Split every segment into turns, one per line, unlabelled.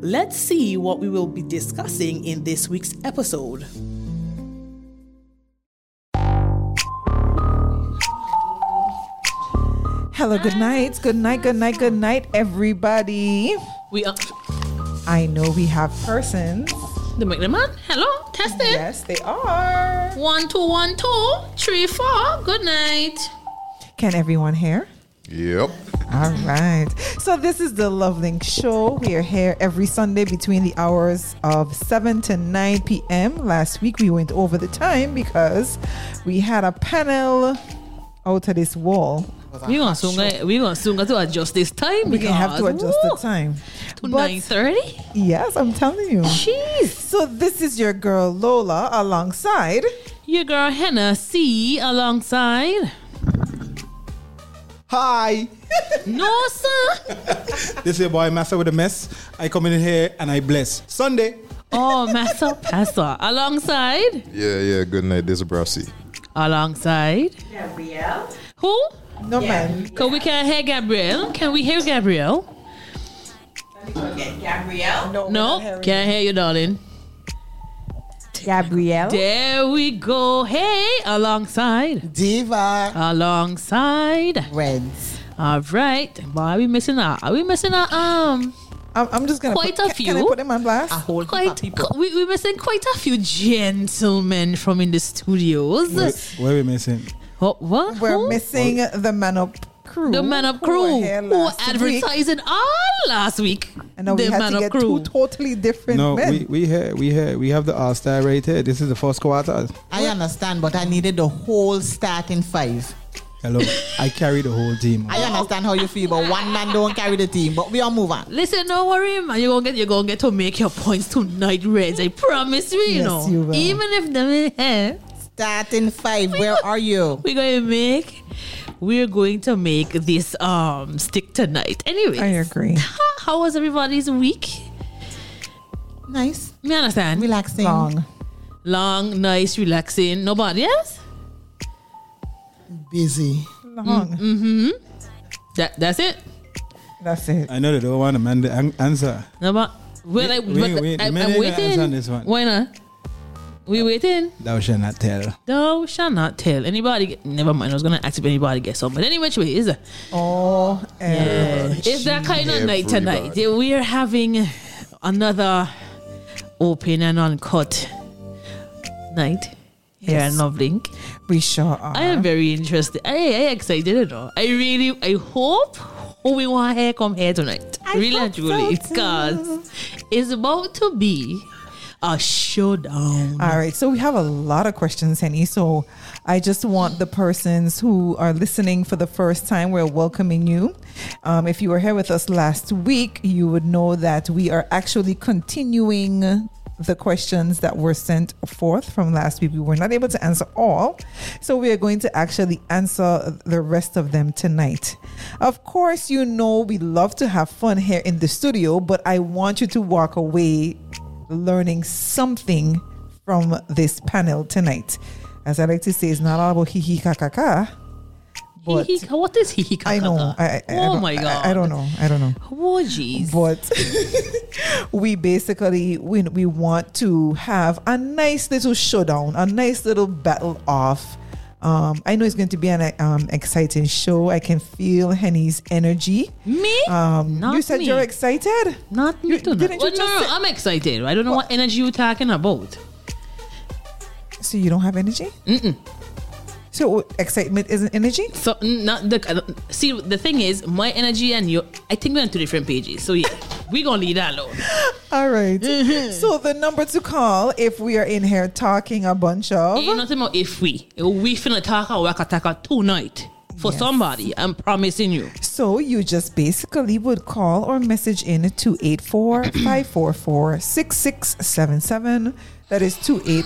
Let's see what we will be discussing in this week's episode.
Hello, good night, good night, good night, good night, everybody.
We are
I know we have persons.
the McNamara. Hello, testing.
Yes, they are.
One two one two three four. Good night.
Can everyone hear?
Yep.
All right. So this is the Lovelink Show. We are here every Sunday between the hours of 7 to 9 p.m. Last week we went over the time because we had a panel out of this wall.
We gonna soon get, we gonna soon get to adjust this time.
We can have to adjust the time.
to
But-
nine thirty.
Yes, I'm telling you.
Jeez,
So this is your girl Lola alongside
your girl Hannah C alongside.
Hi,
No sir.
this is your boy Master with a mess. I come in here and I bless. Sunday.
Oh, massa passa alongside
Yeah, yeah. Good night. This is Brassy.
alongside. Gabrielle. Who?
No Man.
Cause we can't hear Gabrielle. Can we hear Gabrielle?
No,
No, can't hear you, darling.
Gabrielle.
There we go. Hey, alongside,
Diva
alongside.
Reds.
All right. Why are we missing out? Are we missing out? Um.
I'm, I'm just gonna
Quite
put,
a
can- Can I
few.
put him on blast?
whole
quite we, we were saying quite a few gentlemen from in the studios.
Where, where we missing?
What? what?
We're
Who?
missing the man up crew.
the man up
who were
crew
here
who were
last week.
advertising all last week.
And now
the
we had
man
to
up
get
crew.
two totally different
No,
men.
we, we here, we here, we have the all star right here. This is the first quarter.
I understand, but I needed the whole starting five.
Hello, I carry the whole team.
I understand how you feel, but one man don't carry the team. But we are moving.
Listen, don't worry, man. You're gonna get you're gonna get to make your points tonight, Reds. I promise you, you
Yes,
know.
you will.
Even if them in here,
Starting five, where are you?
we're gonna make we're going to make this um stick tonight. Anyways.
I agree.
How, how was everybody's week?
Nice,
You understand?
relaxing.
Long.
Long, nice, relaxing. Nobody else?
Busy.
Long.
Mm, mm-hmm. That, that's it.
That's it.
I know they don't want to man the an- answer.
No, but we're like,
Wait,
but
wait,
I,
the
am
minute I
waiting.
answer on this one.
Why not? We waiting.
Thou shall not tell.
Thou shall not tell anybody. Get, never mind. I was gonna ask if anybody gets some, but anyway, which way is it?
Oh, and
It's that kind of night tonight.
Everybody.
We are having another open and uncut night. here Yeah,
Yes.
Lovelink.
we sure are.
I am very interested. I, I excited at all. I really, I hope who we want hair come here tonight. really and truly, because it's about to be a showdown.
All right, so we have a lot of questions, Henny. So I just want the persons who are listening for the first time, we're welcoming you. Um, if you were here with us last week, you would know that we are actually continuing the questions that were sent forth from last week. We were not able to answer all, so we are going to actually answer the rest of them tonight. Of course, you know we love to have fun here in the studio, but I want you to walk away learning something from this panel tonight. As I like to say, it's not all about hee hee ka ka ka. But
Hee hee- what is hee
I know. I, I, I
oh
don't-
my
I-
god!
I, don't know. I don't know.
Oh jeez.
But we basically we, we want to have a nice little showdown, a nice little battle off. Um, I know it's going to be an uh, um, exciting show. I can feel Henny's energy.
Me?
Um,
Not
you said
me.
you're excited.
Not me
you-
tonight.
didn't you
Well, no,
just
no,
say-
I'm excited. I don't know what energy you're talking about.
So you don't have energy. So excitement isn't energy.
So mm, not the I don't- see the thing is my energy and your. I think we're on two different pages. So yeah, we gonna leave that alone.
All right. So the number to call if we are in here talking a bunch of
Ain't nothing about if we. We finna talk our waka taka tonight. for somebody. I'm promising you.
So you just basically would call or message in 284 544 6677. That is 28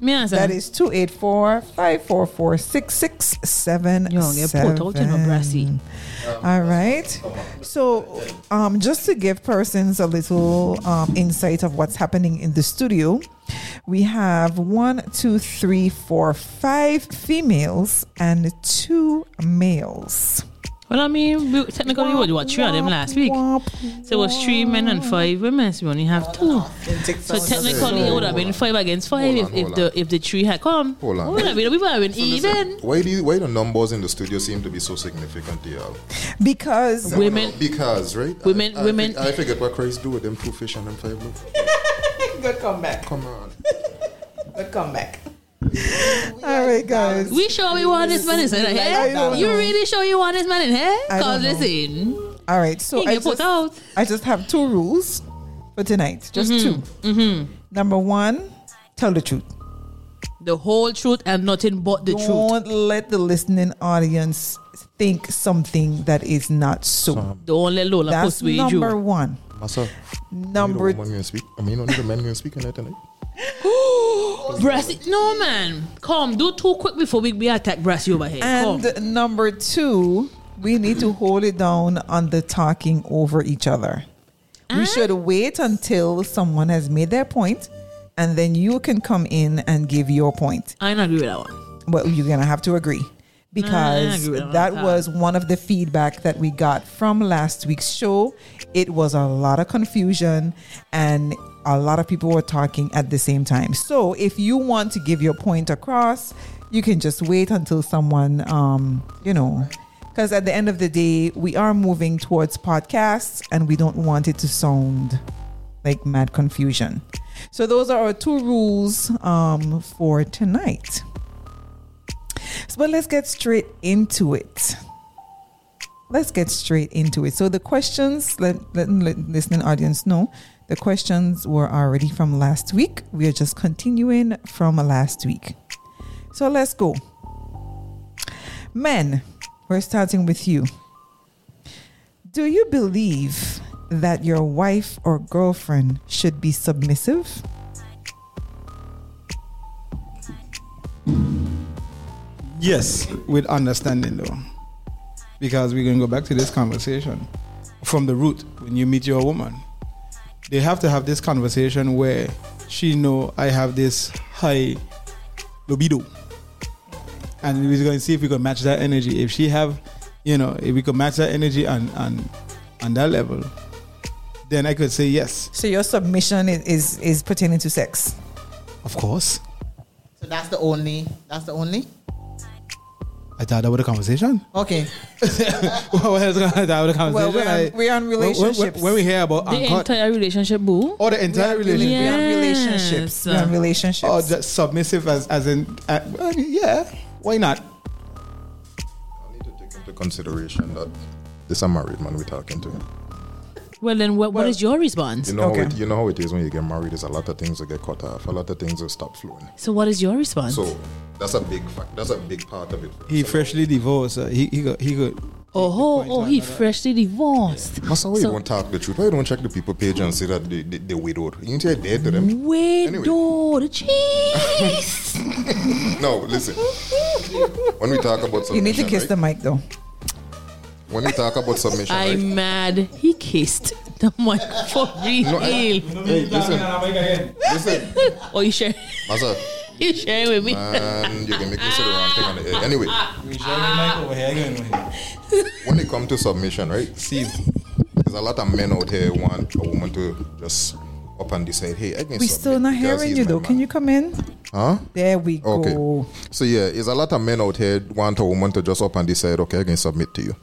Me answer.
That is 284 544
Yo, get put
6677.
out, you know, Brassy.
All right. So, um, just to give persons a little um, insight of what's happening in the studio, we have one, two, three, four, five females and two males.
Well, I mean, we, technically, we what three of them last week.
Womp,
So it was three men and five women. So we only have two. So technically, it would have been five against five if,
Hold on,
if
hold
the
on.
if the three had come.
Hold on.
We would have been, we would have been even.
Listen, Why do you, why the numbers in the studio seem to be so significant to y'all?
Because
No, no,
Women-
because right?
women-
I, I
women-
fig- I figured what Christ do with them two fish and them five loaves.
good comeback.
Come on.
Good comeback. All right, guys.
We sure we want this man in
I
here. eh?
don't
You
know.
really sure you want this man in here?
I don't
Cause
know.
listen,
All right. So
he
I
get put
just,
out.
I just have two rules for tonight. Just
Mm-hmm.
2 Number one, tell the truth.
The whole truth and nothing but the truth.
Don't let the listening audience think something that is not so.
Don't let Lola
That's
persuade you.
number one.
Master,
Number
you know the woman gonna speak. I mean, you know the man gonna speak in there tonight.
Brassy, no man, come do too quick before we be attack Brassy over here.
and
come.
number two. We need to hold it down on the talking over each other.
Ah.
We should wait until someone has made their point, and then you can come in and give your point.
I don't agree with that one.
well, you're gonna have to agree because
agree with him
that
on that.
was one of the feedback that we got from last week's show. It was a lot of confusion and a lot of people were talking at the same time. So if you want to give your point across, you can just wait until someone, um, you know, because at the end of the day, we are moving towards podcasts and we don't want it to sound like mad confusion. So those are our two rules um, for tonight. So, but let's get straight into it. Let's get straight into it. So the questions, let, let, let listening audience know, the questions were already from last week. We are just continuing from last week. So let's go. Men, we're starting with you. Do you believe that your wife or girlfriend should be submissive?
Yes, with understanding though. Because we're going to go back to this conversation from the root when you meet your woman. They have to have this conversation where she know I have this high libido. And we're going to see if we can match that energy. If she have, you know, if we can match that energy and and on that level, then I could say yes.
So your submission is is, is pertaining to sex.
Of course.
So that's the only. That's the only.
I thought that was a conversation.
Okay.
what else can I thought that was a conversation?
Well, we're
I-
on, we're on
when- when-
relationships.
When, we hear about
The
uncut-
entire relationship, boo.
Oh,
or the entire relationship.
We have
Yes.
relationships. We have relationships.
Or just submissive as as in uh, well, yeah. Why not?
I need to take into consideration that this a married man we're talking to.
Well, then what, what is your response?
You know,
Okay.
how it, you know how it is when you get married. There's a lot of things that get cut off. A lot of things will stop flowing.
So what is your response?
So that's a big fact. That's a big part of it.
He freshly divorced. Uh, he he got, he could.
oh, oh, he freshly divorced.
Master, why
So-
you don't talk the truth? Why you don't check the people page and say that they, they, they widowed? You ain't say dead to them.
Widow, the cheese.
No, listen. When we talk about submission,
you need to kiss
right?
the mic though.
When we talk about submission, right?
I'm mad. He kissed the microphone
No, I-
real.
Hey, listen, listen,
Oh, you share?
Master,
You share with me?
man, you can make me say the wrong thing on the air. Anyway, when it comes to submission, right? See, there's a lot of men out here who want a woman to just up and decide, hey, I can
We still not hearing you though. Can you come in?
Huh?
There we go.
Okay. So yeah, there's a lot of men out here want a woman to just up and decide, okay, I can submit to you.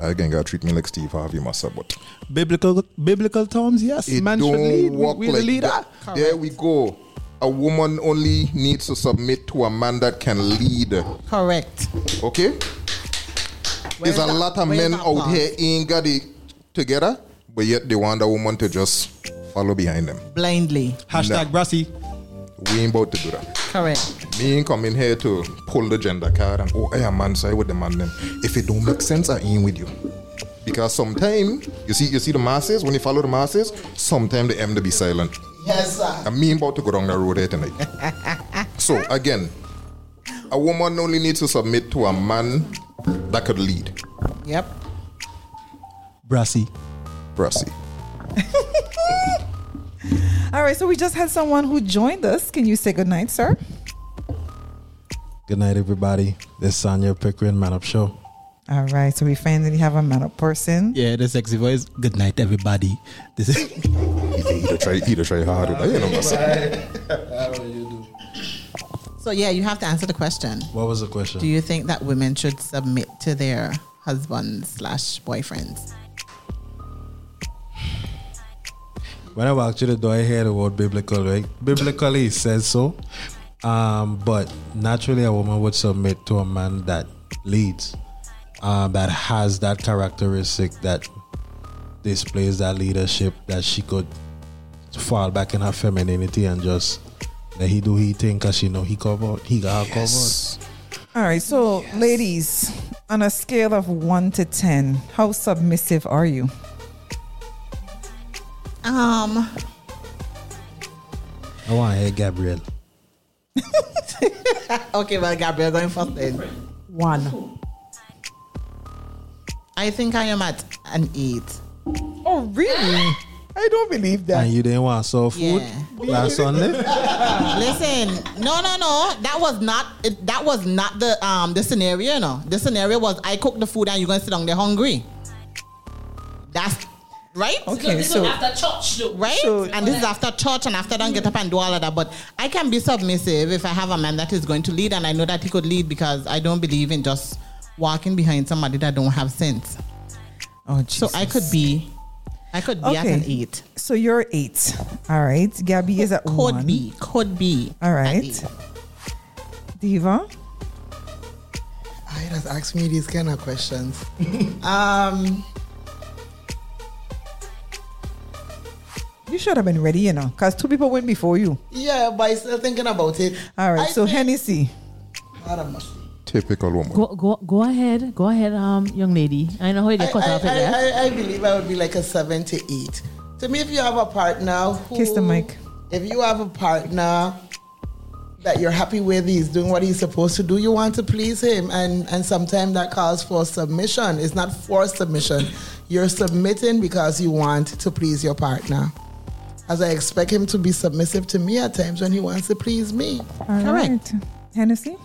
I can gotta treat me like Steve Harvey myself, but
Biblical biblical terms, yes.
it
Man should
don't
lead. We,
work
we the
like
leader.
that. There we go. A woman only needs to submit to a man that can lead.
Correct.
Okay? There's
Where's
a
that-
lot of
where's
men
that
out
part?
here ain't got it together, but yet they want a woman to just follow behind them.
Blindly.
Hashtag brassy.
We ain't about to do that.
Correct.
Me ain't coming here to pull the gender card and oh I am man so I with the man them. If it don't make sense, I ain't with you. Because sometimes you see you see the masses, when you follow the masses, sometimes they aim to be silent.
Yes, sir.
And me ain't about to go down that road here tonight. so again, a woman only needs to submit to a man that could lead.
Yep.
Brassy.
Brassy.
All right, so we just had someone who joined us. Can you say goodnight, sir?
Good night, everybody. This is Sonia Pickering, Man Up Show.
All right, so we finally have a man up person.
Yeah, the sexy voice. Good night, everybody. This is
Either try either try harder. You know what I'm saying?
So yeah, you have to answer the question.
What was the
Do
question?
you think that women should submit to their husbands slash boyfriends?
when I walked through the door, I heard the word biblical, right? Biblically, it says so. Um, but naturally, a woman would submit to a man that leads, um, that has that characteristic, that displays that leadership, that she could fall back in her femininity and just let he do he thing because she know he covered, he got her
All right, so ladies, on a scale of one to ten, how submissive are you?
Um,
covered. I want to hear Gabrielle.
okay, well, Gabriel, going first then.
One.
I think I am at an eight.
Oh, really?
I don't believe that.
And you didn't want soul food
Yeah.
last Sunday?
Listen, no, no, no. That was not. It, that was not the um the scenario. No, the scenario was I cook the food and you're gonna sit down there hungry. That's right.
Okay,
this
so
was after church, though.
Right, and this is after church, and after don't get up and do all of that. But I can be submissive if I have a man that is going to lead, and I know that he could lead because I don't believe in just walking behind somebody that don't have sense.
oh,
So I could be, I could be at
Okay.
an eight.
So you're eight. All right, Gabby is at
Could
one.
be, could be.
All
at
right.
eight.
Diva.
I just ask me these kind of questions.
Um,
You should have been ready, you know, because two people went before you.
Yeah, but I'm still thinking about it.
All right,
I
so
think-
Hennessy.
Not a must.
Typical woman.
Go, go, go ahead, go ahead, um, young lady. I know how you
I,
get cut off at
I,
that.
I, I, I believe I would be like a seven to eight. To me, if you have a partner who
Kiss the mic.
If you have a partner that you're happy with, he's doing what he's supposed to do, you want to please him. And and sometimes that calls for submission. It's not forced submission. You're submitting because you want to please your partner. As I expect him to be submissive to me at times when he wants to please me.
All right,
Correct.
Hennessy.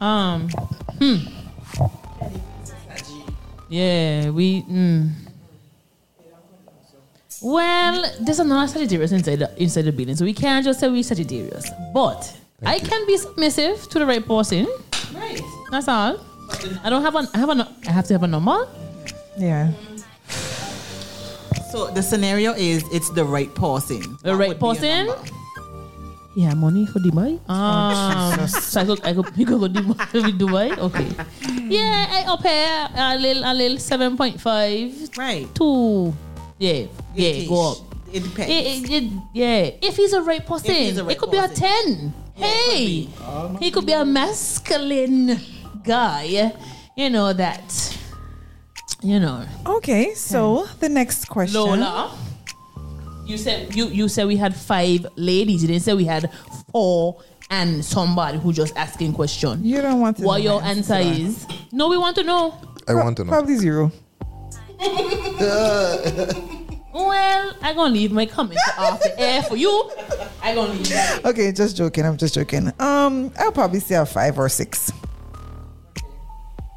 Um, hmm. Yeah, we. Mm. Well, there's another Sagittarius inside the, inside the building, so we can't just say we Sagittarius. But I can be submissive to the right person. Right. That's all. I don't have an. I have an. I have to have a number.
Yeah.
so the scenario is it's the right person.
The
That
right
would be a
person?
number.
Yeah, money for Dubai.
Oh.
Um, so I could, I could, you could go Dubai with Dubai. Okay. Yeah, I up here a little, a little seven point five
Right.
two. Yeah, yeah,
Eight-ish.
go up.
It depends.
It, it, it, yeah, if he's a right person,
he's a right
it could be a
person.
ten. hey, he could be a masculine guy. You know that. You know,
Okay, so the next question.
Lola. You said you you said we had five ladies. You didn't say we had four and somebody who just asking question.
You don't want to
What
know
your
my
answer is? No, we want to know.
I want to know.
Probably zero.
Well, I gonna leave my comment off the air for you. I gonna leave.
Okay, just joking. I'm just joking. Um, I'll probably say a five or six.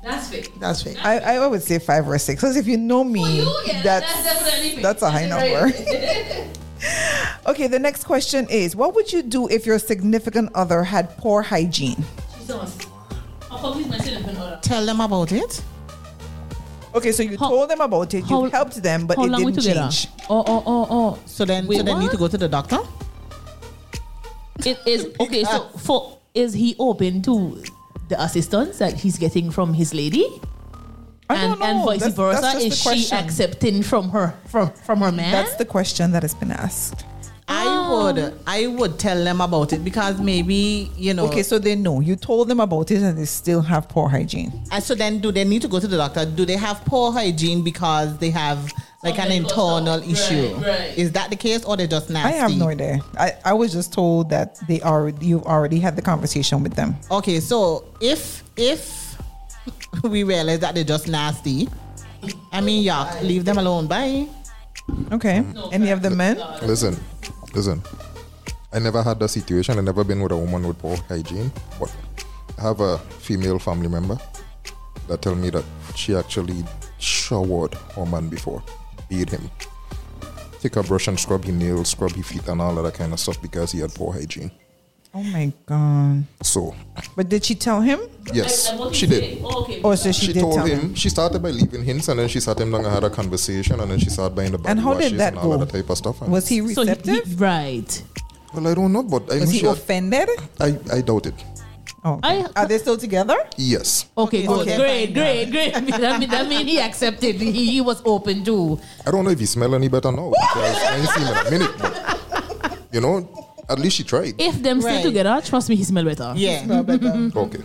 That's fake.
That's fair.
I, I would say five or six because if you know me,
definitely
that's a high number. okay, the next question is: What would you do if your significant other had poor hygiene?
Tell them about it.
Okay, so you
How-
told them about it, you
how-
helped them, but
How
it
long we
didn't
together?
change.
Oh oh oh oh.
So then,
Wait,
so they need
what?
to go to the doctor.
It is okay. So for is he open to the assistance that he's getting from his lady?
I don't
and,
know.
and vice
That's-
versa,
that's just
is
the
she
question.
accepting from her from from her man?
That's the question that has been asked.
I would I would tell them about it because maybe you know.
Okay, so they know. You told them about it and they still have poor hygiene.
And so then, do they need to go to the doctor? Do they have poor hygiene because they have like an
Something goes on.
internal
Right,
issue?
right.
Is that the case, or they're just
I
nasty?
have no idea. I, I was just told that they are you've already had the conversation with them.
Okay, so if if we realize that they're just nasty, I mean, yuck, leave them alone. Bye.
Okay. Any of the men?
Listen, listen. I never had that situation. I never been with a woman with poor hygiene. But I have a female family member that tell me that she actually showered her man before, beat him, take a brush and scrub his nails, scrub his feet, and all of that kind of stuff because he had poor hygiene.
Oh my god.
So
But did she tell him?
yes, she did.
okay.
Oh, so she,
She
did tell
told
him.
him. She started by leaving hints, and then she sat him down and had a conversation, and then she started buying the body
And how
washes
did that
and all
go?
of that type of stuff. And-
Was he
So he-
receptive?
he, right.
Well, I don't know, but I'm
was he
sure.
offended?
I I doubt it.
Oh,
I-
are they still together?
Yes.
Okay, good.
okay,
great, great, great. That mean, that mean he accepted. He, he was open to.
I don't know if he smell any better now. because I ain't seen him in a minute. But, you know, at least she tried.
If them
Right.
stay together, trust me, he smell better.
Yeah,
Okay.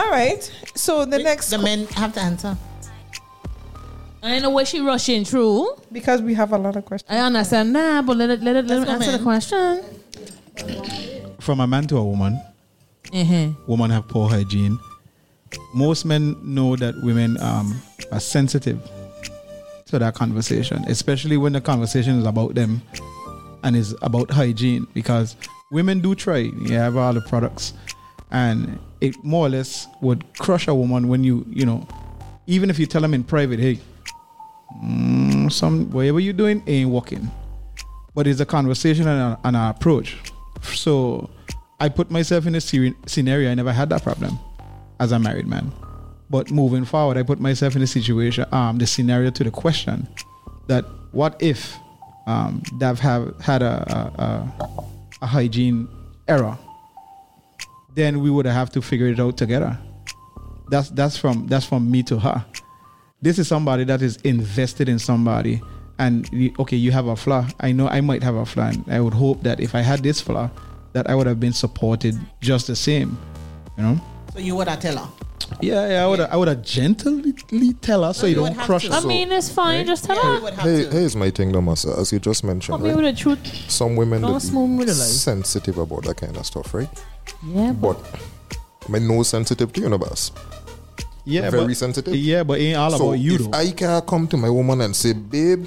All right. So the next
the men have to answer.
I know where she rushing through.
because we have a lot of questions.
I understand that, but let it, let it, let him
Let's go,
answer the
man.
question.
From a man to a woman,
Uh-huh.
women have poor hygiene.
Most men know that women um, are sensitive to that conversation, especially when the conversation is about them and is about hygiene, because women do try. You have all the products, and it more or less would crush a woman when you, you know, even if you tell them in private, hey, mm, some whatever you're doing ain't working, but it's a conversation and, a, and an approach. So I put myself in a seri- scenario I never had that problem as a married man. But moving forward, I put myself in a situation, um, the scenario to the question that what if um, Dav have had a, a, a, a hygiene error? Then we would have to figure it out together. That's that's from that's from me to her. This is somebody that is invested in somebody, and you- okay, you have a flaw. I know I might have a flaw, and I would hope that if I had this flaw, that I would have been supported just the same. You know.
So you would I tell her?
Yeah, yeah, I would, I would have gently tell her so you
you
don't
would have
crush
to.
her.
I mean, it's fine. Just tell
Yeah,
her.
you would have
Hey,
to.
here's my thing, though, Master. As you just mentioned,
Come here
right?
with the truth.
Some women
Don't
are
smooth with the lies.
sensitive about that kind of stuff, right?
Yeah.
But men no sensitive to you, know, boss.
yeah,
very
but,
sensitive.
Yeah, but it ain't all
so
about you
if
though.
I can come to my woman and say, babe,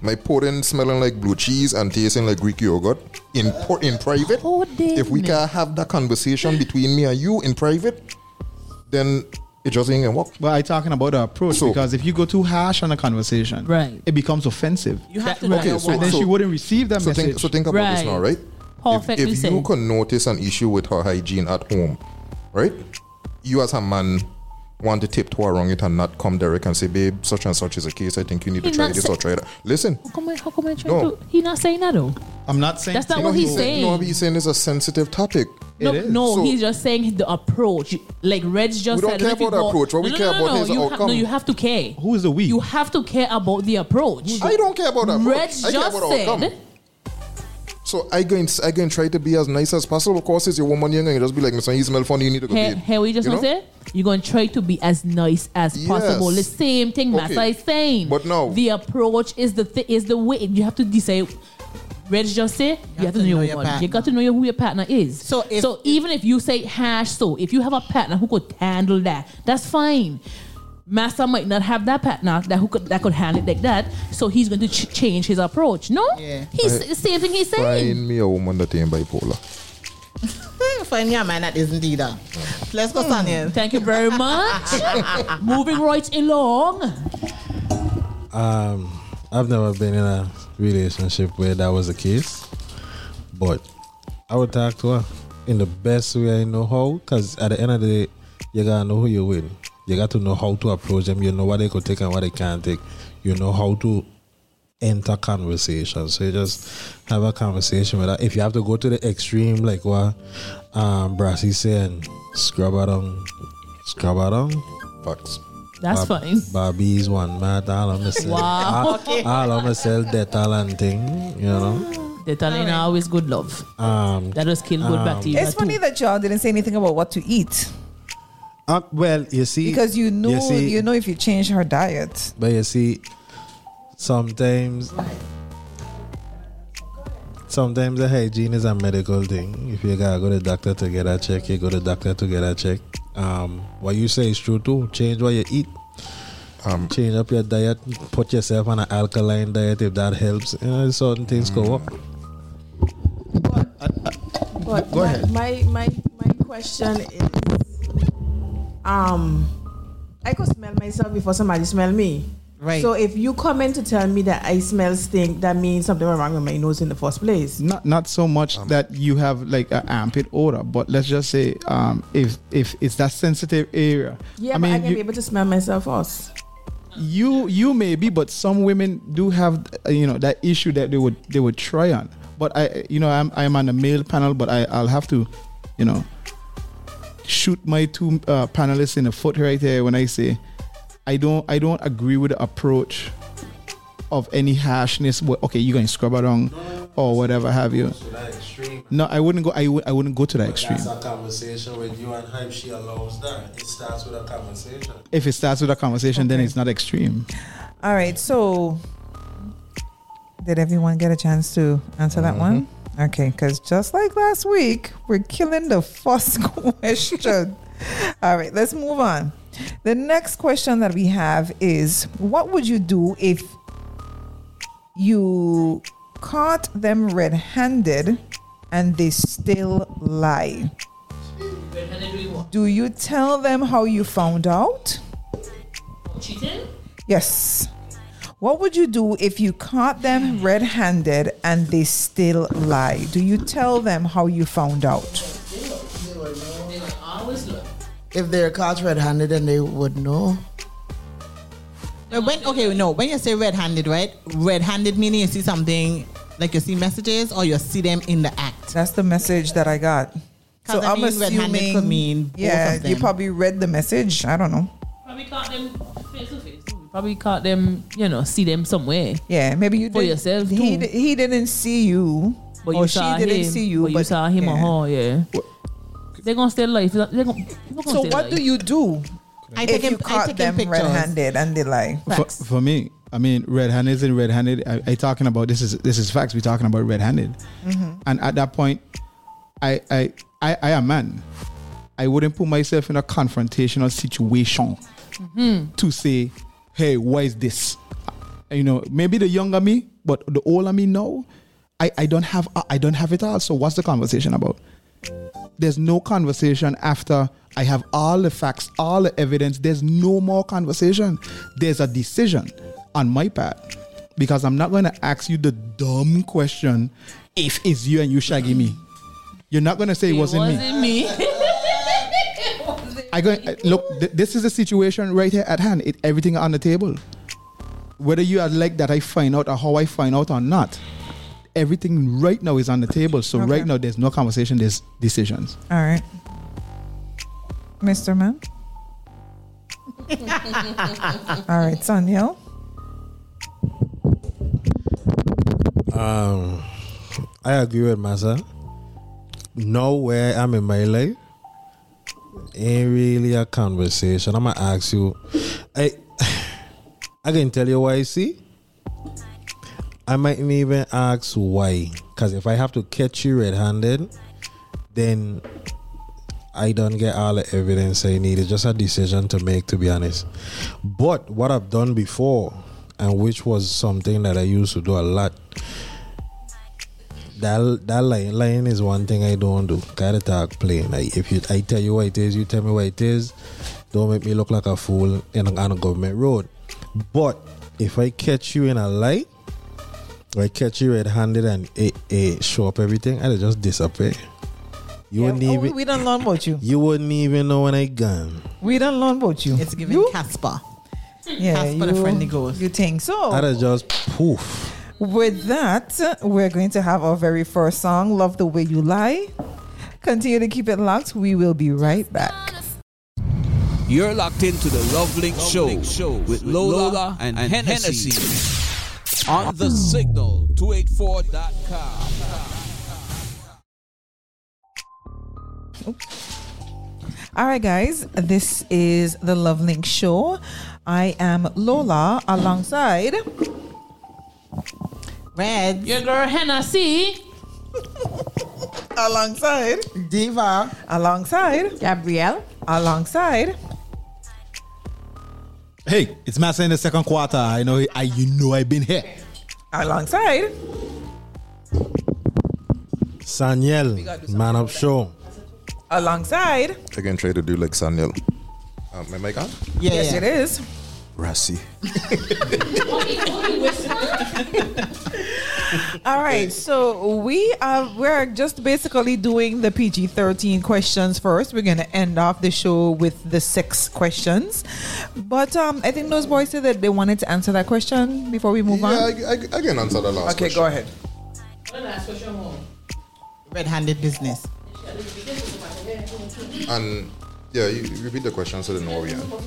my pudding smelling like blue cheese and tasting like Greek yogurt in por- in private,
Pudding.
if we can have that conversation between me and you in private, then it just ain't gonna work.
but I talking about the approach
So-
because if you go too harsh on a conversation,
Right.
it becomes offensive,
You have to
That-
tell
okay,
her
so-
what-
and then
so-
she wouldn't receive that
So
message.
think, so think about this now,
Right.
right? If,
Perfectly
if you
said.
can notice an issue with her hygiene at home, right? You as a man want to tiptoe around it and not come direct and say, babe, such and such is a case. I think you need to
He
try
not
this
say-
or try that. Listen,
How come I, how come I trying
No.
to? He not saying that though.
I'm not saying
That's not
it
what he's
you
saying.
know, he's saying it's a sensitive topic.
No,
is.
no,
So-
he's just saying the approach. Like Reds just
We don't
said,
care
if you
about the
go-
approach. What we
No, no,
care
no,
about
no,
is the
you ha-
outcome.
No, you have to care.
Who is the we?
You have to care about the approach.
I don't care about that. approach.
Reds
I care
just
about the
said.
outcome. So I going I going try to be as nice as possible. Of course, it's your woman young and you just be like, Mr. You smell funny. You need to go.
Hey,
babe."
hey, we just
You
want to
know?
say you're gonna try to be as nice as
Yes.
possible. The same thing Master
Okay.
is saying.
But no.
the approach is the thi- is the way you have to decide. Reg just say you, have to know, your woman. You
partner.
got to know your- who your partner is.
So if-
so even if you say hash, so if you have a partner who could handle that, that's fine. Master might not have that partner that who could that could handle it like that, so he's going to ch- change his approach. No,
Yeah.
he's the same thing he's saying.
Find me a woman that ain't bipolar.
Hmm, Find me a man that isn't either. Let's
Hmm.
go, Sonia.
Thank you very much. Moving right along.
Um, I've never been in a relationship where that was the case, but I would talk to her in the best way I know how. Because at the end of the day, you gotta know who you're with. You got to know how to approach them. You know what they could take and what they can't take. You know how to enter conversation. So you just have a conversation with her. If you have to go to the extreme, like what um, Brassy said, scrub her down, scrub her down.
Facts.
That's
Bob-
fine.
Bobby's one mad all on myself.
Wow.
All, all on myself, death all and thing, you know.
They're telling her always good love.
Um,
That was kill good bacteria.
It's funny
too.
that y'all didn't say anything about what to eat
uh, well, you see,
because you know you,
see,
know if you change her diet.
But you see, sometimes, sometimes the hygiene is a medical thing. If you gotta go to doctor to get a check, you go to doctor to get a check. Um, what you say is true too. Change what you eat.
Um,
Change up your diet. Put yourself on an alkaline diet if that helps. You know, certain things go up.
But
Go
my,
ahead.
My my my question is, um, I could smell myself before somebody smell me.
Right.
So if you come in to tell me that I smell stink, that means something was wrong with my nose in the first place.
Not not so much that you have like an armpit odor, but let's just say um, if if it's that sensitive area.
Yeah,
I
but I
mean,
can
you,
be able to smell myself first.
you you may be, but some women do have uh, you know that issue that they would they would try on. But I you know I'm I'm on a male panel, but I I'll have to, you know, shoot my two uh, panelists in the foot right here when I say I don't I don't agree with the approach of any harshness. But okay, you're going to scrub around or whatever have you. No, I wouldn't go. I would. I wouldn't go to that extreme.
That's a conversation with you and hype. She allows that. It starts with a conversation.
If it starts with a conversation, then it's not extreme.
All right, so did everyone get a chance to answer that one? Okay, because just like last week, we're killing the first question. All right, let's move on. The next question that we have is What would you do if you caught them red handed and they still lie? Do you tell them how you found out?
Cheating?
Yes. What would you do if you caught them red handed and they still lie? Do you tell them how you found out?
Always look.
If they're caught red-handed, then they would know.
But when okay, no, when you say red-handed, right? Red-handed meaning you see something like you see messages or you see them in the act.
That's the message that I got.
'Cause I mean, red-handed could mean both
yeah,
of
you
them.
probably read the message. I don't know.
Probably caught them face to face. too. Probably caught them, you know, see them somewhere.
Yeah, maybe you
For
did-
yourself,
He,
too.
di- he didn't see you,
But
or
you
she
saw
didn't
him,
see you,
But, you saw him or
yeah.
her, yeah. They're gonna stay alive. They're gonna, they're gonna
So
stay
what
alive.
do you do
I
if
take
you
him, I
caught
take him
them red
pictures.
handed and they lie?
For, for me, I mean, red-handed isn't red-handed. I, I talking about this is this is facts. We're talking about red-handed, and at that point, I I I, I am man. I wouldn't put myself in a confrontational situation
Mm-hmm.
to say, "Hey, why is this?" Uh, You know, maybe the younger me, but the older me now, I I don't have uh, I don't have it all. So what's the conversation about? There's no conversation after I have all the facts, all the evidence. There's no more conversation. There's a decision on my part because I'm not going to ask you the dumb question if it's you and you shaggy me. You're not going to say it,
It
wasn't, me.
wasn't me.
I go I- look. Th- this is the situation right here at hand. It everything on the table. Whether you are like that, I find out or how I find out or not. Everything right now is on the table. So
Okay.
right now, there's no conversation. There's decisions.
All right, Mr. Man. All right, Sanyel.
Um, I agree with Massa. Nowhere I'm in my life ain't really a conversation. I'ma ask you. I I can tell you why. I See, I mightn't even ask why. Cause if I have to catch you red-handed, then I don't get all the evidence I need. It's just a decision to make, to be honest. But what I've done before, and which was something that I used to do a lot, that that lying, lying is one thing I don't do. Gotta talk plain. Like if you, I tell you what it is, you tell me what it is. Don't make me look like a fool in a, on a government road. But if I catch you in a lie, or I catch you red-handed and it, it show up everything, I'll just disappear. You wouldn't
Oh,
even
we, we don't learn about you.
you wouldn't even know when I gone.
We don't learn about you.
It's giving
You?
Casper.
yeah,
Casper the friendly ghost.
You think so?
I'd have just poof.
With that, we're going to have our very first song, "Love the Way You Lie." Continue to keep it locked. We will be right back.
You're locked into the Love Link, show, with Lola, and, Hennessy. on the signal 284.com.
All right, guys, this is the Love Link Show. I am Lola alongside.
Red.
Your girl Henna C.
Alongside.
Diva.
Alongside.
Gabrielle.
Alongside.
Hey, it's Master in the second quarter. I know I you know I've been here.
Alongside.
Saniel, man up show.
Alongside.
I can try to do like Saniel. Uh, my mic on?
Yeah,
Yes,
yeah.
it is.
Rassi.
All right, so we are we're just basically doing the PG thirteen questions first. We're gonna end off the show with the six questions, but um, I think those boys said that they wanted to answer that question before we move
Yeah,
on.
I, I, I can answer the last
Okay,
question.
go ahead.
Red-handed business.
And yeah, you you repeat the question so they know where we are.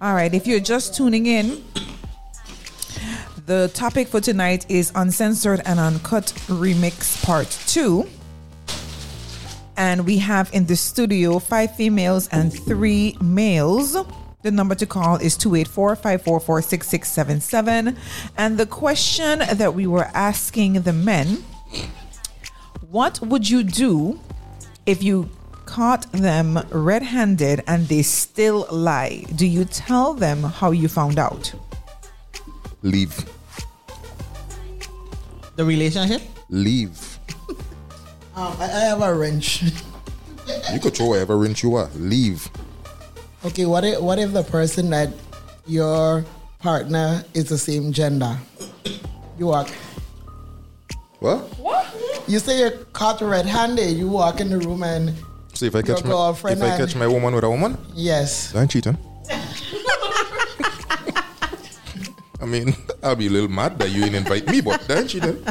All right, if you're just tuning in, the topic for tonight is Uncensored and Uncut Remix Part 2. And we have in the studio five females and three males. The number to call is 284 544 6677. And the question that we were asking the men what would you do if you caught them red handed and they still lie? Do you tell them how you found out?
Leave.
The relationship?
Leave.
Um, I, I have a wrench.
You could throw whatever wrench you are. Leave.
okay, what if, what if the person that your partner is the same gender? You walk.
What?
You say you're caught red-handed. You walk in the room and
So if I
Your
catch my
girlfriend
if I
and-
catch my woman with a woman,
yes,
I ain't cheating. I mean, I'll be a little mad that you didn't invite me, but I ain't cheating.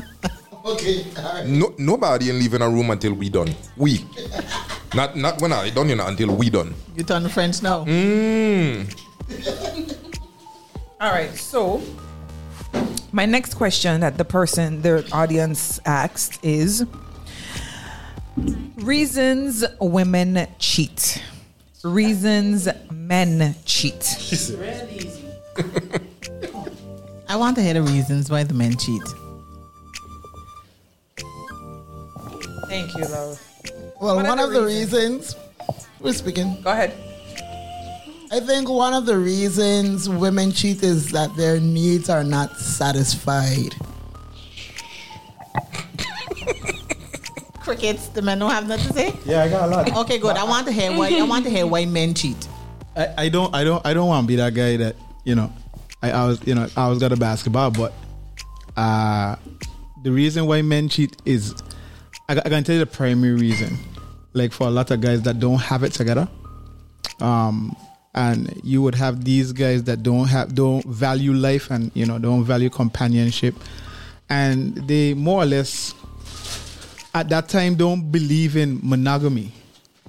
okay, all right.
No, nobody ain't leaving a room until we done. We. Not not when I done, you know, until we done.
You turn French now.
Mm.
Hmm. All right, so my next question that the person, the audience asked is reasons women cheat, reasons men cheat.
I want to hear the reasons why the men cheat.
Thank you, love.
Well,
What are
one
the
of the reasons we're speaking.
Go ahead.
I think one of the reasons women cheat is that their needs are not satisfied.
Crickets, the men don't have nothing to say.
Yeah, I got a lot.
Okay, good. I want to hear why I want to hear why men cheat.
I, I don't I don't I don't want to be that guy that you know I, I was you know I was got a basketball but uh the reason why men cheat is I, I can tell you the primary reason like for a lot of guys that don't have it together um and you would have these guys that don't have don't value life and you know don't value companionship and they more or less at that time don't believe in monogamy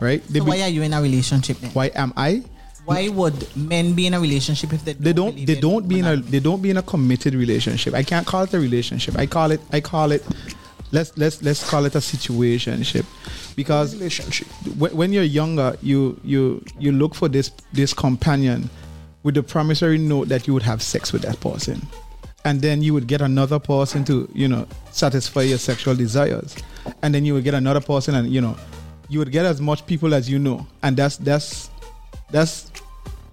right they
So
be-
why are you in a relationship then?
why am I
Why would men be in a relationship if they don't?
they don't they
believe in
don't be in a
monogamy?
they don't be in a committed relationship. I can't call it a relationship. I call it I call it let's let's let's call it a situationship because
Relationship.
when, when you're younger you you you look for this this companion with the promissory note that you would have sex with that person and then you would get another person to you know satisfy your sexual desires and then you would get another person and you know you would get as much people as you know and that's that's that's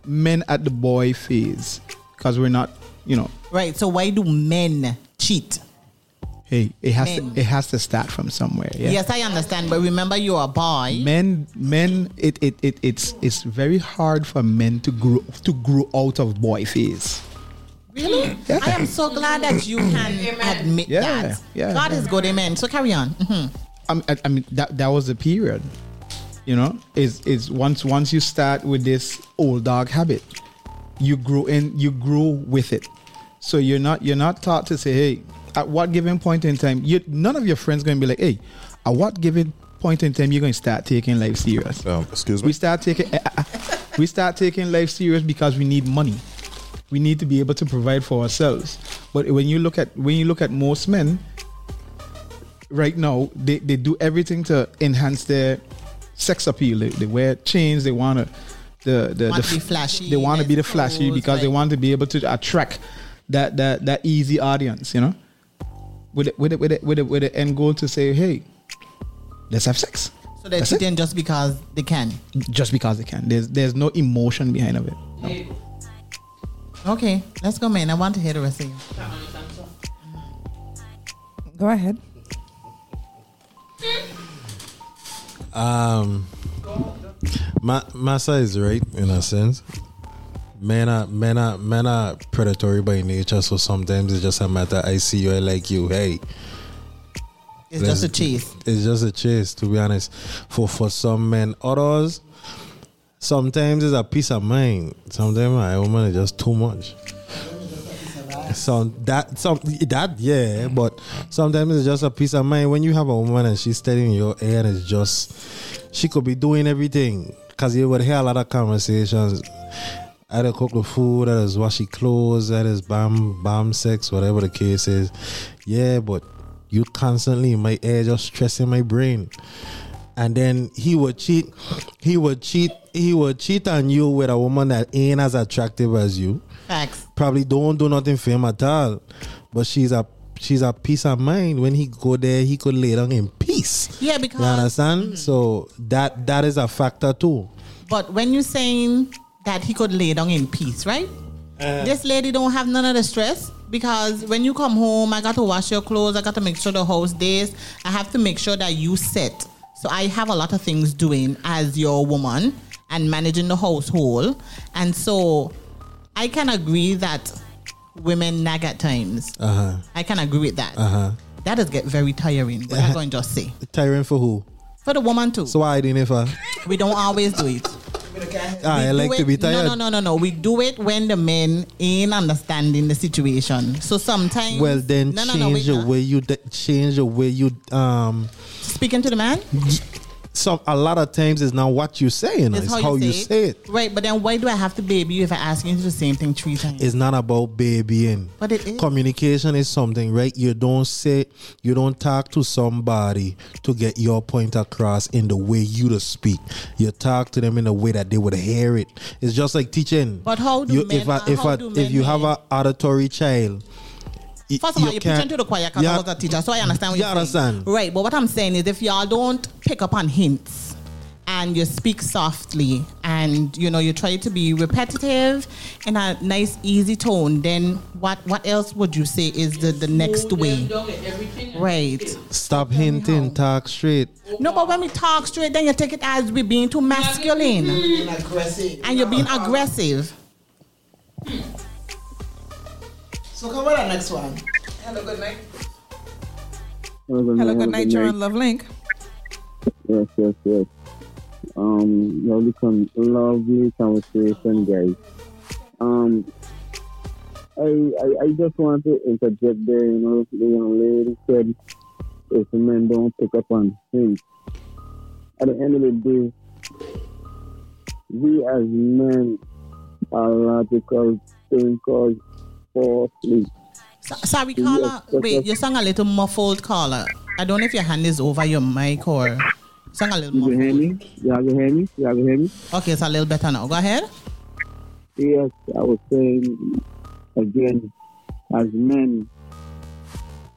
men at the boy phase because we're not you know
Right. So why do men cheat?
hey it has
Men.
to, it has to start from somewhere yeah
Yes, I understand, but remember you are a boy.
men men it, it, it it's it's very hard for men to grow to grow out of boy phase
Really? I am so glad that you can admit
Yeah,
that.
yeah,
God
yeah.
is good, amen. So carry on. Mhm.
I'm- I, I mean that that was the period you know is is once once you start with this old dog habit you grow in you grow with it so you're not you're not taught to say hey at what given point in time you none of your friends going to be like hey at what given point in time you're going to start taking life serious
Um, excuse
we
me.
start taking we start taking life serious because we need money we need to be able to provide for ourselves. But when you look at when you look at most men right now, they, they do everything to enhance their sex appeal. They, they wear chains. They want to the the,
Want
the
to be flashy,
They want to be the
nice
flashy
clothes,
because they
like-
want to be able to attract that that that easy audience. You know, with the, with the, with the, with the, with the end goal to say, hey, let's have sex.
So they're
That's it.
cheating just because they can.
Just because they can. There's there's no emotion behind of it.
Okay, let's go, man. I want to hear the rest of you.
Go ahead.
Um, my Massa is right in a sense. Men are men are men are predatory by nature, so sometimes it's just a matter. I see you, I like you. Hey,
It's
Let's-
just a chase.
It's just a chase, to be honest. For for some men, others sometimes it's a peace of mind. Sometimes my woman is just too much. So that some that yeah, but sometimes it's just a peace of mind when you have a woman and she's staring in your ear. It's just she could be doing everything because you would hear a lot of conversations. I done cook the food, I just wash the clothes, I just bam bam sex, whatever the case is. Yeah, but you constantly in my ear just stressing my brain. And then he would cheat, he would cheat, he would cheat on you with a woman that ain't as attractive as you
Facts.
probably don't do nothing for him at all. But she's a she's a peace of mind. When he go there, he could lay down in peace.
Yeah,
you
because
understand? So that that is a factor too.
but when you're saying that he could lay down in peace, right? this lady don't have none of the stress because when you come home, I got to wash your clothes, I got to make sure the house this, I have to make sure that you set. So I have a lot of things doing as your woman and managing the household, and so I can agree that women nag at times.
Uh huh.
I can agree with that.
Uh huh.
That does get very tiring. But I'm going to just say
Tyrant for who?
for the woman too.
So I didn't for.
We don't always do it.
Ah, I
do
like to
it-
be tired.
No, no, no, no, no. We do it when the men ain't understanding the situation. So sometimes.
Well then,
no, no,
change
no. Wait,
the
no.
way you de- change the way you um.
Speaking to the man,
So a lot of times it's not what you say, you know,
is
it's how, you say it.
Right, but then why do I have to baby you if I ask you to do the same thing three times?
It's not about babying.
But it is.
Communication is something, right? You don't say, you don't talk to somebody to get your point across in the way you to speak. You talk to them in a way that they would hear it. It's just like teaching.
But how do
you,
men-
if I, if
how
I,
do
if
men
you have
learn?
an auditory child, y-
First of all, you
can't-
preaching to the choir because
Yeah.
I was a teacher, so I understand what
You
you're saying.
understand.
Right, but what I'm saying is if y'all don't pick up on hints and you speak softly and you know you try to be repetitive in a nice easy tone, then what what else would you say is the, the next way? Right.
Stop hinting, talk straight.
No, but when we talk straight, then you take it as we being too masculine
Being aggressive.
and you're being aggressive.
So come on, the next one. Hello, good night.
Hello, good night, you're on
John.
Love Link.
Yes, yes, yes. Um, lovely, con- lovely conversation, guys. Um, I, I, I just want to interject there. You know, the young lady said, if the men don't pick up on things, at the end of the day, we as men are radical thinkers falsely.
So- sorry,
Yes,
caller.
yes,
Wait,
yes.
you sound a little muffled, caller. I don't know if your hand is over your mic or sound a little
You can
muffled.
hear me? You all can hear me? You all can hear me?
Okay, it's a little better now. Go ahead.
Yes, I was saying again, as men,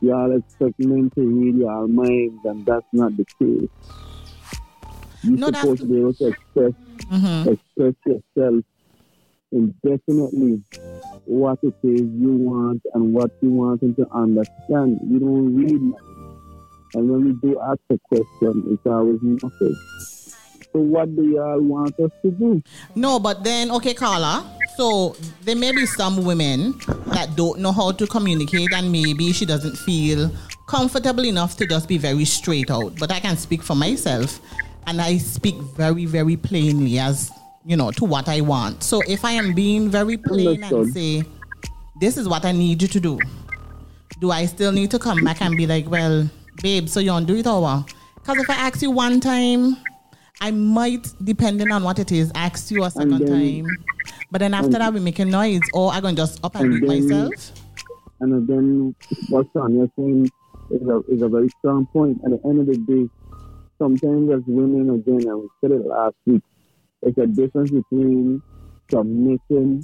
y'all expect men to read your minds, and that's not the case. You're
No, that's-
supposed to be able to express,
Mm-hmm.
Mhm.
Mm-hmm.
express yourself indefinitely what it is you want and what you want him to understand. You don't read minds. And when we do ask a question, it's always nothing. So, what do y'all want us to do?
No, but then okay, Carla. So there may be some women that don't know how to communicate, and maybe she doesn't feel comfortable enough to just be very straight out. But I can speak for myself, and I speak very, very plainly as you know to what I want. So if I am being very plain and
Understood.
say, "This is what I need you to do," do I still need to come back and be like, "Well, babe, so you don't do it or what?" Because if I ask you one time, I might, depending on what it is, ask you a second
then-
time. But then after that, we making noise, or I gonna just up and beat myself.
And then what Sonia saying is a, is a very strong point. At the end of the day, sometimes as women, again, and we said it last week, it's a difference between submission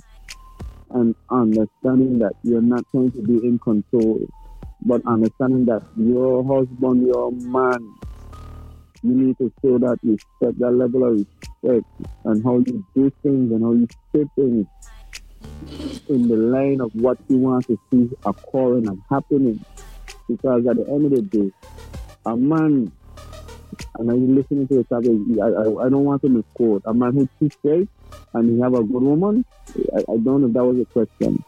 and understanding that you're not trying to be in control, but understanding that your husband, your man, you need to show that respect, that level of respect, and how you do things and how you say things in the line of what you want to see occurring and happening. Because at the end of the day, a man, and I'm listening to the topic, I, I, I don't want to misquote, a man who cheats straight and he have a good woman, I, I don't know if that was a question.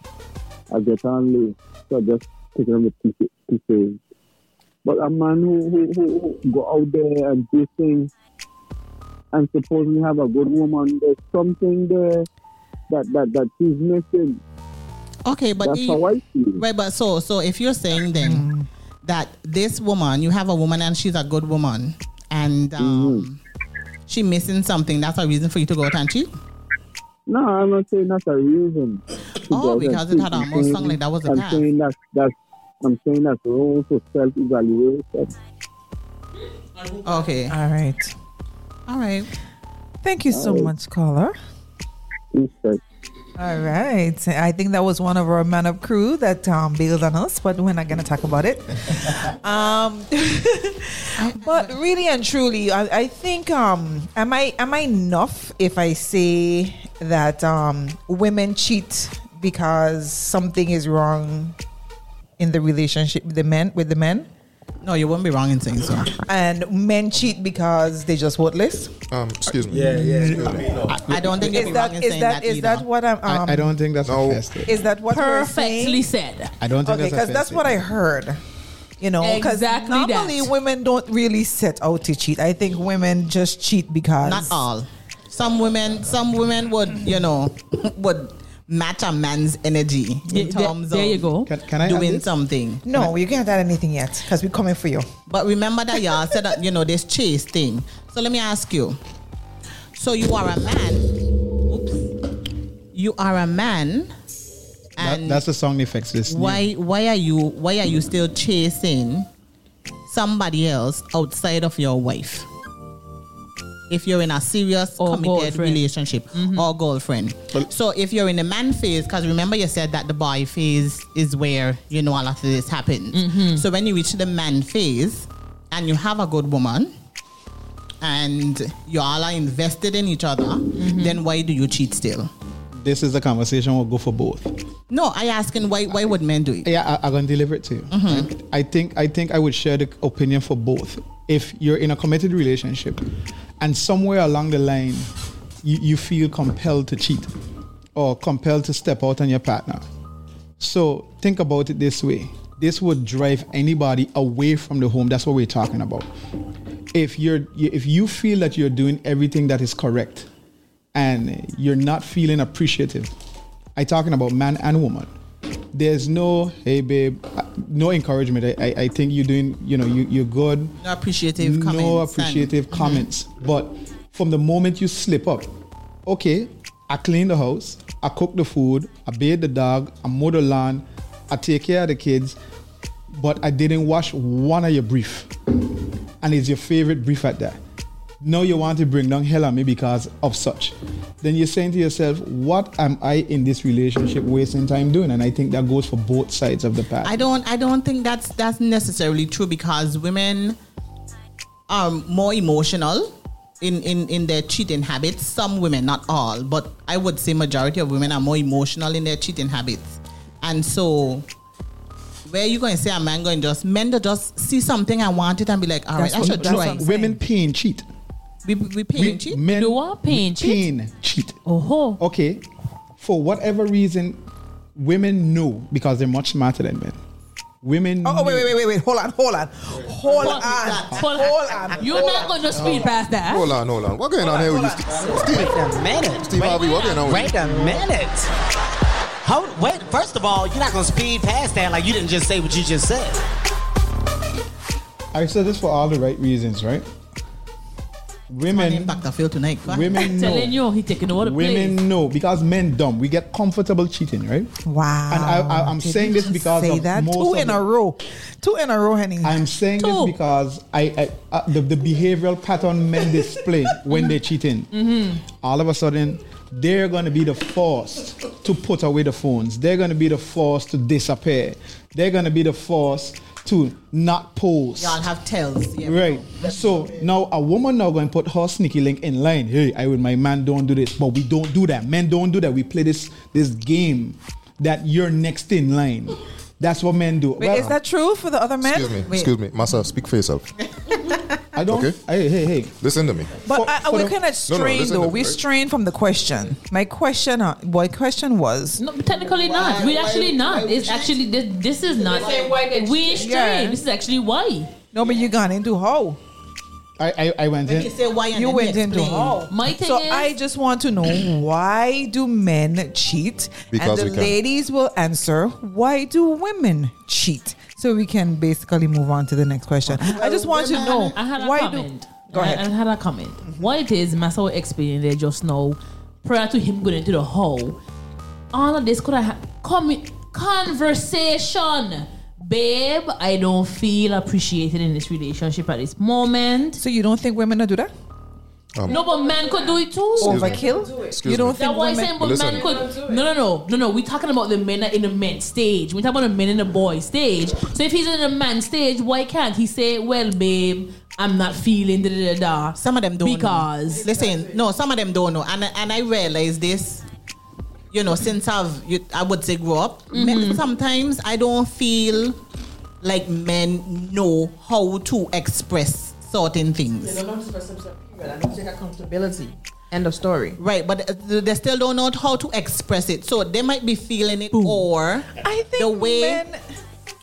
I get on late, so I just taking on the pieces. But a man who, who, who, who go out there and do things and supposedly have a good woman, there's something there that, that, that she's missing.
Okay, but
That's
you-
how I feel.
Right, but so so if you're saying then that this woman, you have a woman and she's a good woman, and
Mm-hmm.
um, she missing something, that's a reason for you to go out and cheat.
No, I'm not saying that's a reason. to
Oh,
go there.
because it had
I'm
almost sound
saying-
like that was a
I'm
pass.
saying that's, that's, I'm saying that's wrong to self-evaluation.
Okay.
All right.
All right.
Thank you so much, caller. All right. I think that was one of our man up crew that um, bailed on us, but we're not going to talk about it. um, but really and truly, I, I think um, am I am I enough if I say that um, women cheat because something is wrong in the relationship with the men with the men?
No, you won't be wrong in saying so.
And men cheat because they just worthless.
Um, excuse me.
Yeah, yeah, yeah.
I don't think
is
you'll be
that
wrong in
is
saying
that
that
is that
either.
what I'm?
I-
Um,
I don't think that's no.
Is that what we're saying?
Perfectly said.
I don't think
okay,
that's a
because
fair
that's what I
statement.
heard. You know, because
Exactly that.
normally women don't really set out to cheat. I think women just cheat because
Not all. Some women, some women would, you know, would match a man's energy in
Yeah, there-
terms
there
of
you go.
Can- can I add
doing
this?
something.
No, you can't add anything yet because we're coming for you.
But remember that y'all said that you know this chase thing. So let me ask you. So you are a man. Oops. You are a man.
That,
And
that's the song effects. This
why why are you why are you still chasing somebody else outside of your wife? If you're in a serious
Or
committed
girlfriend. Mm-hmm.
relationship or girlfriend. so if you're in the man phase, because remember you said that the boy phase is where you know a lot of this happens.
Mm-hmm.
So when you reach the man phase and you have a good woman and you all are invested in each other,
Mm-hmm.
then why do you cheat still?
This is the conversation we'll go for both.
No, I asking why why would men do it? Mm-hmm.
Yeah, I, I'm gonna deliver it to you. I, I think I think I would share the opinion for both. If you're in a committed relationship, and somewhere along the line, you, you feel compelled to cheat, or compelled to step out on your partner. So think about it this way: this would drive anybody away from the home. That's what we're talking about. If you're if you feel that you're doing everything that is correct, and you're not feeling appreciative, I talking about man and woman there's no hey babe uh, no encouragement I, I, I think you're doing you know you, you're good
No appreciative comments.
no
and-
appreciative comments but from the moment you slip up okay i clean the house i cook the food i bathe the dog i mow the lawn i take care of the kids but i didn't wash one of your brief and it's your favorite brief at that now you want to bring down hell on me because of such then you're saying to yourself what am i in this relationship wasting time doing and i think that goes for both sides of the path
I don't I don't think that's that's necessarily true because women are more emotional in, in, in their cheating habits. Some women, not all, but I would say majority of women are more emotional in their cheating habits. And so where you going to say a man going to just men to just see something and want it and be like, all right,
That's
I
what-
should
that's
try.
what I'm
women pay and cheat
We we pay and cheat.
Men
Do what? Pay and cheat?
Pay and cheat.
Oh,
Okay. For whatever reason, women know because they're much smarter than men. Women.
Oh, oh, wait,
know-
wait, wait, wait, wait. Hold on, hold on, hold on, Ah, hold on.
you're
hold
not going to speed past that.
Oh. Hold on, hold on. What's going on here with you, Steve?
a minute.
Steve
wait,
Harvey, what's going on with
wait a minute. Hold, wait, first of all, you're not going to speed past that like you didn't just say what you just said.
I said this for all the right reasons, right? Women
impact I feel tonight.
Women know.
Telling you, he taking over the
women
place.
know because men dumb. We get comfortable cheating, right?
Wow.
And I, I, I'm
Did
saying
you
this
just
because
say
of
that
most
two
of
in
the-
a row, two in a row, honey.
I'm saying this because I, I uh, the, the behavioral pattern men display when they're cheating.
Mm. Mm-hmm.
Mhm.
All of a sudden, they're going to be the force to put away the phones. They're going to be the force to disappear. They're going to be the force to not post.
Y'all have tells. Yeah.
Right. So now a woman now going to put her sneaky link in line. Hey, I with my man don't do this, but we don't do that. Men don't do that. We play this this game that you're next in line. That's what men do.
Wait, is that true for the other men?
Excuse me, excuse me, Master, speak for yourself.
I don't. Okay. Hey, hey, hey.
Listen to me.
But I, I-
for
we're
the-
kind of
No, no,
strained
listen to
though.
me,
We're
right?
strained from the question. My question, uh, my question was.
No, technically not. We're actually not. It's actually this. This is not. We straight.
Yeah.
This is actually why.
No, but you gone into how?
I, I, I went in.
you went into how?
My thing
so
is-
I just want to know why do men cheat?
Because
and
we
the
can.
ladies will answer why do women cheat? So we can basically move on to the next question. I just want to know
I had a
why
comment.
do. Go ahead.
I, I had a comment. What it is, Massa was explaining there just now, prior to him going into the hole, all of this could have come conversation. Babe, I don't feel appreciated in this relationship at this moment.
So you don't think women do that?
Um,
No, but men could do it too.
Excuse me.
Overkill?
Excuse
you don't
me.
That's
think
why I'm
women?
saying, but
Listen.
men could. No, no, no, no, no. We're talking about the men that in the men stage. We're talking about the men in the boy stage. So if he's in the man stage, why can't he say, "Well, babe, I'm not feeling da da da da."
Some of them don't know.
because
Listen, no, some of them don't know, and and I realize this. You know, since I've you, I would say grow up. men- Sometimes I don't feel like men know how to express certain things.
They don't know express themselves. I don't take accountability. End of story.
Right, but uh, th- they still don't know how to express it. So they might be feeling it, or
I think
the way
men-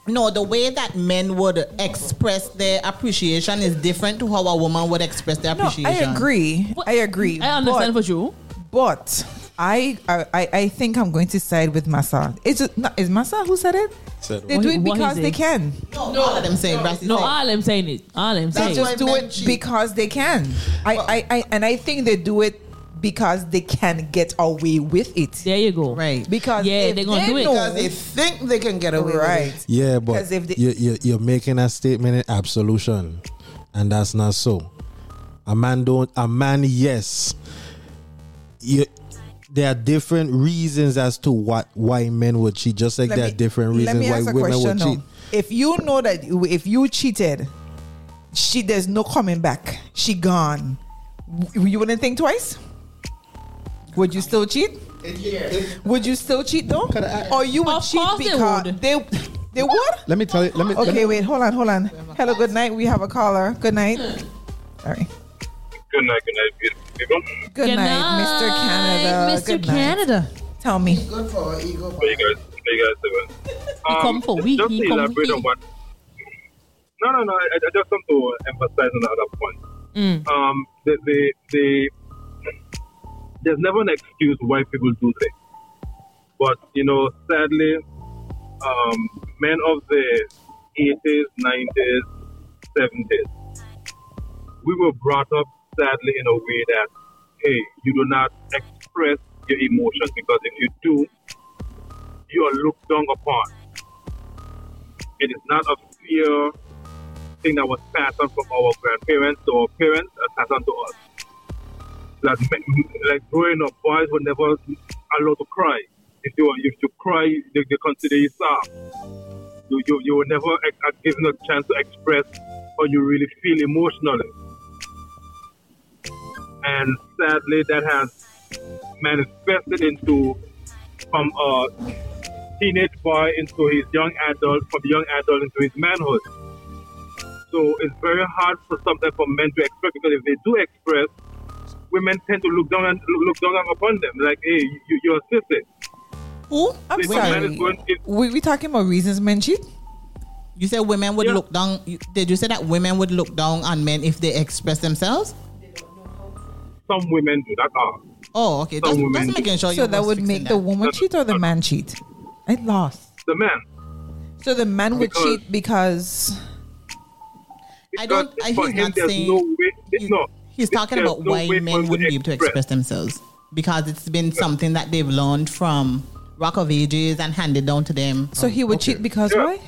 no, the way that men would express their appreciation is different to how a woman would express their
No, I
appreciation.
agree. I agree.
I understand
but,
for you.
But I, I, I- I think I'm going to side with Massa. Is it not, is Massa who said it?
Said
they
what?
do it
What he
because
said.
they can.
No, all of them saying Brassy
No,
saying.
all I'm saying is, all
They
I'm saying.
just do it because they can. I, I, I, and I think they do it because they can get away with it.
there you go.
right.
Because
Yeah,
if
they're gonna do it.
know-
because they think they can get away with it.
right.
Yeah,
'Cause
but
if they-
you, you, you're making a statement in absolution, and that's not so. A man don't. A man, yes. You, there are different reasons as to what why men would cheat, just like
Let
there
me-
are different reasons why women would
though.
cheat.
If you know that you- if you cheated, she there's no coming back. She gone. W- You wouldn't think twice. Would you still cheat? Would you still cheat though? Or you would
Of
cheat
course they
because
would.
they they would?
Let me tell you. Let me. let me-
Okay, wait, hold on, hold on. Hello, good night. We have a caller. Good night. Sorry.
Good night, good night, beautiful people.
Good,
Good
night, Mr.
night,
Canada.
Mr.
Good night.
Canada.
Tell me.
Good for our ego.
How you guys, how you guys doing? Um,
come for we,
Just
he
to
come
elaborate
he.
on what. No, no, no. I, I just want to emphasize on the other point.
Mm.
Um, the, the, the, there's never an excuse why people do things. But, you know, sadly, um, men of the 80s, 90s, 70s, we were brought up, sadly, in a way that, hey, you do not express your emotions because if you do, you are looked down upon. It is not a fear thing that was passed on from our grandparents to our parents and passed on to us. Like, me- like growing up, boys were never allowed to cry. If you if you cry, they, they consider you soft. You, you, you were never ex- given a chance to express how you really feel emotionally. And sadly, that has manifested into from a teenage boy into his young adult, from young adult into his manhood. So it's very hard for sometimes for men to express because if they do express, women tend to look down and look, look down upon them. Like, hey, you, you're a sissy.
Who?
I'm
If a man
sorry.
is going- if-
We we talking about reasons men cheat?
You said women would look down. you- Did you say that women would look down on men if they express themselves?
Some women do that. ah. Are.
Oh, okay.
Some
Just,
women
just
do.
making sure.
So
you
that
was
would
fixing
make
that.
the woman cheat or the man cheat? I lost.
The man.
So the man would
Because-
cheat because
I don't. I,
for
he's
him,
not
there's
saying.
no way. no,
He's talking
There's
about
no
why
way for
men
us
wouldn't be able to express themselves because it's been something that they've learned from Rock of Ages and handed down to them.
So he would cheat because why?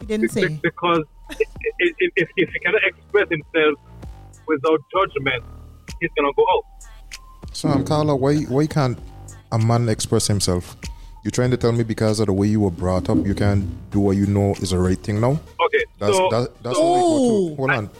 He didn't
Be-
say.
Because i- i- i- if, if he cannot express himself without judgment, he's gonna go out.
Sam, Carla, why why can't a man express himself? You're trying to tell me because of the way you were brought up, you can't do what you know is the right thing now?
Okay,
That's
so-
that, that's
so-
where we go to. Hold on.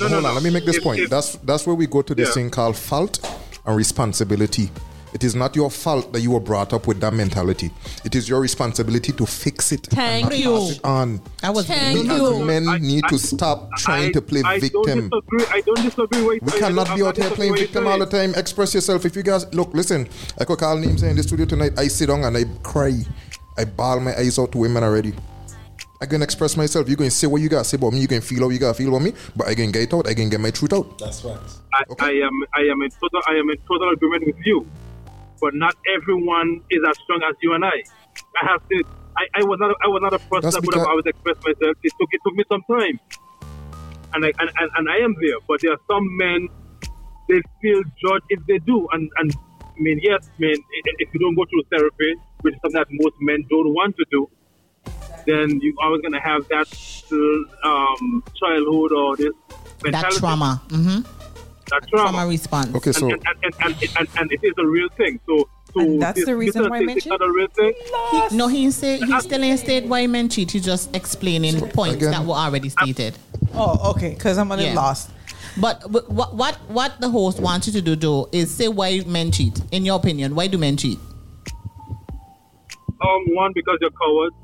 no, no,
Hold
no.
on, let me make this
If-
point.
if-
that's that's where we go to this
Yeah.
thing called fault and responsibility. It is not your fault that you were brought up with that mentality. It is your responsibility to fix it.
Thank
and not
you.
pass it on.
I was
Thank
we as
you.
men need to stop trying
I-
to play
I
victim.
Don't disagree. I don't disagree. With
We
I-
cannot
I'm
be
not
out here
disagreeing
playing
with
victim
you.
all the time. Express yourself. If you guys look, listen, I could call names here in the studio tonight. I sit down and I cry. I bawl my eyes out to women already. I can express myself. You can say what you gotta say about me. You can feel how you gotta feel about me. But I can get it out. I can get my truth out.
That's right.
I, I am I am in total I am in total agreement with you. But not everyone is as strong as you and I. I have to I, I was not I was not a person
That's
that would have
because-
always expressed myself. It took it took me some time. And I and, and, and I am there. But there are some men they feel judged if they do and, and I mean yes, I mean i- i- if you don't go through therapy, which is something that most men don't want to do, then you're always gonna have that um, childhood or this
That
mentality
trauma. hmm
that trauma.
response.
Okay, so-
and, and, and, and, and, and it is a real thing. So, so
And that's
this-
the
this
reason
is
why I
thing,
mentioned-
It's not a real thing.
He- no, he say he still ain't stated why men cheat. He's just explaining points
again-
that were already stated.
Oh, okay. Because I'm a little
Yeah.
lost.
But wh- what what what the host wants you to do though is say why men cheat. In your opinion, why do men cheat?
Um, one because you're cowards.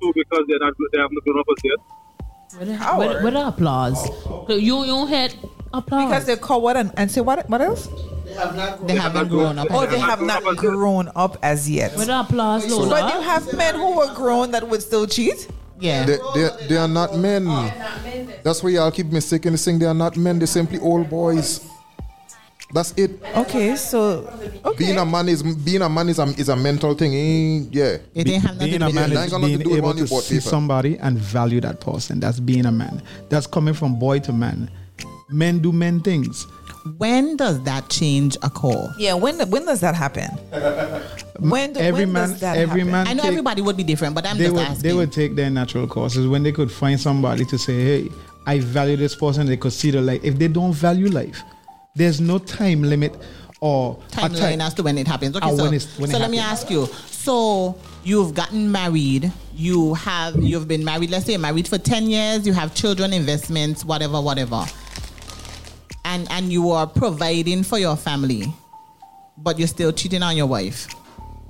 Two because they're not they haven't grown up as yet.
With, with, with applause. So you you had applause
Because they're coward and, and say what? What else?
They haven't grown up.
Oh, they have not grown up as yet.
with applause, Lola.
But you have men who were grown that would still cheat.
Yeah.
They, they, they are not men. That's why y'all keep mistaking this thing. They are not men. They're simply old boys. That's it.
Okay, so
being a man is being a man is a, is a mental thing. Eh, Yeah.
It didn't have
being
nothing
a
Yeah,
man
to do with
that ain't
is
got nothing
being
to do with
able
money,
to
but
see
people.
somebody and value that person. That's being a man. That's coming from boy to man. Men do men things.
When does that change a call?
Yeah, when when does that happen? When do,
Every
when
man-
does that
every
happen?
man
I know
take-
everybody would be different, but I'm
they
just
would
asking.
they would take their natural courses when they could find somebody to say, "Hey, I value this person." They could see the life. If they don't value life, there's no time limit or a
timeline as to when it happens. Okay,
and
so,
when it's- when it
so let me
happens.
ask you. So you've gotten married. You have you've been married. Let's say you're married for ten years. You have children, investments, whatever, whatever. And and you are providing for your family, but you're still cheating on your wife.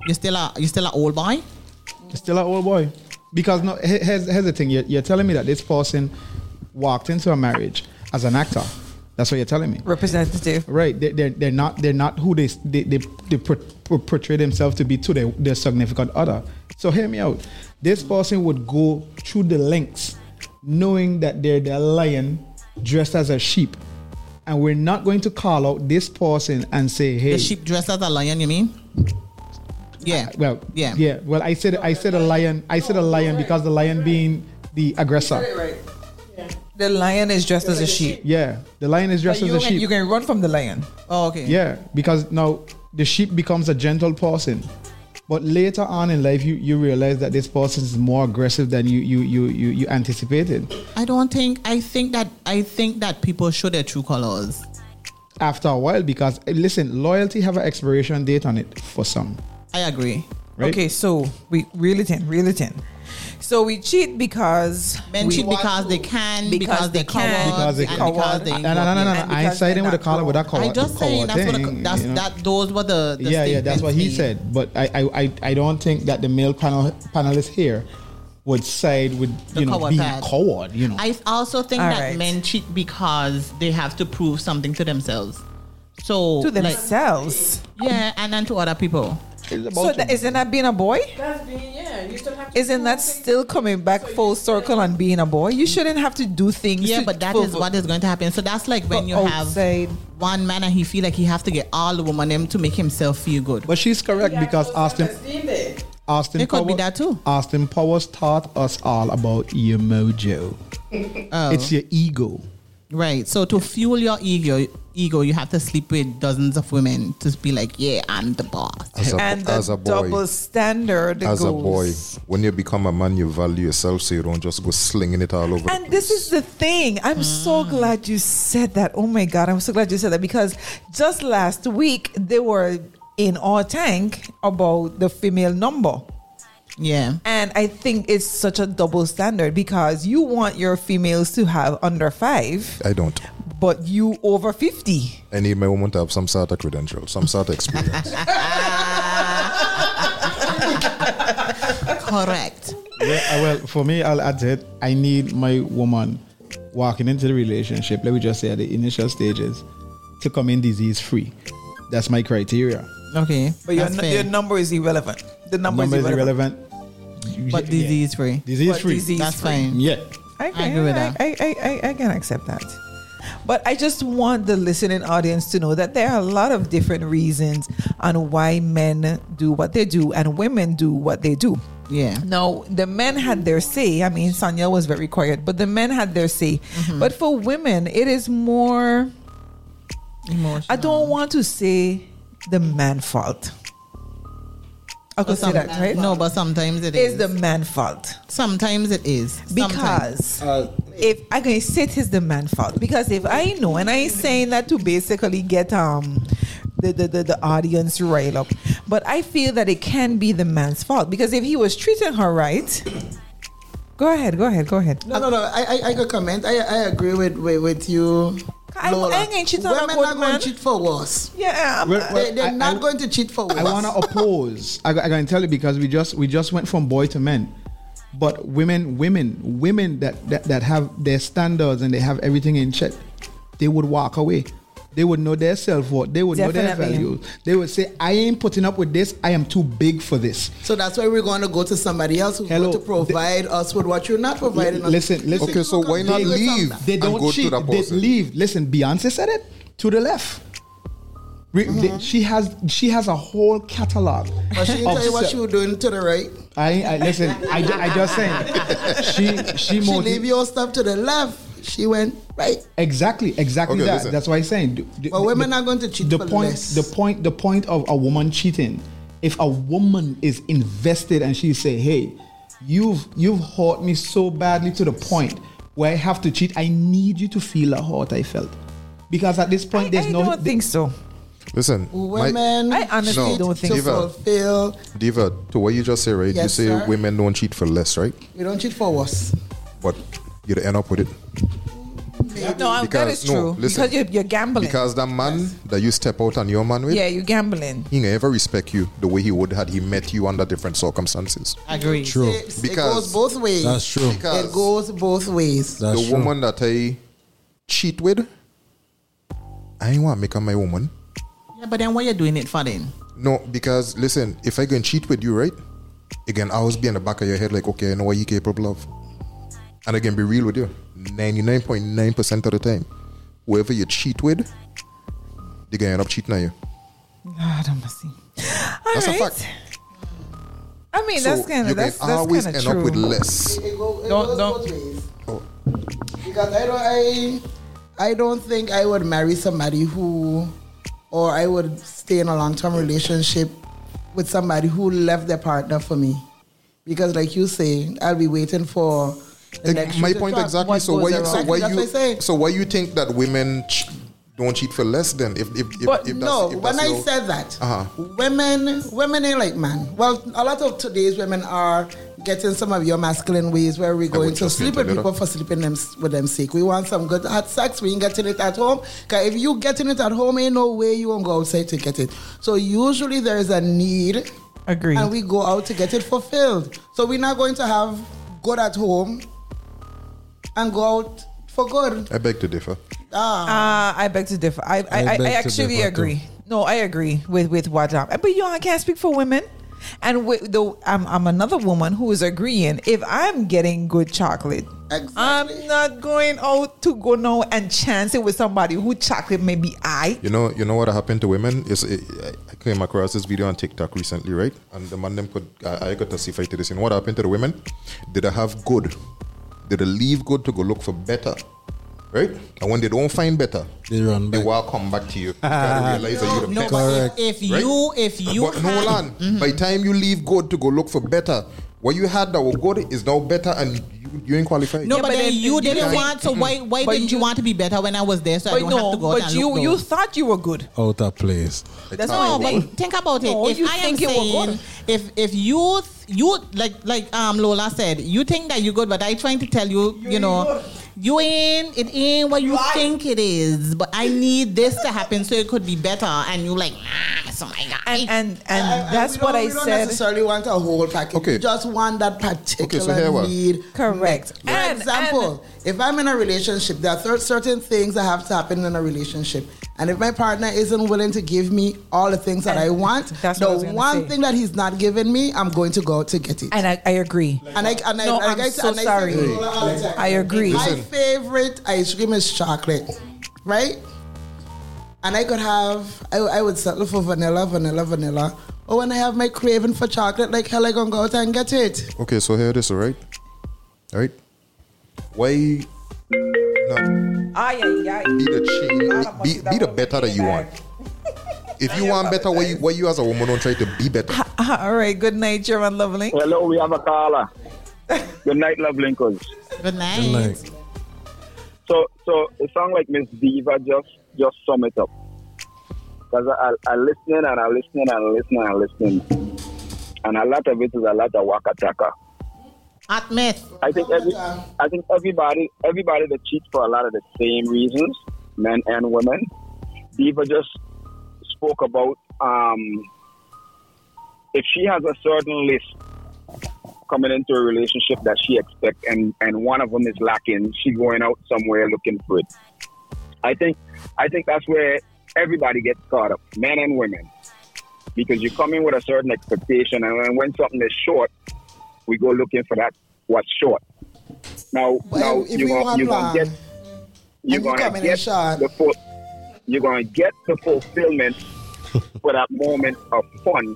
You're still a you're still an old boy.
Still an old boy. Because no, he- here's, here's the thing. You're, you're telling me that this person walked into a marriage as an actor. That's what you're telling me.
Representative.
Right. They, they're, they're not they're not who they s- they, they, they por- por- portray themselves to be to their, their significant other. So hear me out. This person would go through the lengths knowing that they're the lion dressed as a sheep. And we're not going to call out this person and say, hey,
The sheep dressed as a lion. You mean? Yeah.
well,
Yeah.
yeah. Well, I said I said a lion. I said a lion because the lion being the aggressor.
The lion is dressed as a sheep.
Yeah, the lion is dressed
But
as
you
a
can-
sheep.
You can run from the lion.
Oh, okay.
Yeah, because now the sheep becomes a gentle person. But later on in life, you, you realize that this person is more aggressive than you you you you, you anticipated.
I don't think. I think that. I think that people show their true colors.
After a while, because eh, listen, loyalty have an expiration date on it for some.
I agree.
Right?
Okay, so we reel it in, reel it in. So we cheat because
Men
we
cheat
want
because
to.
they can,
Because
because,
they
they're
can.
Because
cowards,
they
and
can.
because they
No,
ain't
no, no, no,
working.
And
no. I ain't
because
siding
they're
with the
not
collar with that collar.
I just saying that's what the, that's that those were the, the
yeah, yeah, that's what he said.
statements made.
But I, I, I, I don't think that the male panel panelists here would side with
The
you know
coward
being a
part.
coward. You know,
I also think
All
that
right.
men cheat because they have to prove something to themselves. So
to
like,
themselves.
yeah, and then to other people.
so that, isn't that being a boy?
That's being, yeah. You still have to
Isn't that still coming back full circle and being a boy? You shouldn't have to do things.
Yeah,
to-
but that
for-
is what is going to happen. So that's like
for
when you
outside.
have one man and he feel like he have to get all the woman them to make himself feel good.
but she's correct because Austin, Austin,
It could be
Powers-
that too.
Austin Powers taught us all about your mojo.
Oh.
It's your ego.
Right. So to fuel your ego, ego. You have to sleep with dozens of women to be like, yeah, I'm the boss.
As a,
and the
as a boy,
double standard
as a
goes.
boy, when you become a man, you value yourself, so you don't just go slinging it all over.
And this is the thing. I'm
Mm.
so glad you said that. Oh my God, I'm so glad you said that because just last week they were in our tank about the female number.
Yeah.
And I think it's such a double standard because you want your females to have under five,
I don't.
but you over 50.
I need my woman to have some sort of credential, some sort of experience.
Correct.
Yeah, uh, well, for me, I'll add to it. I need my woman walking into the relationship, let me just say at the initial stages, to come in disease free. That's my criteria.
Okay.
But your,
that's
nu-
fair.
your number is irrelevant. The number,
Number
is
is
irrelevant.
irrelevant.
But disease free.
Disease
But
free.
disease
That's
free.
fine.
Yeah.
I,
I agree with
I-
that.
I, I, I, I can accept that. But I just want the listening audience to know that there are a lot of different reasons on why men do what they do and women do what they do.
Yeah.
Now, the men had their say. I mean, Sonia was very quiet, but the men had their say.
Mm-hmm.
But for women, it is more,
Emotional.
I don't want to say the man fault. I could say that, right?
No, but sometimes it
It's
is.
the man fault.
sometimes it is. Sometimes.
Because if I can say it is the man fault. Because if I know, and I ain't saying that to basically get um the, the, the, the audience riled up, but I feel that it can be the man's fault. Because if he was treating her right, go ahead, go ahead, go ahead.
No, no, no. I, I, I could comment. I, I agree with with, with you.
I- I
Lola.
ain't gonna cheat on a
Women
good
not going
man.
to cheat for worse.
Yeah.
Well, well,
they, they're
I-
not
I-
going to cheat for worse.
I want to oppose. I, I can tell you because we just we just went from boy to men, but women, women, women that that, that have their standards and they have everything in check, they would walk away. They would know their self worth. They would know their
Definitely.
values. They would say, "I ain't putting up with this. I am too big for this."
So that's why we're going to go to somebody else who's
Hello.
going to provide us with what you're not providing us.
Listen, listen.
Okay, so why not
They-
leave
They
and
don't
go to
cheat.
the
they
person?
leave. Listen, Beyonce said it to the left. Re- they- she has she has a whole catalog.
Mm-hmm. But she didn't
of
tell you what
se-
you were doing to the right.
I, I listen. I, ju- I just saying. She she,
She
multi-
leave your stuff to the left. She went right.
exactly exactly
Okay,
that.
listen.
That's why I'm saying. The, the-
But women are going to cheat
the
for
point
less.
the point the point of a woman cheating. If a woman is invested and she say, "Hey, you've you've hurt me so badly to the point where I have to cheat. I need you to feel how hurt I felt." Because at this point,
I,
there's
I
no.
don't think so.
Listen, my-
Women
I honestly
No,
don't think
to
Diva.
so.
fulfill.
Diva, to what you just say, right?
Yes,
you say
sir.
women don't cheat for less, right?
We don't cheat for worse.
But you'd end up with it.
No, I- that
Because-
is
no,
true.
listen.
because you're, you're gambling.
Because that man that you step out on your man with,
yeah, you're gambling.
he never respect you the way he would had he met you under different circumstances.
Agree.
True.
It, it
Because-
goes both ways.
That's true.
Because
It goes both ways.
That's
the
true.
woman that I cheat with, I ain't want to make her my woman.
Yeah, but then what you're doing it for then?
No, because listen, if I go and cheat with you, right? Again, I always be in the back of your head like, okay, I know what you capable of. And I can be real with you. 99.9% of the time, whoever you cheat with, they gonna end up cheating on you.
God, I'm see.
That's a fact.
I mean, that's kind
you
of that's,
can
that's
always
kind of
end
true.
up with less.
It, go, it
Don't-
goes
don't-
both ways.
Oh.
Because I don't, I, I don't think I would marry somebody who, or I would stay in a long-term relationship with somebody who left their partner for me. Because, like you say, I'll be waiting for. The
Ex-
next shoe
my
to
point
drop.
exactly.
What
So
goes
why, you,
around.
so why
That's what I say.
you so why you think that women ch- don't cheat for less? Then if if, if,
But
if
no,
that's, if
when
that's
I
your-
said that,
Uh-huh.
women women ain't like man. Well, a lot of today's women are getting some of your masculine ways where we're going
would
to
just
sleep
get a
with
little-
people for sleeping them with them sake. We want some good hot sex. We ain't getting it at home. 'Cause if you getting it at home, ain't no way you won't go outside to get it. So usually there is a need,
Agreed.
and we go out to get it fulfilled. So we're not going to have good at home and go out for good.
I beg to differ.
Ah.
Uh, I beg to differ. I I, I,
beg
I
to
actually
differ, too.
agree. No, I agree with with what. Um, but you know, I can't speak for women. And with the, I'm, I'm another woman who is agreeing. If I'm getting good chocolate, I'm not going out to go now and chance it with somebody who chocolate maybe I.
You know, you know what happened to women is it, I- I came across this video on TikTok recently, right? And the man them could I, I got to see fight to this. And what happened to the women? Did I have good? Did I leave good to go look for better? Right? And when they don't find better, they run They will come back to you. You gotta realize that you're the
No,
best.
but if, if
Right?
you if you
but
Mm-hmm.
no
had-
land. By the time you leave good to go look for better, what you had that was good is now better and you, you ain't qualified.
No, but, then you didn't
can't-
want. So why why
But
didn't you, want to be better when I was there? So I
But
don't
no,
have to go out
but
and
you-
look
you
though?
thought you were good.
Out of place.
That's
no,
what I
but
think.
think about it.
No,
if
you
I
think
am
you were
saying,
good.
if if you th- you like like um Lola said, you think that you're good, but I trying to tell you, you, know, you ain't it ain't what you, think it is. But I need this to happen so it could be better, and you like, nah, so my God.
And and, and
And we
that's
don't-
what I
we don't
said.
necessarily want a whole package.
Okay.
You just want that particular
here what?
need.
Correct.
For example, if I'm in a relationship, there are cer- certain things that have to happen in a relationship. And if my partner isn't willing to give me all the things that I want,
that's
the
what I was gonna
one
say.
thing that he's not giving me, I'm going to go out to get it.
And I, I agree.
And I and I,
No,
and I
I'm
guys-
so
and I say
sorry.
to Lola all the time,
I agree.
My
Listen.
favorite ice cream is chocolate, right? And I could have, I, I would settle for vanilla, vanilla, vanilla. Or when I have my craving for chocolate, like hell, I gonna go out and get it.
Okay, so here it is, all right? All right? Why not
Ay, ay, ay.
be the chain, be, be the better that you want? If you want better, why you, why you as a woman don't try to be better?
All right. Good night, German Lovely.
Hello, we have a caller. Good night, love Lincoln.
Good night.
So, so it sounds like Miss Diva just just sum it up. Cause I, I, I listening and I listening and I listening and I listening, and a lot of it is a lot of waka taka.
Admit.
I think every, I think everybody everybody that cheats for a lot of the same reasons, men and women. Diva just spoke about um, if she has a certain list coming into a relationship that she expects and, and one of them is lacking, she going out somewhere looking for it. I think I think that's where everybody gets caught up, men and women. Because you come in with a certain expectation and when- when something is short, we go looking for that what's short. Now, now
if
you're
we
gonna,
want
you're gonna
long,
get you're
you come
gonna
in
get
short.
the full, you're gonna get the fulfillment for that moment of fun,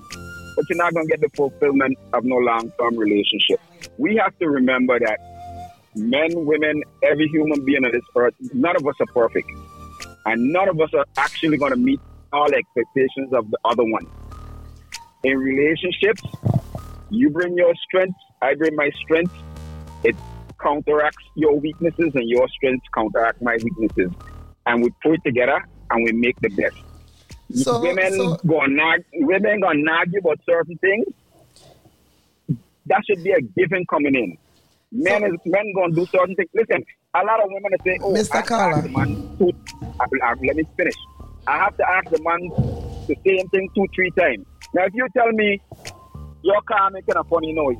but you're not gonna get the fulfillment of no long term relationship. We have to remember that men, women, every human being on this earth, none of us are perfect. And none of us are actually gonna meet all expectations of the other one. In relationships, you bring your strengths, I bring my strengths. It counteracts your weaknesses, and your strengths counteract my weaknesses. And we put it together and we make the best.
So-
women
so-
gonna nag, women gonna nag you about certain things. That should be a given coming in. Men is men gonna do certain things. Listen, a lot of women say, "Oh,
Mr.
I have to ask the man two, I, I, let me finish. I have to ask the man the same thing two, three times." Now, if you tell me your car making a funny noise,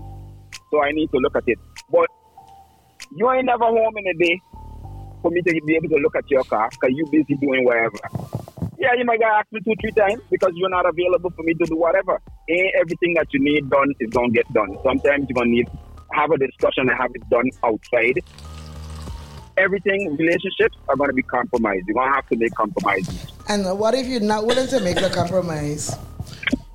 so I need to look at it. But you ain't never home in a day for me to be able to look at your car because you busy doing whatever. Yeah, you might ask me two, three times because you're not available for me to do whatever. Ain't everything that you need done is gonna get done. Sometimes you're gonna need have a discussion and have it done outside. Everything relationships are gonna be compromised. You're gonna have to make compromises.
And what if you're not willing to make the compromise?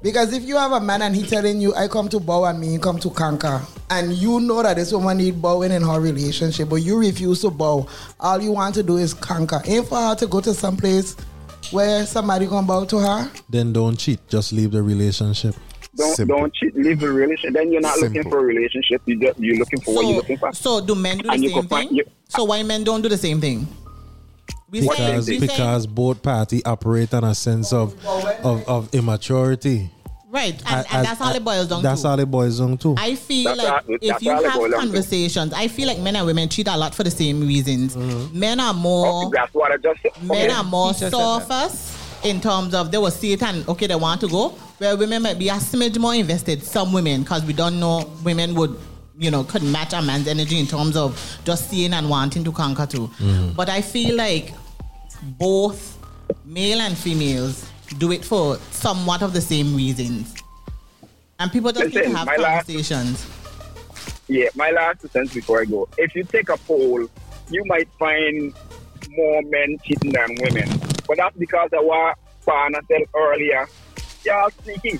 Because if you have a man and he telling you, I come to bow and me come to conquer, and you know that this woman need bowing in her relationship, but you refuse to bow, all you want to do is conquer. Ain't for her to go to some place where somebody gonna bow to her.
Then don't cheat. Just leave the relationship.
Don't don't cheat, leave the relationship. Then you're not looking for a relationship. You just, you're looking for what you're looking for.
So do men do the
And you
same
could find-
thing?
you-
so why men don't do the same thing? We say-
because
we say-
because both party operate on a sense of
Oh,
of, of immaturity.
right, and, and
As-
that's all it boils down to.
That's how it boils down to.
I feel like if you have conversations, I feel like men and women cheat a lot for the same reasons.
Mm-hmm.
Men are more
That's what I just said.
men
Okay.
are more surface in terms of they will see it and okay they want to go. Where women might be a smidge more invested. Some women because we don't know women would you know could match a man's energy in terms of just seeing and wanting to conquer too.
Mm-hmm.
Mhm.
But I feel like both male and females do it for somewhat of the same reasons. And people just need
Listen,
to have
my last-
conversations.
Yeah, my last sentence before I go. If you take a poll, you might find more men cheating than women. But that's because of what Pana said earlier. Y'all sneaky.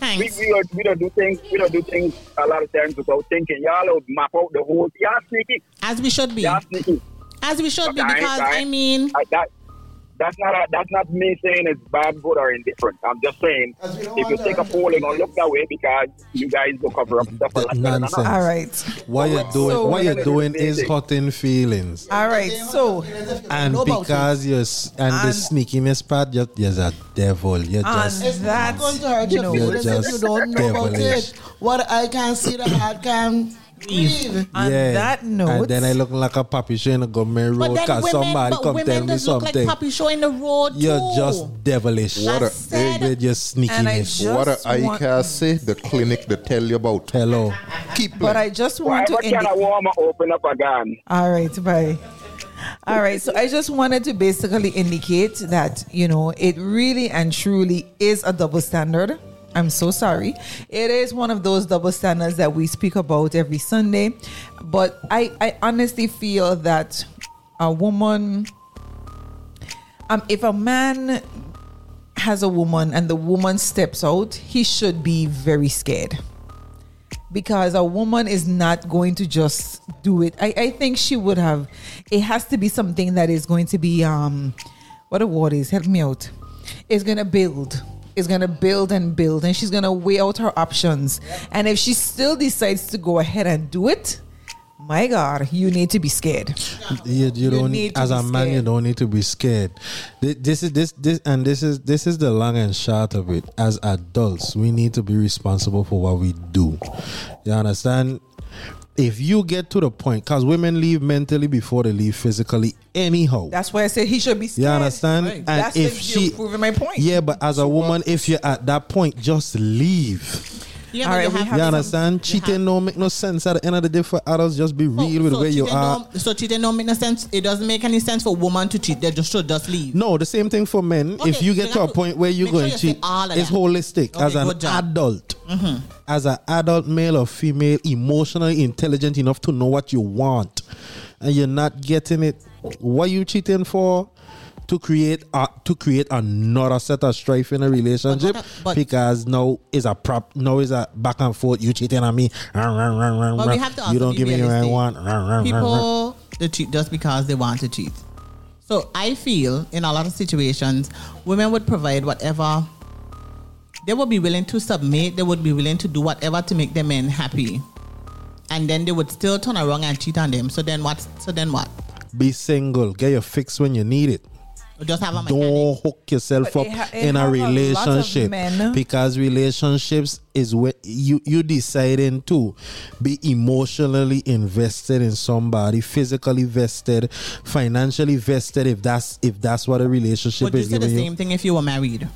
We,
we, don't, we don't do things we don't do things a lot of times without thinking. Y'all will map out the whole y'all sneaky.
As we should be.
Y'all sneaky.
As we should be,
I-
because I mean,
I, that, that's not a, that's not me saying it's bad, good, or indifferent. I'm just saying if you take a polling or look that way, because you guys will cover up stuff a lot better than us.
Nonsense. What you're doing,
So-
what you're doing is hurting feelings,
All right, so
and
know about
because you're s- and, the
And-
sneakiness part, you're, you're a devil. You're just
it's not going to hurt
you
your
know,
feelings
you're
if
just
you don't know about
devilish.
it. What I can see, the heart can breathe.
yeah. and then I look like a puppy show in a government road
but then
because
women,
somebody
but
come tell
women
me
just look like
something.
puppy show in the road
you're
too.
just devilish.
What a-
With- with your sneakiness.
What a
want-
ICAS say, the clinic they tell you about.
Hello.
Keep
But I just want to
Why
indicate.
can a woman open up again?
All right, bye. All right, so I just wanted to basically indicate that, you know, it really and truly is a double standard. I'm so sorry. It is one of those double standards that we speak about every Sunday. But I, I honestly feel that a woman, um, if a man has a woman and the woman steps out, he should be very scared because a woman is not going to just do it. I, I think she would have. It has to be something that is going to be um, what a word is. Help me out. It's gonna build. It's gonna build and build, and she's gonna weigh out her options. And if she still decides to go ahead and do it, my God, you need to be scared.
you, you don't
need to
as
be
a man you
scared.
don't need to be scared Thi- this is this this and this is this is the long and short of it as adults we need to be responsible for what we do you understand if you get to the point because women leave mentally before they leave physically anyhow
That's why I said he should be scared.
you understand and
That's
if
the-
she
you're proving my point.
yeah but as a woman if you're at that point just leave
Yeah, but All right, you we have have
you
to-
understand? Cheating don't make no sense. At the end of the day, for adults, just be real with
Oh, so
where you
cheating
are.
don't- so cheating don't make no sense. It doesn't make any sense for woman to cheat. They just should just leave.
No, the same thing for men. if
Okay,
you
so
get
you
to a
have to
point where you're
make sure
going
you
to
say
cheat,
all of
it's
that.
holistic.
Okay,
as an
good job.
adult,
Mm-hmm.
Mhm.
as an adult male or female, emotionally intelligent enough to know what you want, and you're not getting it, what you cheating for? To create a, to create another set of strife in a relationship
but-
because now is a prop now is a back and forth you cheating on me
But we have to also
you don't
be
give me what I
realistic.
want
People they cheat just because they want to cheat. So I feel in a lot of situations, women would provide whatever they would be willing to submit. They would be willing to do whatever to make their men happy, and then they would still turn around and cheat on them. So then what? So then what?
be single get your fix when you need it
Or Just have a man.
don't hook yourself
But
up
it ha- it
in a
have a lot of
relationship
men.
because relationships is where you you deciding to be emotionally invested in somebody physically vested financially vested if that's if that's what a relationship
Would you
is
say the
giving
same
you
thing if you were married?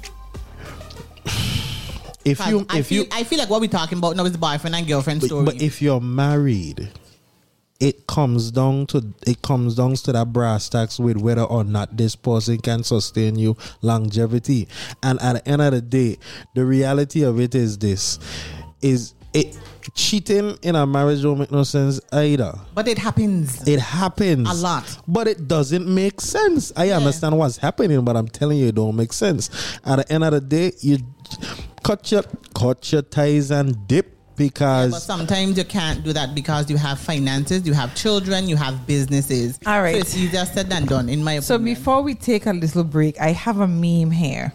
if you
I
if
feel,
you
I feel like what we're talking about now is boyfriend and girlfriend
but,
story.
but if you're married it comes down to it comes down to that brass tacks with whether or not this person can sustain you longevity and at the end of the day the reality of it is this is it cheating in a marriage don't make no sense either
but it happens
it happens
A lot.
but it doesn't make sense i understand what's happening but i'm telling you it don't make sense at the end of the day you cut your cut your ties and dip because
But sometimes you can't do that because you have finances, you have children, you have businesses. All right. So it's easier said than done, in my opinion.
So before we take a little break, I have a meme here.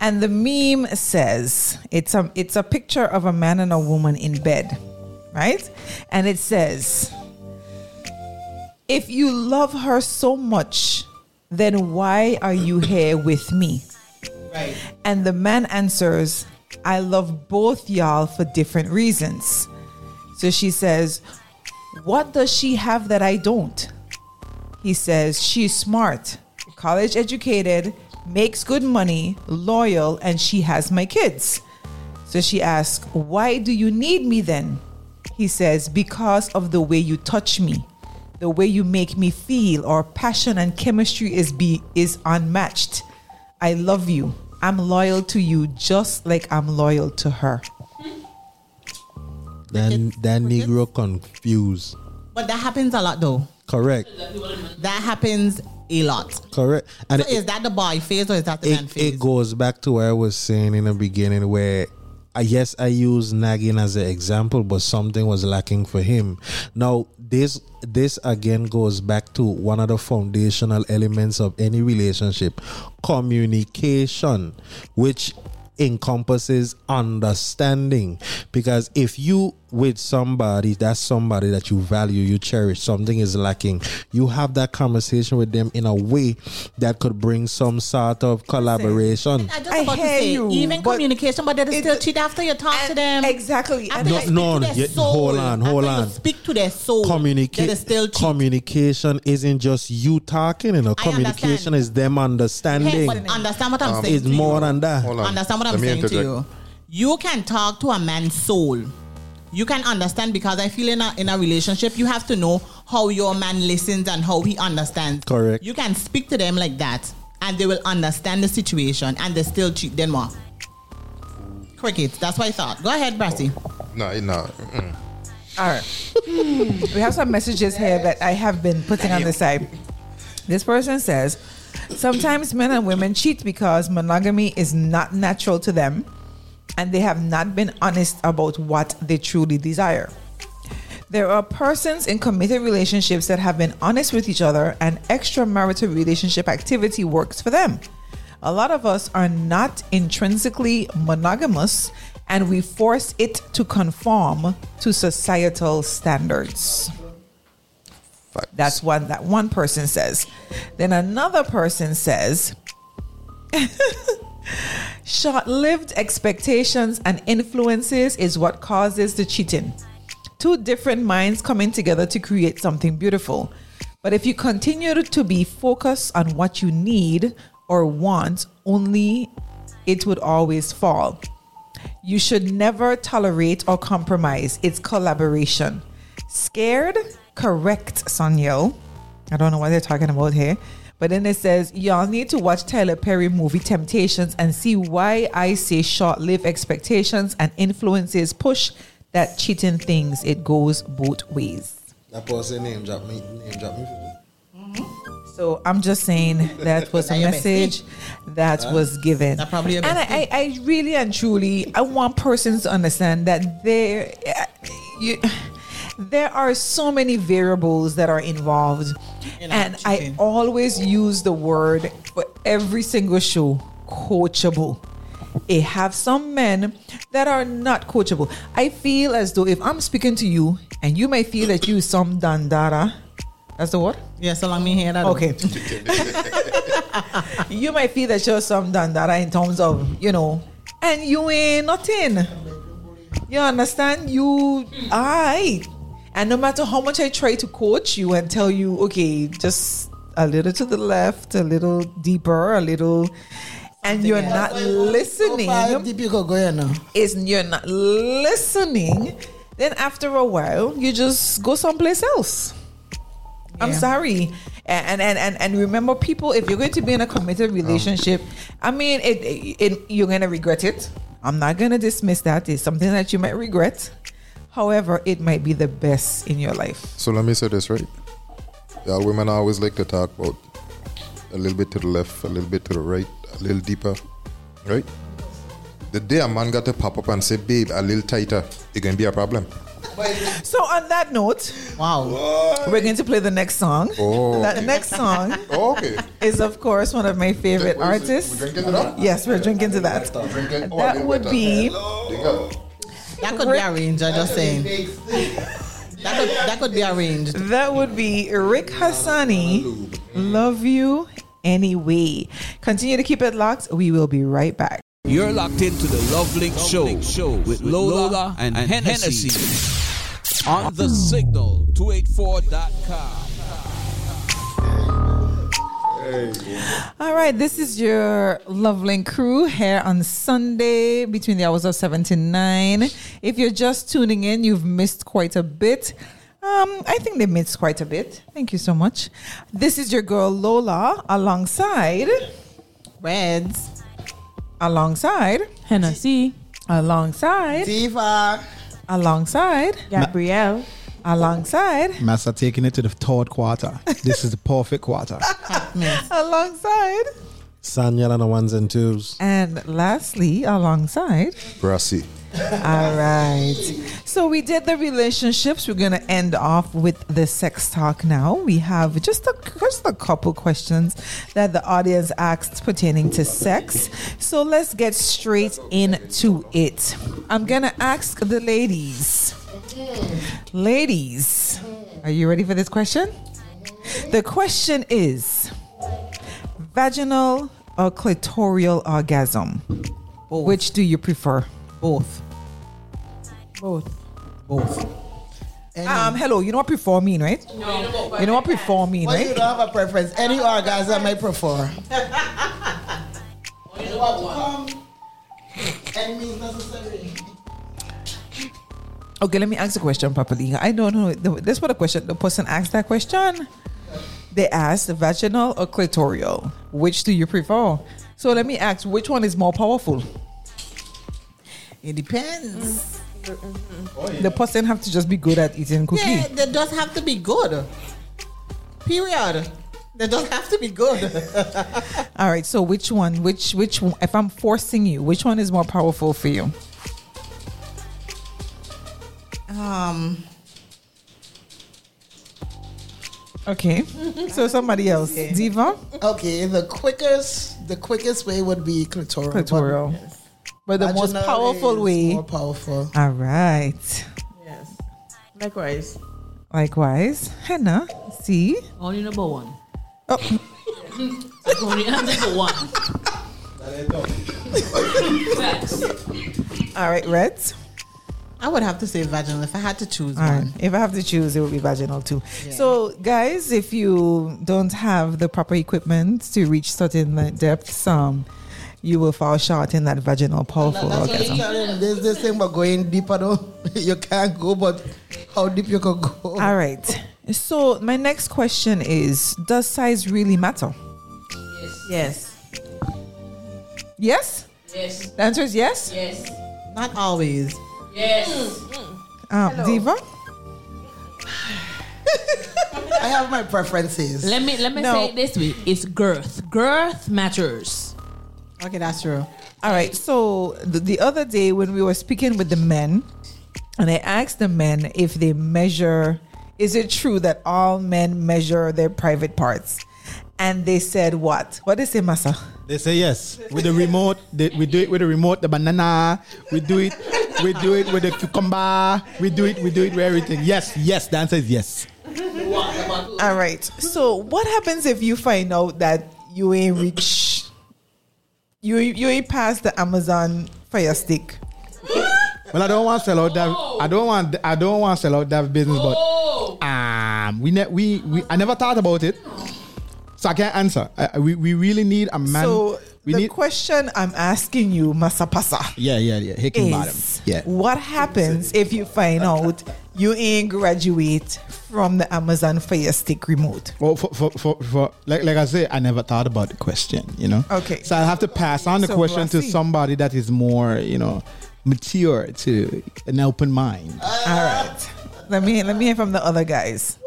And the meme says it's a it's a picture of a man and a woman in bed, right? And it says if you love her so much, then why are you here with me? Right. And the man answers, I love both y'all for different reasons. So she says, What does she have that I don't? He says, She's smart, college educated, makes good money, loyal, and she has my kids. So she asks, Why do you need me then? He says, Because of the way you touch me. The way you make me feel, our passion and chemistry is be is unmatched. I love you. I'm loyal to you just like I'm loyal to her.
Then that Negro confused.
But that happens a lot, though.
Correct.
That happens a lot.
Correct. And
so is that the boy phase or is that the man
it,
phase?
it goes back to what I was saying in the beginning where I yes, I use nagging as an example, but something was lacking for him. Now, this this again goes back to one of the foundational elements of any relationship, communication, which encompasses understanding because if you with somebody that's somebody that you value you cherish something is lacking you have that conversation with them in a way that could bring some sort of collaboration
I just
I
about to
hear
say,
you,
even
but
communication, but they still cheat after you talk to them.
Exactly.
After you
no,
speak
no,
to their
yeah,
soul,
hold on, hold on.
speak to their soul.
Communica-
That is still cheap.
communication isn't just you talking, you know. Communication is them
Hey,
understanding.
but understand what I'm
Um,
saying
It's
to you.
more than that.
Understand what I'm saying to you. You can talk to a man's soul. You can understand because I feel in a in a relationship you have to know how your man listens and how he understands.
Correct.
You can speak to them like that, and they will understand the situation, and they still cheat them off. Crickets. That's what I thought. Go ahead, Brassy.
No, no. mm-mm.
All right. we have some messages here that I have been putting on the side. This person says, sometimes men and women cheat because monogamy is not natural to them and they have not been honest about what they truly desire. There are persons in committed relationships that have been honest with each other and extramarital relationship activity works for them. A lot of us are not intrinsically monogamous and we force it to conform to societal standards. That's what that one person says. Then another person says, Short lived expectations and influences is what causes the cheating. Two different minds coming together to create something beautiful. But if you continue to be focused on what you need or want, only it would always fall. You should never tolerate or compromise. It's collaboration. Scared? Correct, Sonyo. I don't know what they're talking about here. But then it says, y'all need to watch Tyler Perry movie Temptations and see why I say short-lived expectations and influences push that cheating things. It goes both ways.
That person name drop me, name drop me.
So I'm just saying that was a
Now you're
message that
Huh?
was given.
That probably a
and I, I, I really and truly I want persons to understand that there you, there are so many variables that are involved. and I always use the word for every single show, coachable. It have some men that are not coachable. I feel as though if I'm speaking to you and you may feel that you some dandara, that's the word?
Yeah, so long me hear that.
Okay. you might feel that you're some dandara in terms of, you know, and you ain't nothing. You understand? You I and no matter how much I try to coach you and tell you, okay, just a little to the left, a little deeper, a little and you're not listening. Is you're not listening, then after a while you just go someplace else. I'm sorry. And, and and and remember people if you're going to be in a committed relationship, I mean it, it, it you're going to regret it. I'm not going to dismiss that. It's something that you might regret. However, it might be the best in your life.
So let me say this, right? Yeah, women always like to talk about a little bit to the left, a little bit to the right, a little deeper, right? The day a man got to pop up and say, babe, a little tighter, it going to be a problem.
So on that note,
wow.
We're going to play the next song.
Oh.
That next song
okay.
is of course one of my favorite
What
artists.
is it? We're drinking to that?
Yes, we're drinking to that.
Drinking- oh, I
That
didn't
would
get
be
There you go.
That could be arranged. I'm just saying. That could, that could be arranged.
That would be Rick Hassani. Love you anyway. Continue to keep it locked. We will be right back.
You're locked into the Love Link Show, with Lola, and, Hennessy. on the signal 284.com.
All right, this is your Loveling crew here on Sunday between the hours of 7 to 9. If you're just tuning in, you've missed quite a bit. Um, I think they missed quite a bit. Thank you so much. This is your girl Lola alongside
Reds,
alongside Hennessy, alongside
Diva,
alongside
Gabrielle,
alongside
Master taking it to the third quarter. This is the perfect quarter.
alongside
Sanyal on the ones and twos.
and lastly alongside
Brassy.
All right. So we did the relationships. We're gonna end off with the sex talk now. We have just a just a couple questions that the audience asked pertaining to sex. So let's get straight into it. I'm gonna ask the ladies. Ladies, are you ready for this question? The question is vaginal or clitoral orgasm? Which do you prefer? Both.
Both.
Both. Um, hello, you know what prefer mean, right?
No.
You know what prefer mean,
Well,
right?
you don't have a preference. Any orgasm I prefer. Any means necessary.
Okay, let me ask the question properly. I don't know. The- This what the question. The person asked that question. They asked vaginal or clitoral. Which do you prefer? So let me ask, which one is more powerful?
It depends.
The person have to just be good at eating cookie.
Mm. Yeah,
They just have to be good. Period. They just have to be good.
All right. So which one? Which which? one- If I'm forcing you, which one is more powerful for you?
um.
Okay. So somebody else, diva.
Okay, the quickest the quickest way would be clitoral. but-
Clitoral. But the most
Vaginal
powerful
is
way-
More powerful.
All right.
Yes. Likewise.
Likewise, Hannah. See.
Only number one.
Oh.
Only number one.
All right, Reds.
I would have to say vaginal if I had to choose
All right.
one.
If I have to choose, it would be vaginal too. So, guys, if you don't have the proper equipment to reach certain like, depths, um, you will fall short in that vaginal powerful
That's what you
orgasm.
tell them. There's this thing about going deeper though. you can't go, but how deep you can go.
All right. So, my next question is Does size really matter?
Yes.
Yes?
Yes.
The answer is yes?
Yes.
Not always.
Yes.
Um, Diva?
I have my preferences.
Let me let me say it this way: it's girth. Girth matters.
Okay, that's true.
All right. So the, the other day when we were speaking with the men, and I asked the men if they measure, is it true that all men measure their private parts? And they said what? What they say, Masa?
They say yes with the remote. They, we do it with the remote, the banana. We do it. We do it with the cucumber. We do it. We do it with everything. Yes, yes. The answer is yes.
All right. So what happens if you find out that you ain't reach, you you ain't past the Amazon Fire Stick?
Well, I don't want to sell out that. I don't want. I don't want to sell out that business. But um, we ne- we we. I never thought about it, so I can't answer. I, I- we we really need a man.
so
we
the
need.
question I'm asking you, Masa Pasa.
Yeah, yeah, yeah. Hickey bottom.
is
Yeah.
what happens if you find out you ain't graduate from the Amazon Fire Stick remote?
Well, for, for, for, for like like I say, I never thought about the question. You know.
Okay.
So I have to pass on the
So
question to
classy.
somebody that is more, you know, mature to an open mind.
All right. Let me let me hear from the other guys.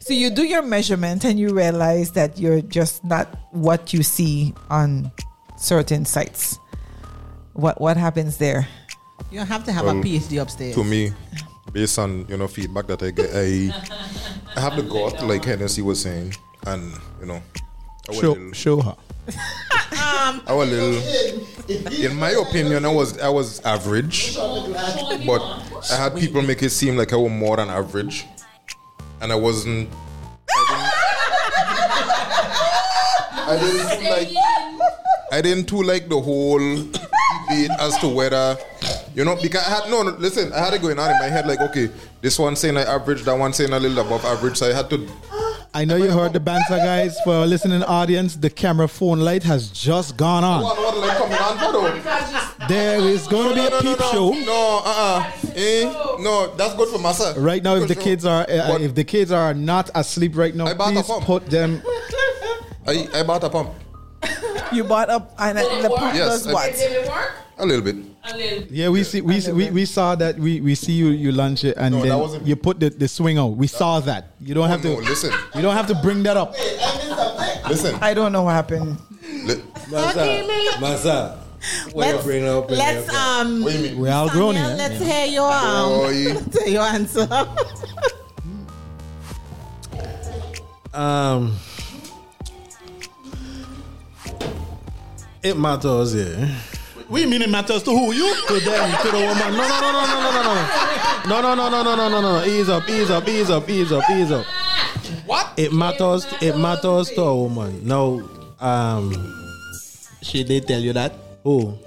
So you do your measurement and you realize that you're just not what you see on certain sites. What what happens there?
You don't have to have
Well,
a PhD upstairs.
To me, based on you know feedback that I get, I, I have the
Oh
gut, like Hennessy was saying, and you know, our
Show
little,
show her.
our little. In my opinion, I was I was average, but I had people make it seem like I was more than average, and I wasn't. I didn't, I didn't like. I didn't too like the whole debate as to whether you know because I had no, no listen I had it going on in my head like okay this one saying I average that one saying a little above average so I had to
I know you heard the banter, guys. For our listening audience, the camera phone light has just gone on.
what like coming on for though
There is going to be a peep
no,
show.
no uh uh eh, no that's good for massa
Right now, if the
Good
kids
show.
are uh, if the kids are not asleep right now,
bought a
please
pump.
put them.
I, I bought a pump
You bought up and the pump
Yes,
does
I-
what?
a little bit
Yeah, we see we see, we, we saw that we, we see you you launch it and
No, that
then
wasn't-
you put the, the swing out. We saw that. You don't have to
no, listen.
You don't have to bring that up.
listen
I don't know what happened.
li-
Masa, Masa, What you bring up? in
Let's
there?
um.
We all grown
Samuel,
here.
Let's
Yeah.
hear your um,
Boy.
let's hear your answer.
Um, it matters, yeah.
We mean it matters to who you to them to the woman. No, no, no, no, no, no, no,
No, no, no, no, no, no, no, no. Ease up, ease up, ease up, ease up, ease up. What? It matters. It matters to a woman. No, um, she did tell you that. Who?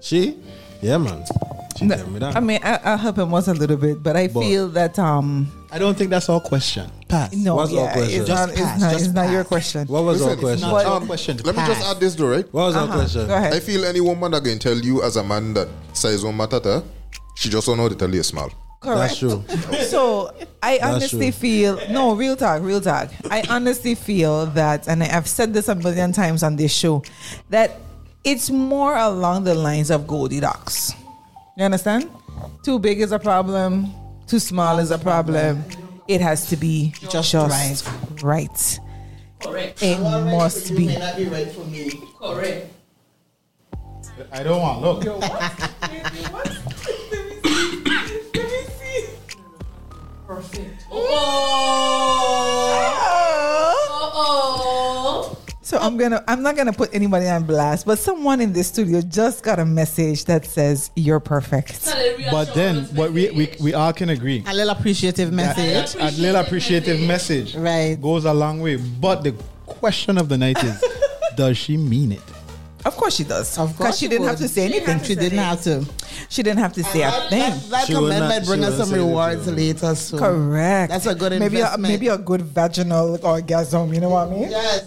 She? Yeah, man. She
No,
tell me that.
I mean, I, I'll help him once a little bit, but I
But-
feel that um,
I don't think that's our question. Pass.
no,
What's our
yeah,
question?
it's not,
Just
it's
pass,
not,
just
it's not your question.
What was our
Listen,
question?
What-
Let me just add this though, right?
What was our Uh-huh. question? Go ahead.
I feel any woman that can tell you as a man that size don't matter, to her, she just don't know how to tell you a smile.
Correct.
true.
so I
That's
honestly
true.
feel no real talk, real talk. I honestly feel that, and I've said this a million times on this show, that it's more along the lines of Goldilocks. You understand? Too big is a problem. Too small is a problem. It has to be just, right.
Correct.
It must be.
right for me.
Correct.
I don't want look.
Perfect.
mm.
Oh.
So I'm gonna I'm not gonna put anybody on blast, but someone in this studio just got a message that says you're perfect.
But then, but we, we we all can agree.
A little appreciative message.
A little appreciative message. Right. Goes a long way. But the question of the night is, does she mean it?
Of course she does. Of Because
course
she
she
didn't have
would.
to say anything. She didn't have to. She didn't have to say a thing.
That comment might bring us some rewards later. So
Correct.
That's a good
maybe
investment.
A, maybe a good vaginal orgasm. You know what I mean?
Yes.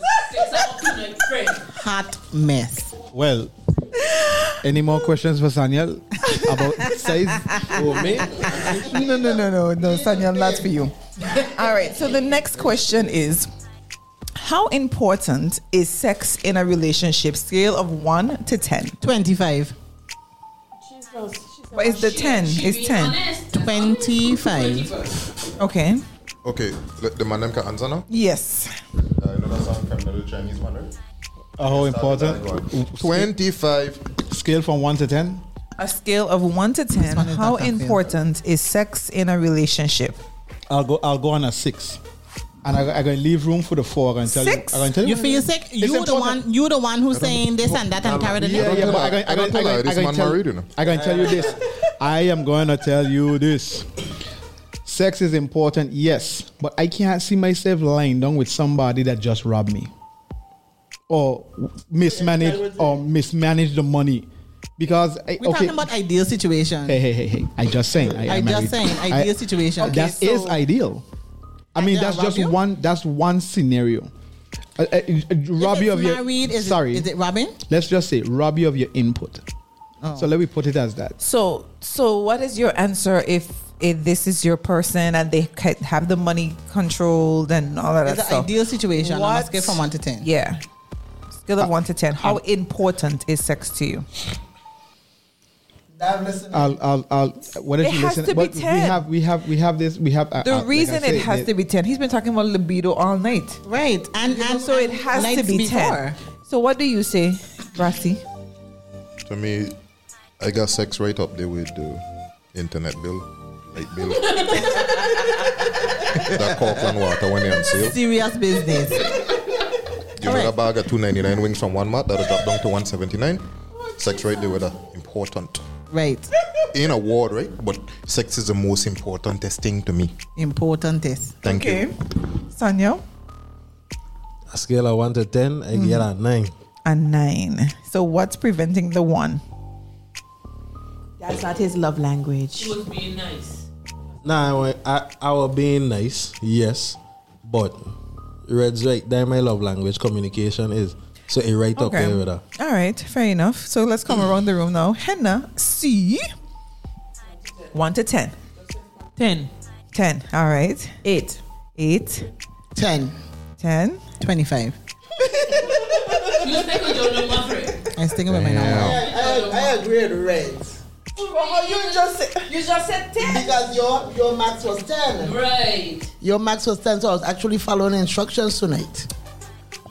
Hot.
Mess. Well, any more questions for Sanyal about size?
no, no, no, no, no, Sanya, that's for you. All right. So the next question is. How important is sex in a relationship? Scale of 1 to 10. 25. But it's the 10. It's 10. 25. Okay.
Okay, let the man them can answer now.
Yes.
Uh, you know that sound criminal Chinese man, right?
How important?
Twenty-five.
Scale from one to ten.
A scale of 1 to 10. How important is sex in a relationship?
I'll go. I'll go on a six, and I, I'm gonna leave room for the four. I'm gonna tell
Six?
you. I'm gonna tell you.
You feel sick?
It's
You the
important.
one. You the one who's saying this and that and carry the
Yeah, yeah, but I can, I can, I can, I can tell, I can tell you this. I am going to tell you this. Sex is important, yes, but I can't see myself lying down with somebody that just robbed me or mismanaged or mismanaged the money because I,
We're
okay.
talking about ideal situation.
Hey, hey, hey, hey! I just saying. I,
I
am
just
married.
saying, ideal situation. Okay,
that is
so-
ideal. I mean,
Ideal
that's just
Robbie?
one. That's one scenario. Uh, uh, uh, rob you of your
married, is it-
sorry.
is it robbing?
Let's just say rob you of your input. So let me put it as that.
So, so what is your answer if, if this is your person and they ca- have the money controlled and all of that
It's an
stuff?
ideal situation. on a
What-
scale from one to ten.
Yeah. Scale of
Uh,
1 to 10. How important is sex to you?
I'll, I'll, I'll. What if
It
you
has
listen?
to be
but
10.
we have, we have, we have this. We have uh,
The
uh, like I
reason
said,
it has to be 10, he's been talking about libido all night.
Right. And, and
so it has to
nights
be
before.
10. So what do you say, Rasi?
To me, I got sex right up there with the internet bill, light bill. that Corkland water when they on sale.
Serious business.
You get a bag of 299 wings from Walmart that'll drop down to 179. Sex right there with her. Important.
Right.
In a word, right? But sex is the most important thing to me.
Important is.
Thank you.
Sanyo?
A scale of one to ten, I get a nine.
A nine. So what's preventing the one?
That's not his love language.
She was being nice.
Nah, I, wa- I, I was being nice, yes, but red's right. That my love language communication is. So it right up there with her.
All right. Fair enough. So let's come around the room now. Henna, C. One to ten. Ten. Ten. All right. Eight. Eight. Ten. Ten. Twenty-five.
She was like a Jonah Maverick.
I was thinking about my number.
I, I agree with Reds.
you just said,
you just said ten because your your max was ten.
Right.
Your max was ten, so I was actually following instructions tonight.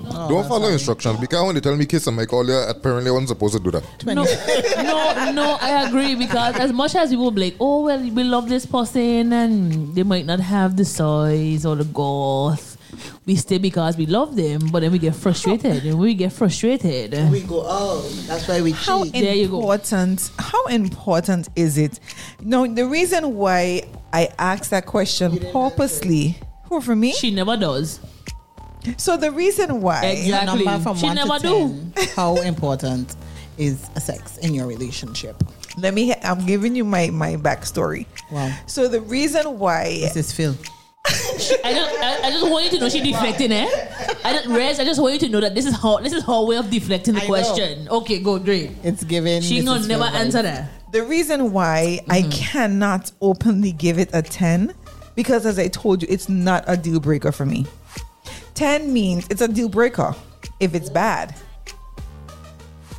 Oh,
Don't
that's
follow instructions because when they tell me kiss a mic earlier, apparently I wasn't supposed to do that.
No, no, no, I agree because as much as people be like, oh, well, we love this person and they might not have the size or the girth, we stay because we love them, but then we get frustrated. And when we get frustrated,
We go out. That's why we
how
cheat.
important how important is it no the reason why i asked that question purposely who for me she
never does
so the reason why
Your number from one to 10, How important is sex in your relationship?
let me i'm giving you my my backstory wow so the reason why this
is phil
I just, I, I just want you to know she deflecting, eh? I just, Rez, I just want you to know that this is her, this is her way of deflecting the
I know.
question. Okay, go, great.
It's given.
She gonna never answer that.
The reason why I
Mm-hmm.
cannot openly give it a 10 because as I told you it's not a deal breaker for me. 10 means it's a deal breaker if it's bad.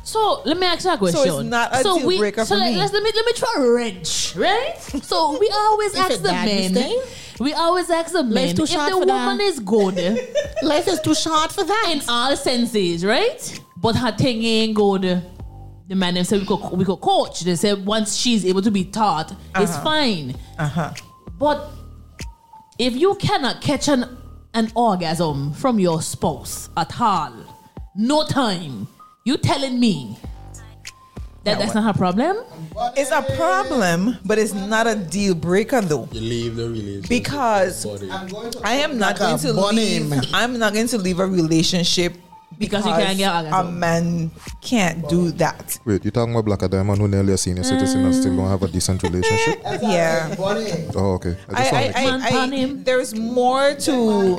So let me ask you a
So it's
question.
not a
so
deal
we,
breaker
so
for
let,
me.
Let's, let me let me try wrench, right? So we always
If
ask
it's
the
bad, you
men.
stay?
We always ask the men
too
if
short
the
for
woman
that.
is good.
Life is too short for that.
In all senses, right? But her thing ain't good. The man them said we could we could coach. They said once she's able to be taught, it's
Uh-huh.
fine.
Uh-huh.
But if you cannot catch an an orgasm from your spouse at all, no time, you telling me that that's not her problem?
It's a problem, but it's not a deal breaker though.
You leave the relationship.
Because I am not going
Like a
to leave I'm not going to leave a relationship
Because you can't get orgasm.
a man can't do that.
Wait, you're talking about Black Diamond who nearly a senior citizen and still don't have a decent relationship?
Yeah.
Oh, okay. I just
I,
want
I,
to
I, I, there's more to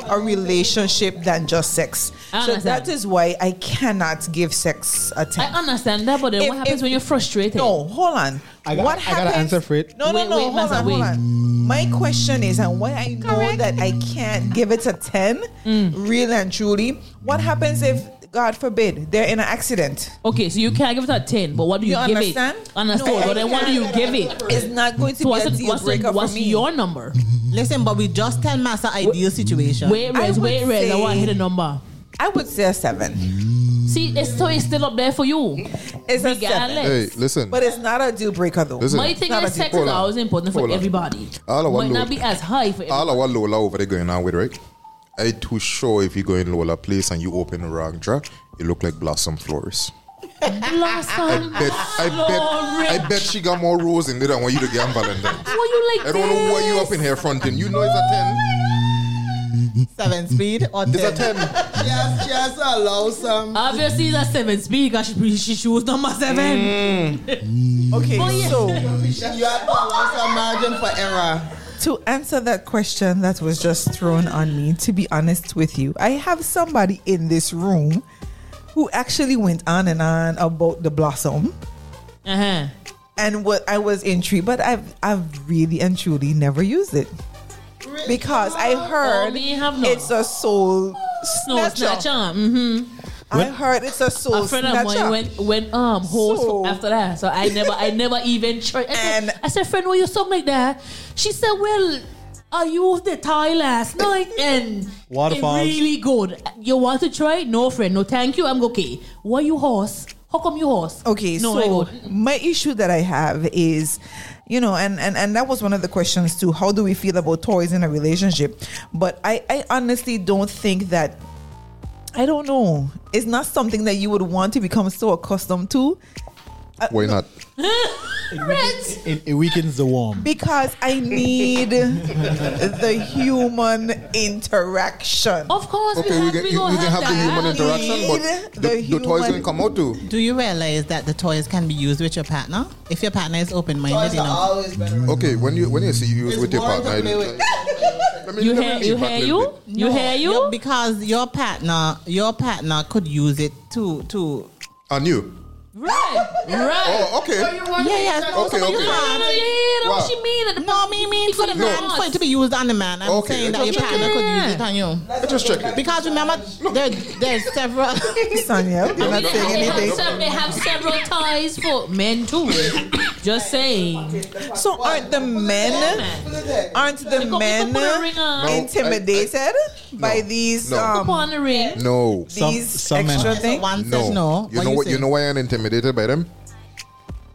a relationship than just sex.
I
So
understand.
that is why I cannot give sex a 10.
I understand that, but then what happens when you're frustrated?
No, hold on.
I got,
what
I got an
happens-
answer for it.
No, no,
Wait,
no.
wait,
hold
Master,
on,
wait.
hold on. My question is, and why I know that I can't give it a 10,
Mm.
real and truly, what happens if, God forbid, they're in an accident?
Okay, so you can't give it a ten, but what do you,
You
give
understand?
it? Understand?
No,
but
I
then what do you give it?
It's not going to
So
be
what's
a
the-
deal
what's the-
breaker
what's
for me.
your number?
Listen, but we just tell Master ideal situation.
Wait, Rez, wait, Rez. I want to hear the number.
I would say a seven.
See, it's, so it's still up there for you.
It's a seven.
Regardless.
Hey, listen.
But it's not a deal breaker though.
Listen.
My thing
Not
is
a
sex
deal-
is
Hold on.
always important for
Hold on.
everybody.
All of our
Might
load-
not be as high for everybody.
all our Lola over there going on with, right? I too sure if you go in Lola place and you open the wrong drawer, you look like Blossom Flores.
Blossom.
Bet, I
Oh,
bet, I bet she got more rose in there than when you to get on Valentine.
Why you like
I don't know why you
this?
up in here fronting. You know it's a ten.
Seven speed or ten?
It's a ten.
yes, yes, allow some.
Obviously, it's a seven Mm. speed because she, she, she was number seven.
Okay,
Oh,
But yeah.
so
You have to allow some margin for error.
to answer that question that was just thrown on me, to be honest with you, I have somebody in this room who actually went on and on about the blossom.
Uh-huh.
And what I was intrigued, but I've I've really and truly never used it. Because I heard
me have not.
it's a soul
Snow
snatcher.
snatcher. Mm-hmm.
I heard it's a soul
A friend of
snatcher.
mine went went um host after that, so I never I never even tried. I, said, I said, friend, why you talk like that? She said, well, I used the Thai last night and
Waterfalls.
it really good. You want to try? it? No, friend, no, thank you. I'm okay. Why you horse? How come you horse?
Okay,
no, I
so
go,
my issue that I have is, you know, and, and and that was one of the questions too. How do we feel about toys in a relationship? But I I honestly don't think that. I don't know. It's not something that you would want to become so accustomed to
Why not?
Reds.
It, it weakens the warm.
because I need the human interaction.
Of course,
Okay, we can, you, we can have the human interaction, but the, the, toys will come out too.
Do you realize that the toys can be used with your partner if your partner is open-minded
Toys are
enough?
Okay, when you when you see you with your partner, I- let me-
You
let me
hear- you
back a
hear
little
you?
bit.
You hear you?
no, because your partner, your partner could use it to to.
On you.
Right, right.
Oh, okay.
Yeah, yeah.
Okay, okay.
You
Yeah,
can't.
yeah, that's
Wow.
what she mean.
No, me mean for the
No.
man, for it to be used on the man. I'm
Okay,
saying that
just
your
check
partner
it.
could use it on you.
Just check it.
Because remember, there, there's several.
Sonia, you're
I
not
mean,
saying
they, have
anything.
sev- they have several ties for men too. Just saying.
So aren't the men aren't the men intimidated by these
no.
um
uh, Put on
the ring.
No.
these extra things?
No. You know what? You know why I'm intimidated by them?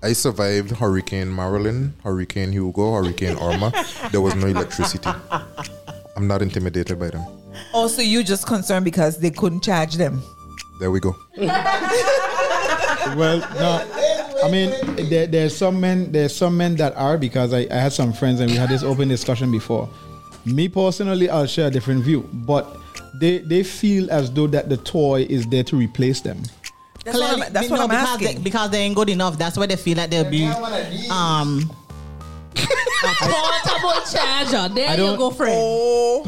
I survived Hurricane Marilyn, Hurricane Hugo, Hurricane Irma. there was no electricity. I'm not intimidated by them.
Oh, so you just concerned because they couldn't charge them.
There we go.
well, no. I mean, there, there's some men. There's some men that are because I, I had some friends and we had this open discussion before. Me personally, I'll share a different view, but they they feel as though that the toy is there to replace them.
That's what I'm- that's what I'm
because
asking.
They, because they ain't good enough. That's why they feel like they'll be. Um,
Portable charger.
I
There
don't-
you go, friend.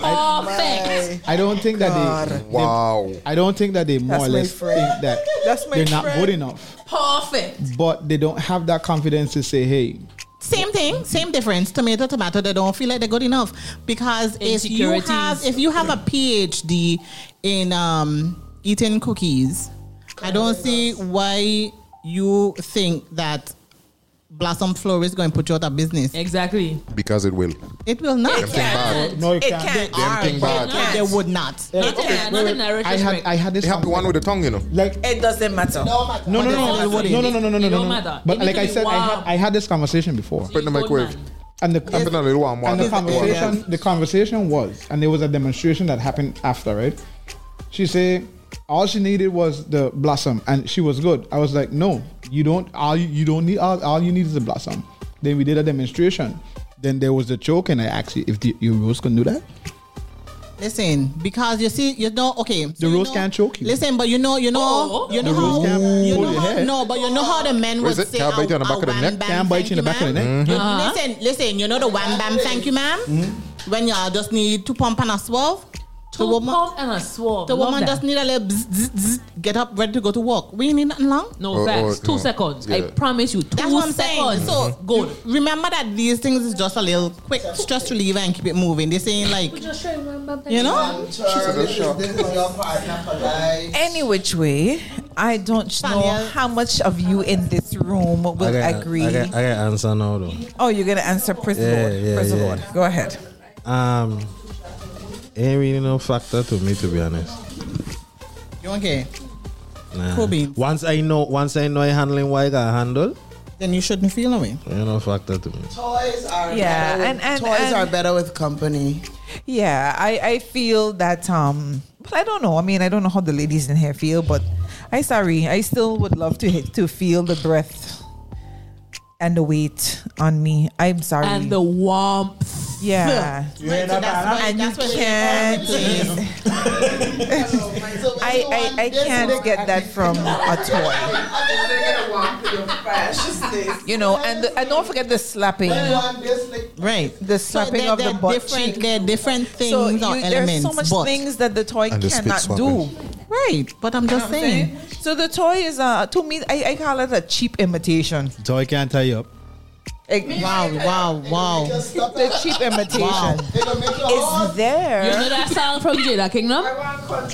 Oh
Perfect.
I don't think that they.
Wow.
I don't think that they more
That's
or
my
less
friend.
think that
That's my
they're not
friend.
good enough,
Perfect.
but they don't have that confidence to say, "Hey,
Same thing, same difference. Tomato, tomato. They don't feel like they're good enough because if you
Insecurities.
have if you have a PhD in um, eating cookies, I don't see why you think that Blossom Flower is going to put you out of business.
Exactly.
Because it will.
It will not.
Them thing bad.
No, it
They
can't. Them
are.
thing bad.
No, They would not.
I had I had this.
They have to one with the tongue, you know.
Like
It doesn't matter.
No, no, no, no, no, no, no, no, no, no,
It
no,
don't
no.
matter.
But
It
like
need
I
to be
said, I had
warm.
I had this conversation before.
Put in the microwave.
And the,
Put it in a little warm
and the
water.
conversation, the conversation was, and there was a demonstration that happened after, right? She said all she needed was the blossom, and she was good. I was like, no, you don't. All you, you don't need. All, all you need is the blossom. Then we did a demonstration. Then there was the choke, and I asked you if the, your rose can do that.
Listen, because you see, you know, okay. so
The
you
rose
know-
can't choke you.
Listen, but you know, you know, you know
The rose
how,
can't
you
pull
know
your
how-
hair.
no, but you know how the men
What
would
is it?
say,
Can't bite you on the
"Oh,
back of the
wham,
neck?"
bam,
Can't bite
thank
you in the back of the
ma'am.
neck.
Uh-huh.
Mhm.
Li- Listen, listen, you know the wham bam, thank you, ma'am.
Hmm?
When y'all just need to pump and a swerve, the woman
and a swerve.
the
Love
woman
that.
just need a little bzz, bzz, bzz, get up, ready to go to work. We ain't need nothing long.
No Oh, facts. oh, Two no. seconds. I Yeah. Mm-hmm. promise you,
That's
two
what I'm saying.
seconds.
So good. Remember that these things is just a little quick stress reliever and keep it moving. This ain't like you know.
Any which way, I don't know how much of you in this room will
I got,
agree.
I got, I got answer now though.
oh, you're gonna answer, Prince
Yeah,
Lord.
yeah,
Prince
yeah.
Lord, go ahead.
Um, ain't really no factor to me to be honest.
You okay?
Nah.
Cool beans.
Once I know, once I know I handling what I can handle,
then you shouldn't feel away.
Ain't no factor to me.
Toys are
Yeah,
better with-
and- and-
toys
and-
are better with company.
Yeah, I, I feel that um but I don't know. I mean I don't know how the ladies in here feel, but I sorry. I still would love to hit, to feel the breath and the weight on me. I'm sorry.
And the warmth.
Yeah.
You hear that, Barbara?
and you
That's what she
can't
said.
I, I, I can't get that from a toy. You know, and the, and don't forget the slapping.
Right.
The slapping
they're-
of the
they're
butt
different-
cheek.
they're different things
so
or
you, There's so
elements,
much
but-
things that the toy
And the spit
cannot do.
Right. But I'm just
You know what
saying.
So the toy is uh to me I, I call it a cheap imitation.
So I can't tie you up.
wow, wow, wow.
The cheap imitation.
Wow.
It's there.
You know that song from Jada Kingdom?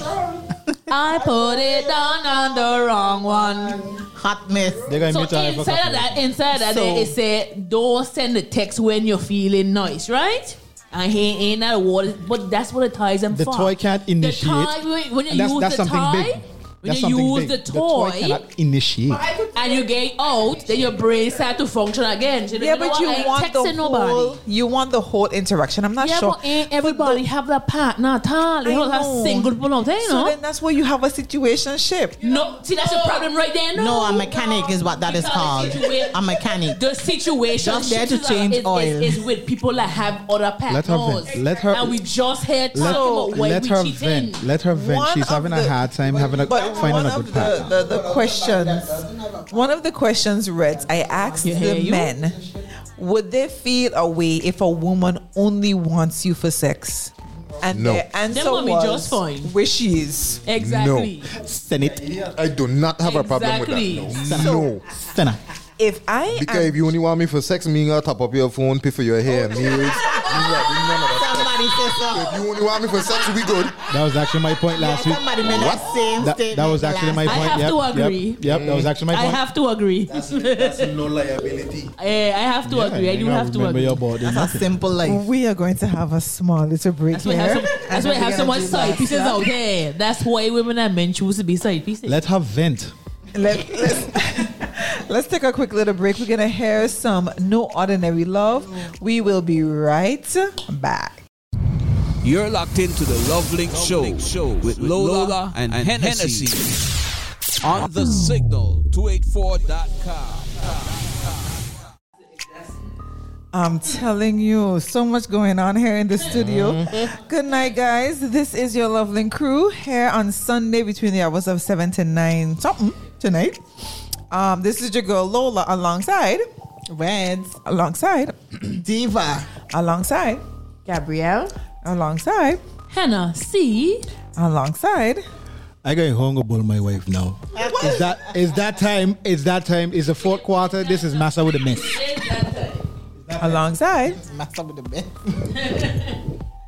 I put it down on the wrong one.
Hot mess.
They're gonna
So
meet her for
inside of
coffee.
that, inside of that,
So-
there it said, don't send the text when you're feeling nice, right? And he ain't that water, but that's what it ties them
Mm-hmm. The
for.
toy can't initiate.
The toy, when- when you
And that's,
use
that's
the
something
toy,
big.
when
that's
you
something
use
big.
the
toy
toy-
cannot initiate.
and you get out, then your brain start to function again. So
Yeah, but you
I ain't
want the
texting nobody.
whole you want the whole interaction. I'm not
yeah,
sure.
but ain't everybody have that partner, Tali.
I
They all have
know.
single people out there, you
So
know?
then that's where you have a situation ship.
No, see, that's the problem right there. No,
No, a mechanic is what that is
Because
called.
the situa-
A mechanic.
The situation
Just there to
is-
change
is, is-
oil.
is, with people that have other
Let her
partners.
vent. Let her-
And we just here talking
Let,
about why
let
we
her
cheating.
vent. Let her vent.
One
She's
of
having
the-
a hard time having a
But one
finding a
of
good
the,
partner.
the, the questions, one of the questions read, I asked the
you?
men, would they feel a way if a woman only wants you for sex? And
No.
their
Them
answer
would be
was
just fine.
wishes.
Exactly.
Send it.
I do not have a problem with
Exactly.
that.
So-
No.
no.
If I Oh,
Because if you only want me for sex, me gonna top up your phone, pay for your hair, meals.
somebody say so.
If you only want me for sex, we good.
That was actually my point last week.
Somebody made that same
That,
statement.
that was actually my
I
point.
have
yep,
to
yep,
agree.
Yep, that was actually my
I
point.
have to agree.
That's no liability.
Eh, I have to agree. I do have to agree.
a simple life. We are going to have a small little break
That's why I
here.
have so, that's why I have so much side pieces
Yeah.
out there. That's why women and men choose to be side pieces.
Let her vent.
Let, let's, let's take a quick little break. We're going to hear some No Ordinary Love. We will be right back.
You're locked into the Lovelink Show, show with Lola, and, and Hennessy. on the signal 284.com.
I'm telling you, so much going on here in the studio. Good night, guys. This is your lovely crew here on Sunday between the hours of 7 to 9 something tonight. Um, this is your girl Lola alongside Reds, alongside Diva, alongside Gabrielle, alongside
Hannah C,
alongside.
I going home and bull my wife now. Is that is that time? Is that time? Is the fourth quarter? This is massa with a mess.
Alongside.
Mess up with the bed.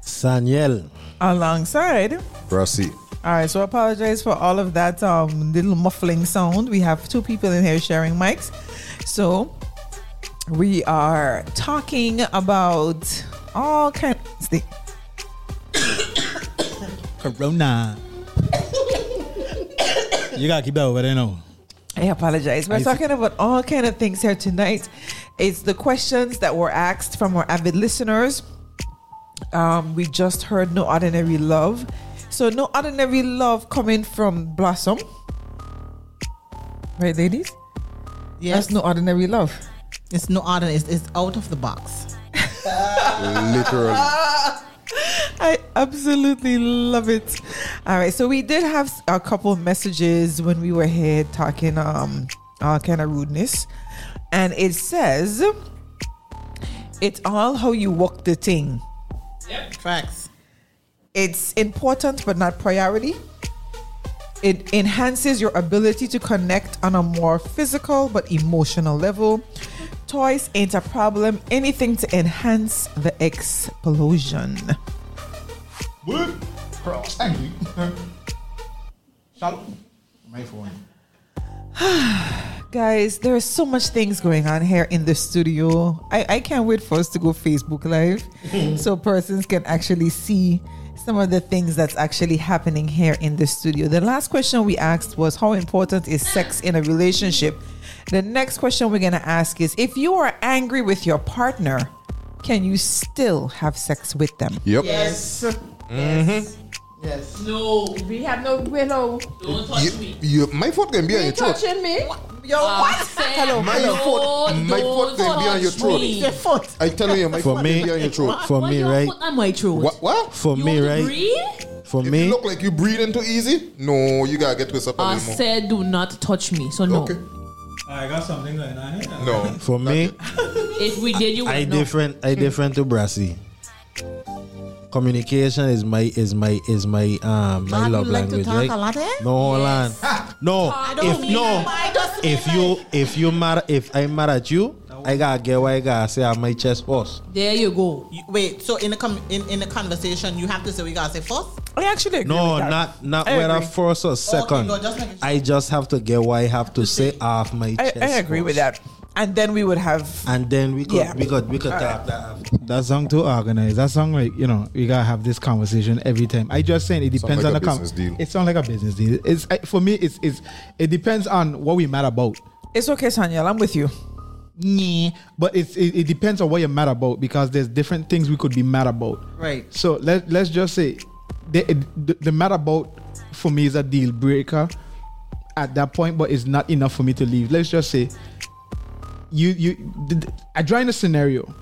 Saniel.
Alongside.
Rossi.
All right, so I apologize for all of that um, little muffling sound. We have two people in here sharing mics. So we are talking about all kinds of things.
Corona. you gotta keep that over there now.
I apologize. We're
I see.
talking about all kind of things here tonight. It's the questions that were asked from our avid listeners. Um, we just heard No Ordinary Love. So No Ordinary Love coming from Blossom. Right, ladies? Yes. That's No Ordinary Love.
It's no order. It's, it's out of the box.
Literally.
I absolutely love it. All right, so we did have a couple of messages when we were here talking um all kind of rudeness, and it says it's all how you walk the thing.
Yep. Facts.
It's important but not priority. It enhances your ability to connect on a more physical but emotional level. Toys ain't a problem. Anything to enhance the explosion.
Cross. My phone.
Guys, there are so much things going on here in the studio. I, I can't wait for us to go Facebook Live so persons can actually see some of the things that's actually happening here in the studio. The last question we asked was how important is sex in a relationship? The next question we're going to ask is if you are angry with your partner, can you still have sex with them?
Yep.
Yes. Yes.
No.
We have no willow.
Don't
You, you, my foot can be on
You
your throat.
touching me?
Yo,
what?
Hello, my foot, my foot can be on your throat. I tell you, my
For
foot
me,
can be on your throat.
for me, right?
on my throat.
What? What?
For me, right? For
If
me,
you look like you breathing too easy, no, you gotta get to yourself a
I
little more.
said do not touch me. So no.
I got something going on here.
No.
for me,
If we did, you would
I
know.
different. I different to Brassy. Communication is my is my is my um my
Man,
love
you like to
language.
talk
right?
a lot, eh?
No, hold on. No,
Ah,
if no, if you if you mad if I mad at you, I gotta get what I gotta say on my chest first.
There you go.
wait. So in a com- in in a conversation, you have to say we gotta say first.
I actually agree
No,
with that.
not not
I
whether
agree.
first or second.
no, just making
I just have to get what I have to say off my
I,
chest.
I agree with
first.
that. And then we would have
And then we could
Yeah.
we could we could
All
tap that. after.
That song too organized. That song like you know we gotta have this conversation every time. I just saying it depends
like
on
a
the com-
business deal.
It sounds like a business deal. It's I- for me. It's it's it depends on what we mad about.
It's okay, Sanyal. I'm with you.
Yeah, but it's it, it depends on what you're mad about because there's different things we could be mad about.
Right.
So let let's just say the the, the mad about for me is a deal breaker at that point, but it's not enough for me to leave. Let's just say you you did, I drawing a scenario.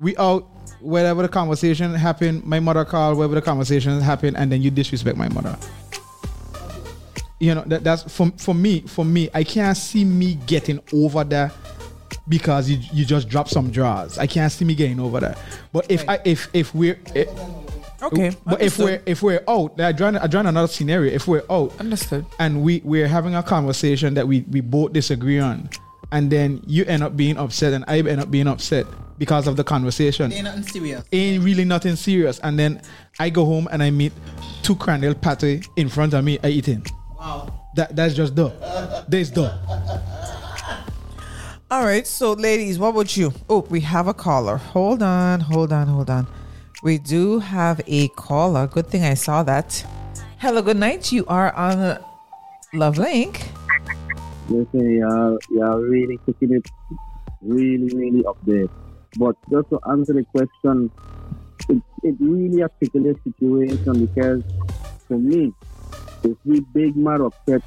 We out wherever the conversation happened, my mother called wherever the conversation happened, and then you disrespect my mother. You know that, that's for for me for me I can't see me getting over that because you you just drop some draws. I can't see me getting over that. But if I if if we're eh,
Okay,
but if
understood.
we're if we're out, I draw I draw another scenario. If we're out,
understood,
and we we're having a conversation that we we both disagree on, and then you end up being upset and I end up being upset, because of the conversation.
They're nothing serious.
Ain't really nothing serious. And then I go home and I meet two crandall patty in front of me. I eating. Wow. That that's just duh. That's duh.
All right, so ladies, what would you? Oh, we have a caller. Hold on, hold on, hold on. We do have a caller. Good thing I saw that. Hello, good night. You are on Love Link.
Listen, y'all, y'all really taking it really, really up there. But just to answer the question, it, it really articulates situation because for me, the three big matter of sex,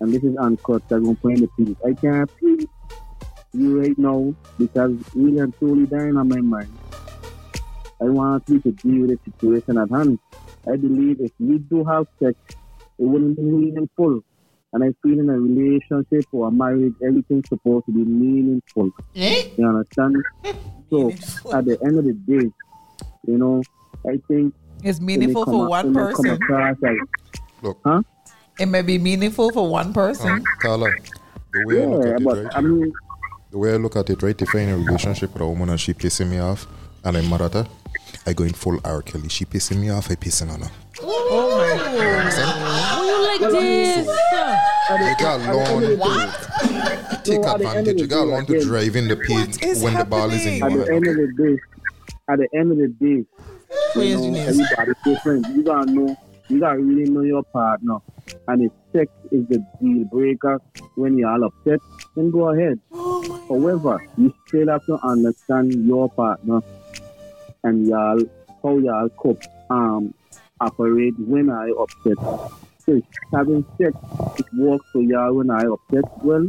and this is uncut, I'm going to play the piece. I can't please you right now because really and truly dying on my mind. I want you to deal with the situation at hand. I believe if we do have sex, it wouldn't be meaningful. And I feel in a relationship or a marriage, everything's supposed to be meaningful.
Eh?
You understand? so at the end of the day, you know, I think
It's meaningful for one person.
Look, um,
huh?
It may be meaningful for one person.
Oh,
Carla, the way I look
Yeah,
at it,
but
right?
I mean,
The way I look at it, right? If I'm in a relationship with a woman and she pissing me off, and I'm mad at her, I go in full R. Kelly. She pissing me off, I pissing on her.
Oh, you like this?
You got learn to take
So at the end of
advantage.
the
You got
day,
learn to
again,
drive in the pit when the ball is in
At
your
the
hand.
end of the day, at the end of the day, you know, everybody's different. You gotta know, you gotta really know your partner. And if sex is the deal breaker when you're all upset, then go ahead. However, you still have to understand your partner and y'all how y'all cope, um, operate when I upset. So if having sex, it works for y'all when I upset. Well,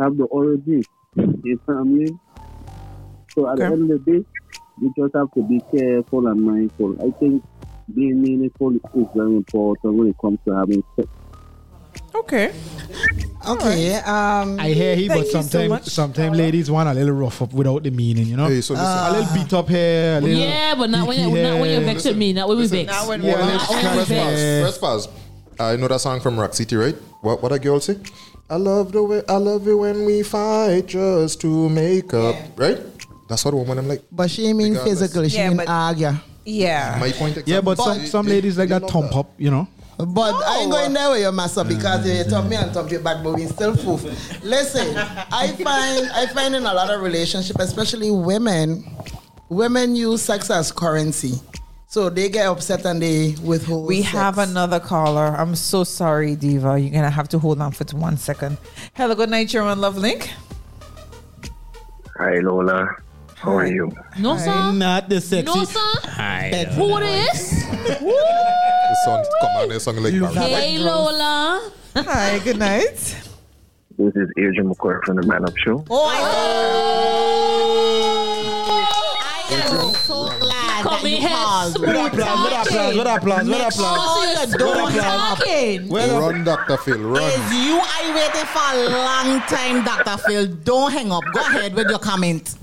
have the origin. You know what I mean? So at the end of the day, you just have to be careful and mindful. I think being meaningful is very important when it comes to having sex.
Okay.
Okay. Um,
I hear he, but
thank you so
sometimes
much.
sometimes ladies want a little rough up without the meaning, you know.
Hey, so listen.
a little beat up here. A little
Yeah, but not when, not when
Yeah.
you're vexed with me. Not when we vex.
Not when
we
Let's press pause. Press pause. I know that song from Rock City, right? What what a girl say? I love the way I love it when we fight just to make up, right? That's what a woman I'm like.
But she ain't mean
Regardless.
physical. She
Yeah,
mean
but-
argue.
Yeah.
My point
Yeah, but
But-
some, some ladies like that thump up, you know.
But I ain't going there with your master because you top me and top your back, but we still foof. Listen, I find I find in a lot of relationship, especially women, women use sex as currency. So they get upset and they withhold.
We
sex.
have another caller. I'm so sorry, Diva. You're gonna have to hold on for one second. Hello, good night. You're on Love Link.
Hi Lola, how are you?
No, sir.
Not the
No, sir.
Hi.
Who this? Woo!
The song come on, the song like
Hey, Lola.
Hi, good night.
This is Adrian McCoy from the Man Up Show.
Oh, I
Come in
What applause, what applause, what applause, what applause.
talking.
Well,
Run, Dr. Phil, run.
Is you I waited for a long time, Dr. Phil. Don't hang up. Go ahead with your comment.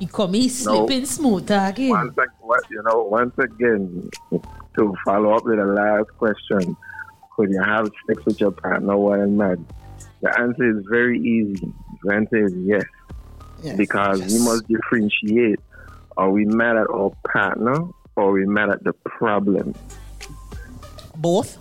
You come in slipping smooth again.
Once, ag- what- you know, once again, to follow up with the last question, could you have sex with your partner while mad? The answer is very easy. The answer is yes, because we must differentiate: are we mad at our partner, or are we mad at the problem?
Both?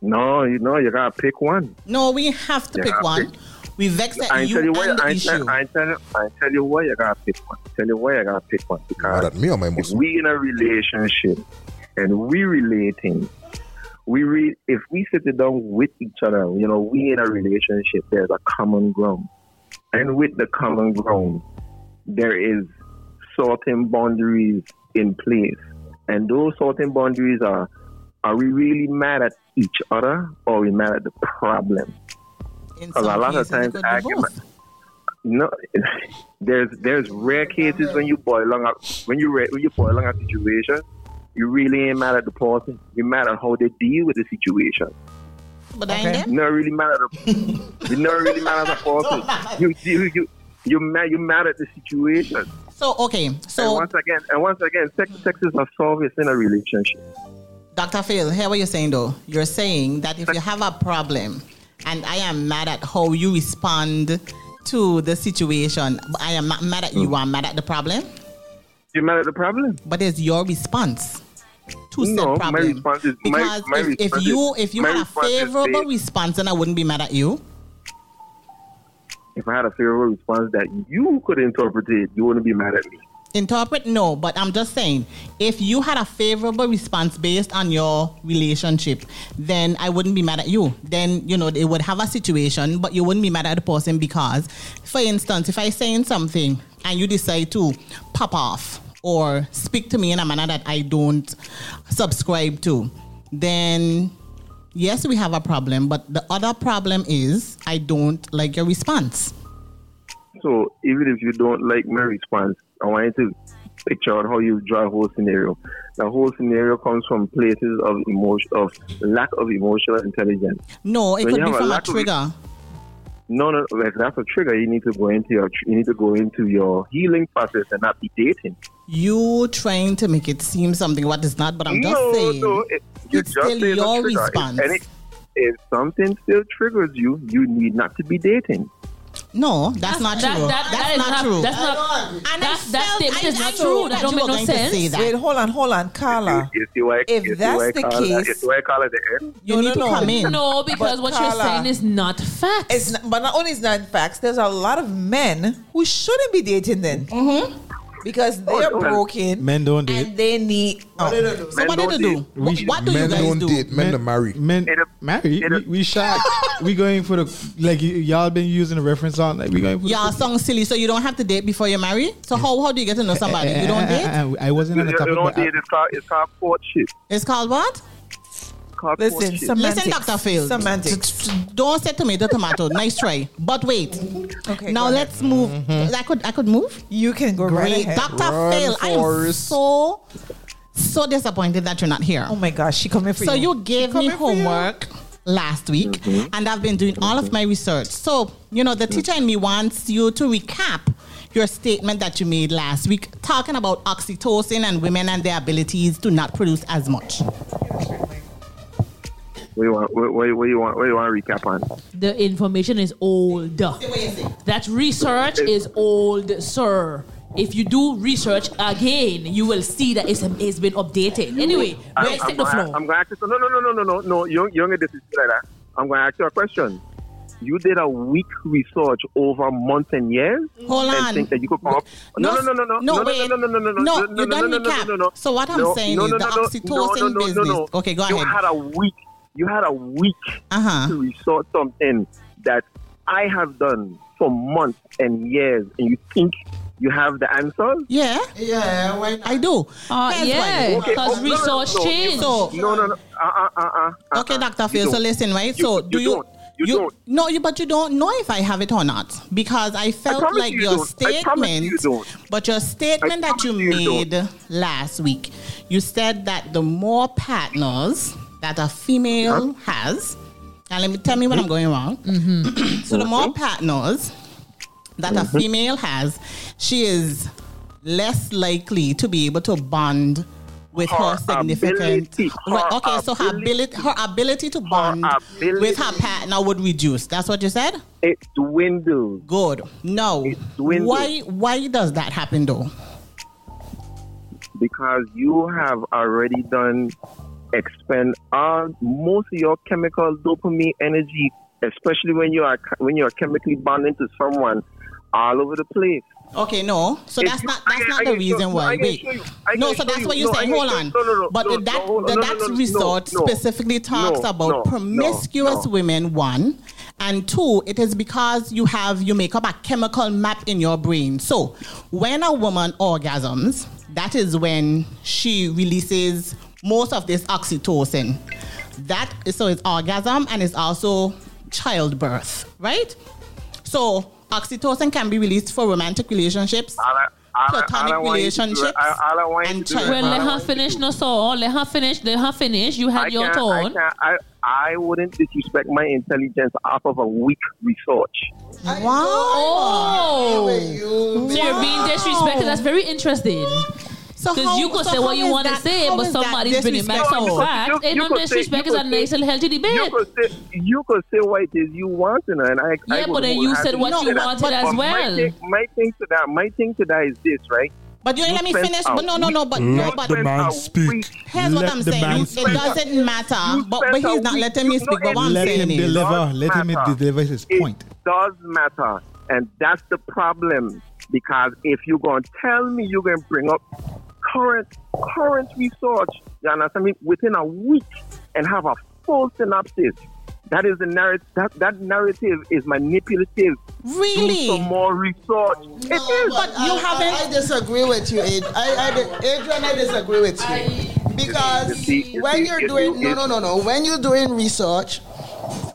No, you know, you gotta pick one.
No, we have to
Yeah,
pick
I
one.
pick-
We vex
I
at you
tell you
and
what,
the
I
issue.
tell, I tell, I tell you what, you gotta pick one. Tell you what, you gotta pick one because
me or my
if we in a relationship and we relating, we re, if we sit it down with each other, you know, we in a relationship. There's a common ground, and with the common ground, there is certain boundaries in place, and those certain boundaries are: are we really mad at each other, or are we mad at the problem? Because a lot of times argument. No, there's there's rare cases when you boil along a when you re, when you boil along a situation, you really ain't mad at the person. You're mad at how they deal with the situation.
But I ain't there.
You're not really mad at the you're not really mad at the person. You you you you mad you mad at the situation.
So okay,
and
so
once again and once again, sex sex is a service in a relationship.
Dr. Phil, hear what you're saying though. You're saying that if you have a problem and I am mad at how you respond to the situation. I am not mad at you. I'm mad at the problem.
Hmm. You're mad at the problem.
But it's your response to said
No, my
problem.
response is my-
because
my
if, if
response
you
is-
if you
my
had a
response is
favorable
big.
response, then I wouldn't be mad at you.
If I had a favorable response that you could interpret it, you wouldn't be mad at me.
Interpret no, but I'm just saying if you had a favorable response based on your relationship, then I wouldn't be mad at you. Then you know they would have a situation, but you wouldn't be mad at the person because, for instance, if I saying something and you decide to pop off or speak to me in a manner that I don't subscribe to, then yes, we have a problem. But the other problem is I don't like your response.
So even if you don't like my response, I want you to picture out how you draw a whole scenario. The whole scenario comes from places of emotion, of lack of emotional intelligence.
No, it
When you
could be
have
from a
lack of-
trigger.
No, no, if that's a trigger, you need to go into your you need to go into your healing process and not be dating.
You trying to make it seem something what is not, but I'm
No,
just saying
no, You
it's still
say it's a
your
trigger. If
response.
any- if something still triggers you, you need not to be dating.
no, that's, not
that-
true.
that-
that's
that is
not
not-
true.
that's not-
And
that-
I
that
felt-
statement
I-
is not
I
true.
know
That don't
you
make
were
no
going to
sense.
say that.
Wait, hold on, hold on, Carla.
You see why?
If
you see
that's
why I
the
call that-
case-
you see why I call it the end.
You need to come in.
No, because what you're saying is not facts.
It's not, but not only is not facts. There's a lot of men who shouldn't be dating then, mm-hmm. because they're
no.
broken.
Men don't date.
and they need. oh.
What do they do? So Men what do they don't do? date. What- We- what do you men guys don't do? date, men don't
marry.
Men marry. We, we shot. we going for the like y- y'all been using the reference on like we going for.
Y'all song silly, so you don't have to date before you marry. So how how do you get to know somebody? You don't
Eh, eh,
date.
eh, eh, I wasn't on the
You-
topic.
you don't
but I-
date. It's called it's called courtship.
It's called what?
Called
Listen,
courtship.
listen, Doctor Phil. Semantics. Don't say tomato, tomato. nice try, but wait. Okay. Now let's move.
Mm-hmm.
I could I could move.
You can go right
Great,
ahead.
Doctor
Run,
Phil. I am
Forrest.
so so disappointed that you're not here.
Oh my gosh, she coming for
so
you.
you gave me homework last week
Mm-hmm.
and i've been doing all of my research so you know the teacher in me wants you to recap your statement that you made last week talking about oxytocin and women and their abilities to not produce as much
What you want? What, what, what you want? What you want to recap on?
The information is old. That research is old, sir. If you do research again, you will see that it's, it's been updated. Anyway,
I-
let's
I'm
take the
gonna-
floor.
I'm gonna ask you. No, no, no, no, no, no, no. You, you don't get this like that. I'm gonna ask you a question. You did a week research over months and years.
Hold
and
on.
Think that you could come up. No, no, no, no, no,
no,
no,
wait.
no, no, no, no, no,
No,
no, no,
you done
no, no,
recap.
no, no.
So what I'm
No,
saying
no,
is
no,
the
no, no,
oxytocin
no, no, no, no,
business.
no.
Okay, go
you
ahead.
had a week. You had a week
Uh-huh.
to research something that I have done for months and years, and you think you have the answer?
yeah
yeah why
i do
Uh,
That's
yeah,
why.
because resource change.
So-
No, no, no. Uh, uh, uh, uh,
Okay,
uh,
Dr.
you
Phil, so
don't.
listen, right?
You-
so
you
do you
don't. You don't.
No, you but you don't know if I have it or not because I felt
promise
like
you
your
don't. I promise you
statement
don't.
but your statement
I
that you
promise you
made last week, you said that the more partners that a female has, and let me tell me when I'm going wrong. so the more partners that a female has, she is less likely to be able to bond with her,
Her
significant.
ability, her
Right, okay, so her ability, her ability to bond with her partner would reduce. That's what you said.
It dwindles.
Good. No.
dwindles.
Why? Why does that happen though?
because you have already done expend all most of your chemical dopamine energy, especially when you are when you are chemically bonding to someone all over the place.
Okay, no. So
If
that's
you-
not
I
that's
can-
not
I
the
can show
reason
you. I
why.
can
Wait.
show you. I can
No, so
show
that's
you.
what you're
No, I
saying.
can
Hold
show
on.
you. No, no, no,
but
no,
did that
no, hold on.
did
No,
that
no, no,
resort
no, no,
specifically talks
no,
about
no,
promiscuous
no.
women, one, and two, it is because you have you make up a chemical map in your brain. So when a woman orgasms, that is when she releases most of this oxytocin. That so it's orgasm and it's also childbirth, right? So oxytocin can be released for romantic relationships, platonic relationships, and child.
Well, let her finish, no, so let her finish, let her finish. You had
I
your
can't- I
turn.
can't- I, I wouldn't disrespect my intelligence off of a weak research.
Wow.
Oh. So you're being disrespected. That's very interesting.
So
Because
how-
you could
so
say
how
what you
is
want to
that-
say,
how
but
is that
somebody's bringing back some
disrespectful?
facts. And
you
no
could say-
disrespect
you
is a
could
nice
say-
and healthy
You
debate.
could say you could say what it is you want, and I, I
Yeah,
would
but then you said
wholeheartedly
what
say
you
that.
wanted
But
as
My
well.
thing, my thing to that, my thing to that is this, right?
But you let me
spent
finish.
a
But no, no, no. But
week-
no,
you
but
spent a week-
Here's what I'm saying. It doesn't matter. But, but he's not letting me speak. But what I'm
Let
saying
him
is,
deliver. Let him
matter.
deliver his point.
does matter. And that's the problem. Because if you're going to tell me you're going to bring up current current research, you understand me, within a week and have a full synopsis, that is the narrative. That, that narrative is manipulative.
Really?
Do some more research. It is.
but you haven't. I, disagree with you, Ad- I, I, di- Adrian. I disagree with you
You
because
see- you
when
see,
you're
you-
doing no,
you-
no, no, no. When you're doing research,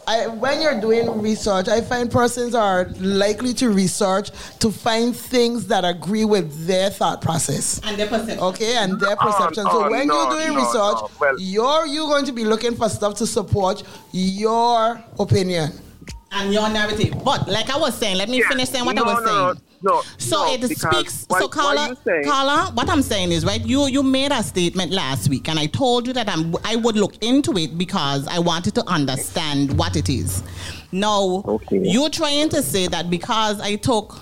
I, when you're doing research, I find persons are likely to research to find things that agree with their thought process.
and their perception.
Okay, and their
Oh,
perception.
oh,
so when
no,
you're doing
no,
research,
no. Well-
you're you going to be looking for stuff to support your opinion.
and your narrative. But like I was saying, let me finish saying what
No,
I was
no,
saying.
No,
so
no,
it
because
speaks.
what-
so
what
Carla,
you saying-
Carla, what I'm saying is right. You you made a statement last week, and I told you that I'm I would look into it because I wanted to understand what it is. Now you're trying to say that because I took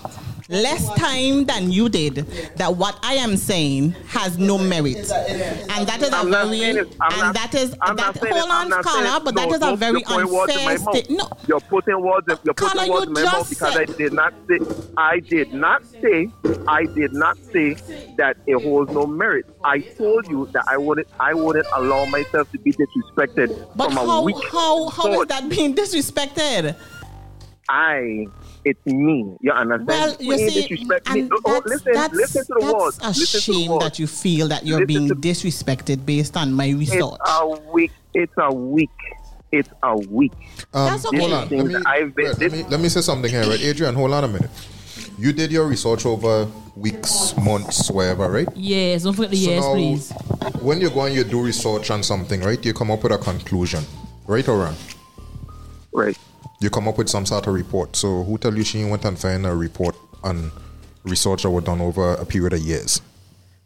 less time than you did, that what I am saying has no merit, and that is a
I'm not saying
very
it- I'm
and
not-
that is
I'm
that.
not saying
Hold
it- I'm
on,
not saying
Carla,
it.
but
No,
that is a
don't-
very
you're putting words in my
unfair
mouth.
statement. No,
You're putting words in, you're
Carla,
putting words in
you
my mouth
just
because
said-
I did not say I did not say I did not say that it holds no merit. I told you that I wouldn't I wouldn't allow myself to be disrespected
But
from a
how
week.
how how is
thought.
that being disrespected?
I it's me. You understand?
Well, you
When
see,
disrespect me.
and
Oh, oh,
that's,
listen,
that's,
listen to the
that's
words.
a
listen to the
shame
words.
that you feel that you're being disrespected based on my
It's
research.
a week. It's a week. It's a week.
Um,
That's
Hold
okay.
on. Let
Things
me,
I've been-
Brett, let, me, let me say something here, right? Adrian, hold on a minute. You did your research over weeks, months, wherever, right?
Yes, don't forget the
So
yes,
now,
please.
When you go and you do research on something, right? You come up with a conclusion, right or wrong?
Right.
You come up with some sort of report. So who tell you she went and find a report on research that was done over a period of years?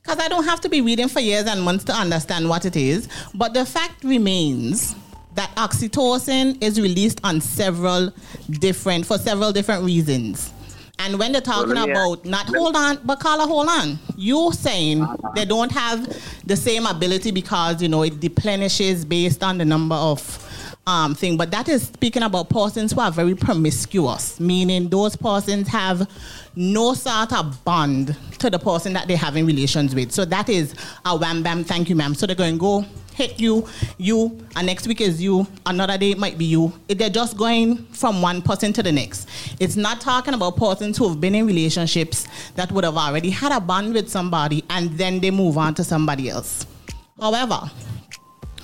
Because I don't have to be reading for years and months to understand what it is. But the fact remains that oxytocin is released on several different for several different reasons. And when they're
Well,
talking
let me ask-
about not hold on, but Carla, hold on. You're saying they don't have the same ability because you know it deplenishes based on the number of um, thing. But that is speaking about persons who are very promiscuous, meaning those persons have no sort of bond to the person that they're having relations with. So that is a wham bam, thank you, ma'am. So they're going to go hit you, you, and next week is you, another day it might be you. It- They're just going from one person to the next. It's not talking about persons who have been in relationships that would have already had a bond with somebody and then they move on to somebody else. However,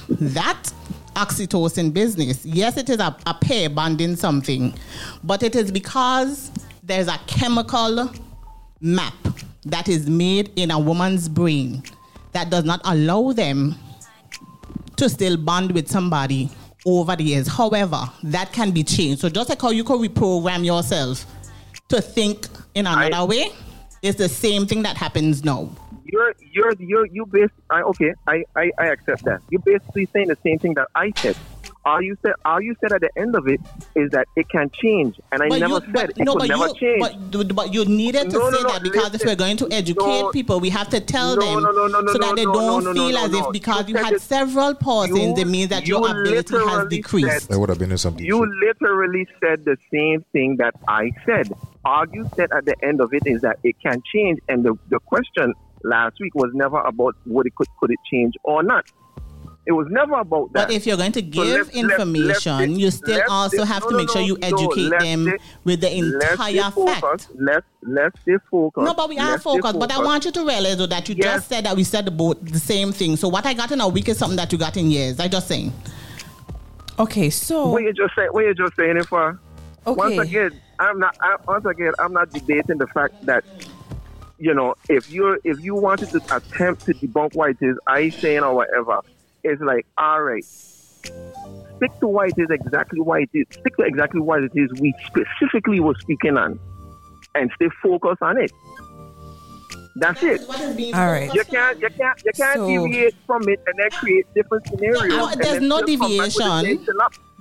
that oxytocin business. Yes, it is a, a pair bonding something, but it is because there's a chemical map that is made in a woman's brain that does not allow them to still bond with somebody over the years. However, that can be changed. So just like how you could reprogram yourself to think in another way, it's the same thing that happens now.
you're you're you're you base I okay, I, I, I accept that. You're basically saying the same thing that I said. All you said all you said at the end of it is that it can change. And I never
you,
said
but,
it
no,
could
but
never
you,
change.
But, but you needed to
No, no,
say
no,
that because if
listen.
we're going to educate
No.
people, we have to tell
No,
them
no, no, no, no,
so that they
no,
don't
no, no,
feel
no,
as
no,
if
no.
because
You
you
said
had
it-
several pausings, it means that your
you
ability has
literally
decreased.
That would have been in some
You literally said the same thing that I said. All you said at the end of it is that it can change and the, the question last week was never about what it could could it change or not. It was never about that.
But if you're going to
So
give
let's- let's-
information,
let's-
you still
let's-
also have
no,
to
no,
make sure
no,
you
no,
educate
let's
them
stay-
with the
let's stay
entire fact.
focused. Let's let's stay focused.
No, but we are
Let's stay
focused. But I want you to realize though, that you just said that we said the both the same thing. So what I got in a week is something that you got in years. I just saying.
Okay, so
What you just say? What you just saying it for?
Okay.
Once again, I'm not. I, once again, I'm not debating the fact that you know if you're if you wanted to attempt to debunk what it is I saying or whatever, it's like all right. Stick to what it is exactly what it is. Stick to exactly what it is we specifically were speaking on, and stay focused on it. That's it.
All right.
You can't, you can't, you can't
So-
deviate from it and then create different scenarios.
No,
and
there's
then
no
still come back with the same
deviation.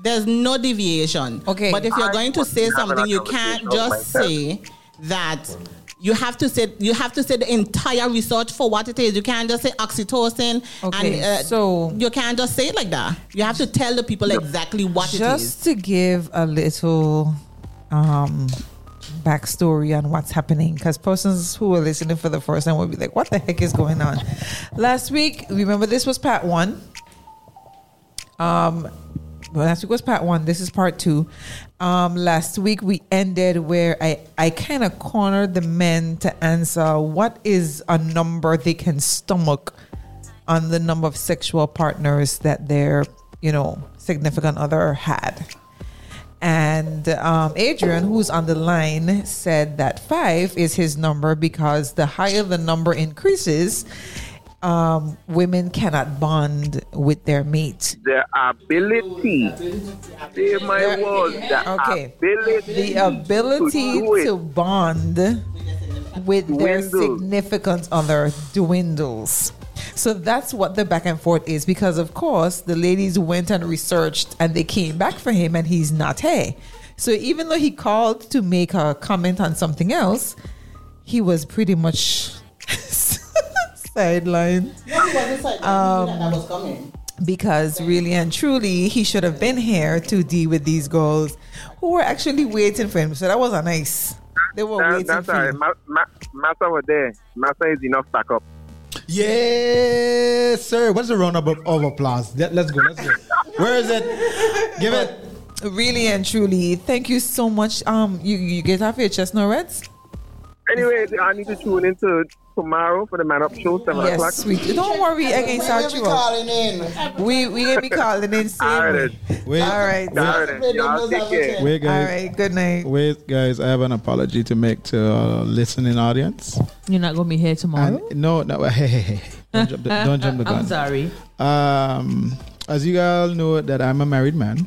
There's no deviation. Okay. But if you're going to say something, you can't just say that you have to say you have to say the entire research for what it is. You can't just say oxytocin
Okay,
and uh, so you can't just say it like that. You have to tell the people exactly what it is.
Just to give a little um, backstory on what's happening, because persons who are listening for the first time will be like, what the heck is going on? Last week, remember this was part one. Um, well, last week was part one. This is part two. Um, last week we ended where I, I kind of cornered the men to answer what is a number they can stomach on the number of sexual partners that their you know significant other had. And um, Adrian, who's on the line, said that five is his number because the higher the number increases, um, women cannot bond with their mate.
The ability. Say my words. The
Okay.
ability.
The ability
do it.
to bond with their
Dwindles.
significant other dwindles. So that's what the back and forth is because, of course, the ladies went and researched and they came back for him and he's not here. So even though he called to make a comment on something else, he was pretty much sidelined. Um, because really and truly, he should have been here to deal with these girls who were actually waiting for him. So that was a nice. They were
That-
waiting
that's
for
all right.
him.
Ma- ma- Master was there. Master is enough back up.
Yes, sir. What's the round of, of applause? Let- Let's go. Let's go. Where is it? Give it.
Really and truly, thank you so much. Um, you you get off your chest, no reds.
Anyway, I need to tune into tomorrow for the Man Up Show, 7
Yes,
o'clock.
sweet. Don't worry, I can shout you out. We we gonna be calling in soon. All
right.
All right.
Wait, guys.
All right. Good night.
Wait, guys. I have an apology to make to our listening audience.
You're not gonna be here tomorrow.
And- no, no. Hey, hey, hey. Don't jump the, don't jump the gun.
Uh,
I'm sorry.
Um, as you all know, that I'm a married man,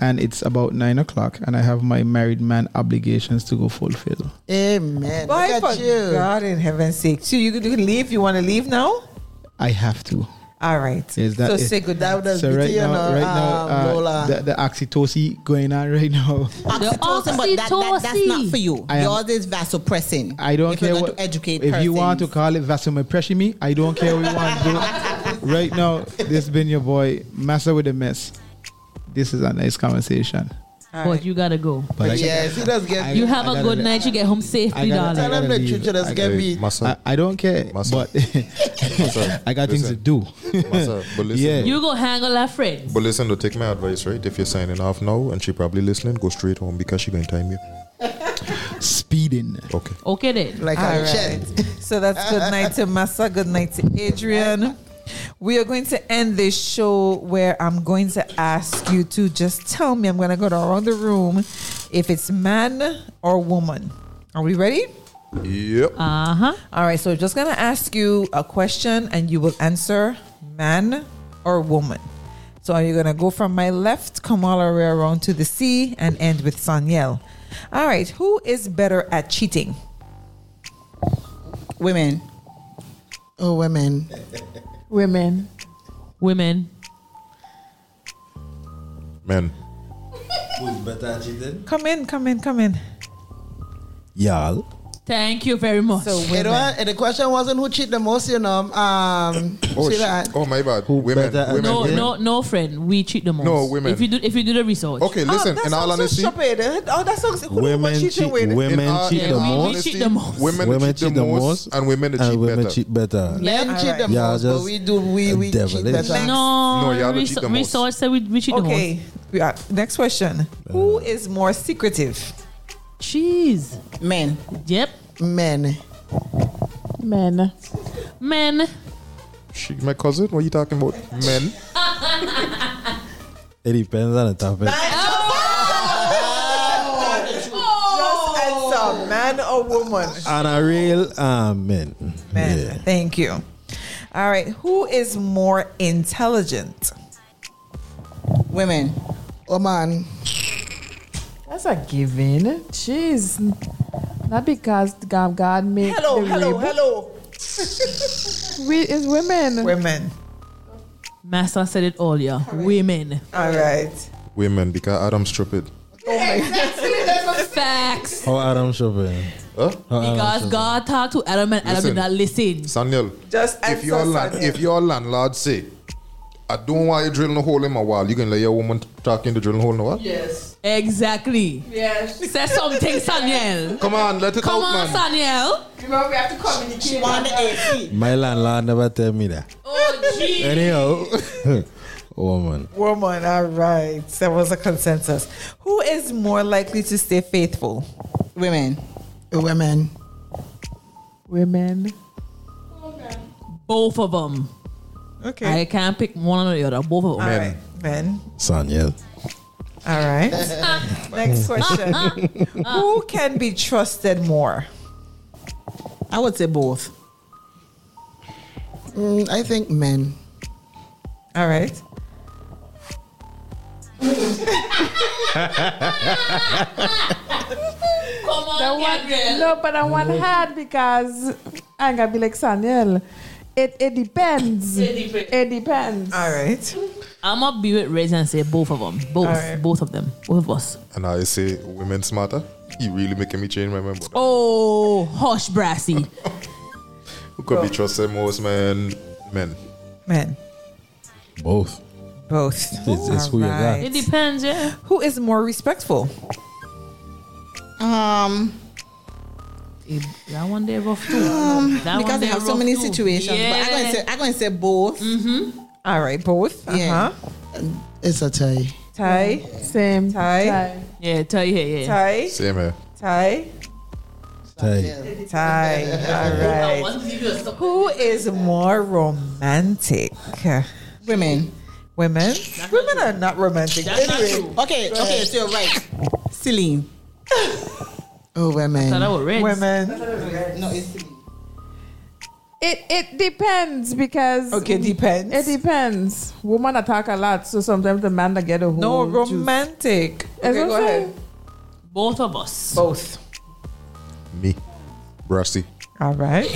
and it's about nine o'clock, and I have my married man obligations to go fulfill.
Amen. Why for God in heaven's sake? So you can leave. You want to leave now?
I have to.
All right.
Is that
so
it?
say good night. um,
So right now, right now, uh, the, the oxytocin going on right now.
Oxytocin, but that, that, that's not for you.
I am-
Yours is vasopressin.
I don't
If you're
care
going
what
to educate
If you
persons.
want to call it vasopressin me, I don't care what you want to do. Right now, this has been your boy Master with the mess. This is a nice conversation.
But you gotta go.
But I-
Yes, he does get-
You
I-
have
I
a
gotta
good
le-
night. You get home safely, darling.
Tell him the
leave.
truth, you just
I
get
gotta-
beat.
I, I don't care, but I got things to do.
Massa, but listen,
You go hang on that friend.
but listen, to take my advice, right? If you're signing off now and she probably listening, go straight home because she gonna time you.
Speeding.
Okay.
Okay then.
Like I said. So that's good night to Massa. Good night to Adrian. We are going to end this show where I'm going to ask you to just tell me. I'm going to go around the room if it's man or woman. Are we ready?
Yep.
Uh huh.
All right. So just going to ask you a question and you will answer man or woman. So are you going to go from my left, come all the way around to the C, and end with Sanyel? All right. Who is better at cheating?
Women.
Oh, women.
Women.
Women.
Man.
Who's better at it then?
Come in, come in, come in.
Y'all.
Thank you very much.
So it wa- the question wasn't who cheat the most, you know. Um,
Oh,
see
sh-
that?
oh my bad. women.
better-
Women.
no,
women.
no, no, friend. We cheat the most.
No, women.
If you do, if you do the research.
Okay, listen. in all honesty,
Oh, that sounds
Women cheat, women
in all-
cheat
in
the
all
most.
honesty,
cheat the most.
Women, cheat the most, and women
and
cheat
women
better.
cheat better.
Men cheat the
Y'all
most, but
just
we do we we cheat
devilish.
better.
No,
No, y'all don't cheat
research-
the most.
research said we, we cheat the most.
Okay. we are- Next question. Who is more secretive?
Jeez.
Men.
Yep.
Men.
Men.
Men.
She, my cousin, what are you talking about? Men.
It depends on the topic.
Just answer, man or woman.
On a real uh, man.
Man,
Yeah.
thank you. All right. Who is more intelligent?
Women.
Oh man.
That's a given. Jeez.
Not because the God God made
Hello,
the
hello,
rape.
hello.
We is women.
Women.
Master said it all, yeah. Women.
All right.
Women, because Adam's stupid.
Facts.
How Adam Chauvin?
Huh?
Because God talked to Adam and Adam did
Oh, Listen.
not listen.
Daniel,
Just
if your,
answer,
land,
Samuel.
if your landlord say, I don't want you drilling a hole in my wall, you can let your woman talk in the drilling hole in the wall?
Yes. Exactly. Yes. Say something, Saniel.
Come on, let it
Come
out,
on,
man.
Saniel.
Remember, we have to communicate. She
wanted AC.
My landlord never tell me that.
Oh, gee.
Anyhow, woman.
Woman, all right. There was a consensus. Who is more likely to stay faithful?
Women.
Women.
Women.
Both of them.
Okay.
I can't pick one or the other. Both of them.
All right. Men.
Sanyel.
All right. Next question. Who can be trusted more?
I would say both.
Mm, I think men.
All right.
Come on,
The
Gabriel.
one, no, but on one hand, because I'm gonna be like Saniel. It it depends.
It depends.
It depends.
All right.
I'm going to be with Reza and say both of them. Both.
All right.
Both of them. Both of us.
And I say, women smarter? You really making me change my mind. but
Oh, hush, Brassy.
Who could be trusted most, man? Men.
Men.
Both.
Both.
It's, it's who you got.
It depends, yeah.
Who is more respectful?
Um,
Eh, That one there rough too.
um,
That one
because they
there
have so
rough
many
too.
situations.
Yeah.
But I'm going to say, I'm going to say both.
Mm-hmm.
All right, both.
Yeah.
Uh-huh.
It's a tie.
Tie.
Same.
Tie.
Tie.
Yeah, tell you, yeah, yeah.
Tie.
Same here.
Tie.
Tie.
Tie. All right. Who is more romantic?
Women.
Women. Women are not romantic. anyway.
Okay, okay, so you're right. Celine.
Oh, women.
Thought I was red.
Women.
No, it's Celine.
It it depends because
Okay, depends.
It depends. Woman attack a lot, so sometimes the man that get a hold.
No
juice.
romantic.
That's
Okay,
what
go
I'm
ahead.
saying.
Both of us.
Both.
Me. Brassy.
All right.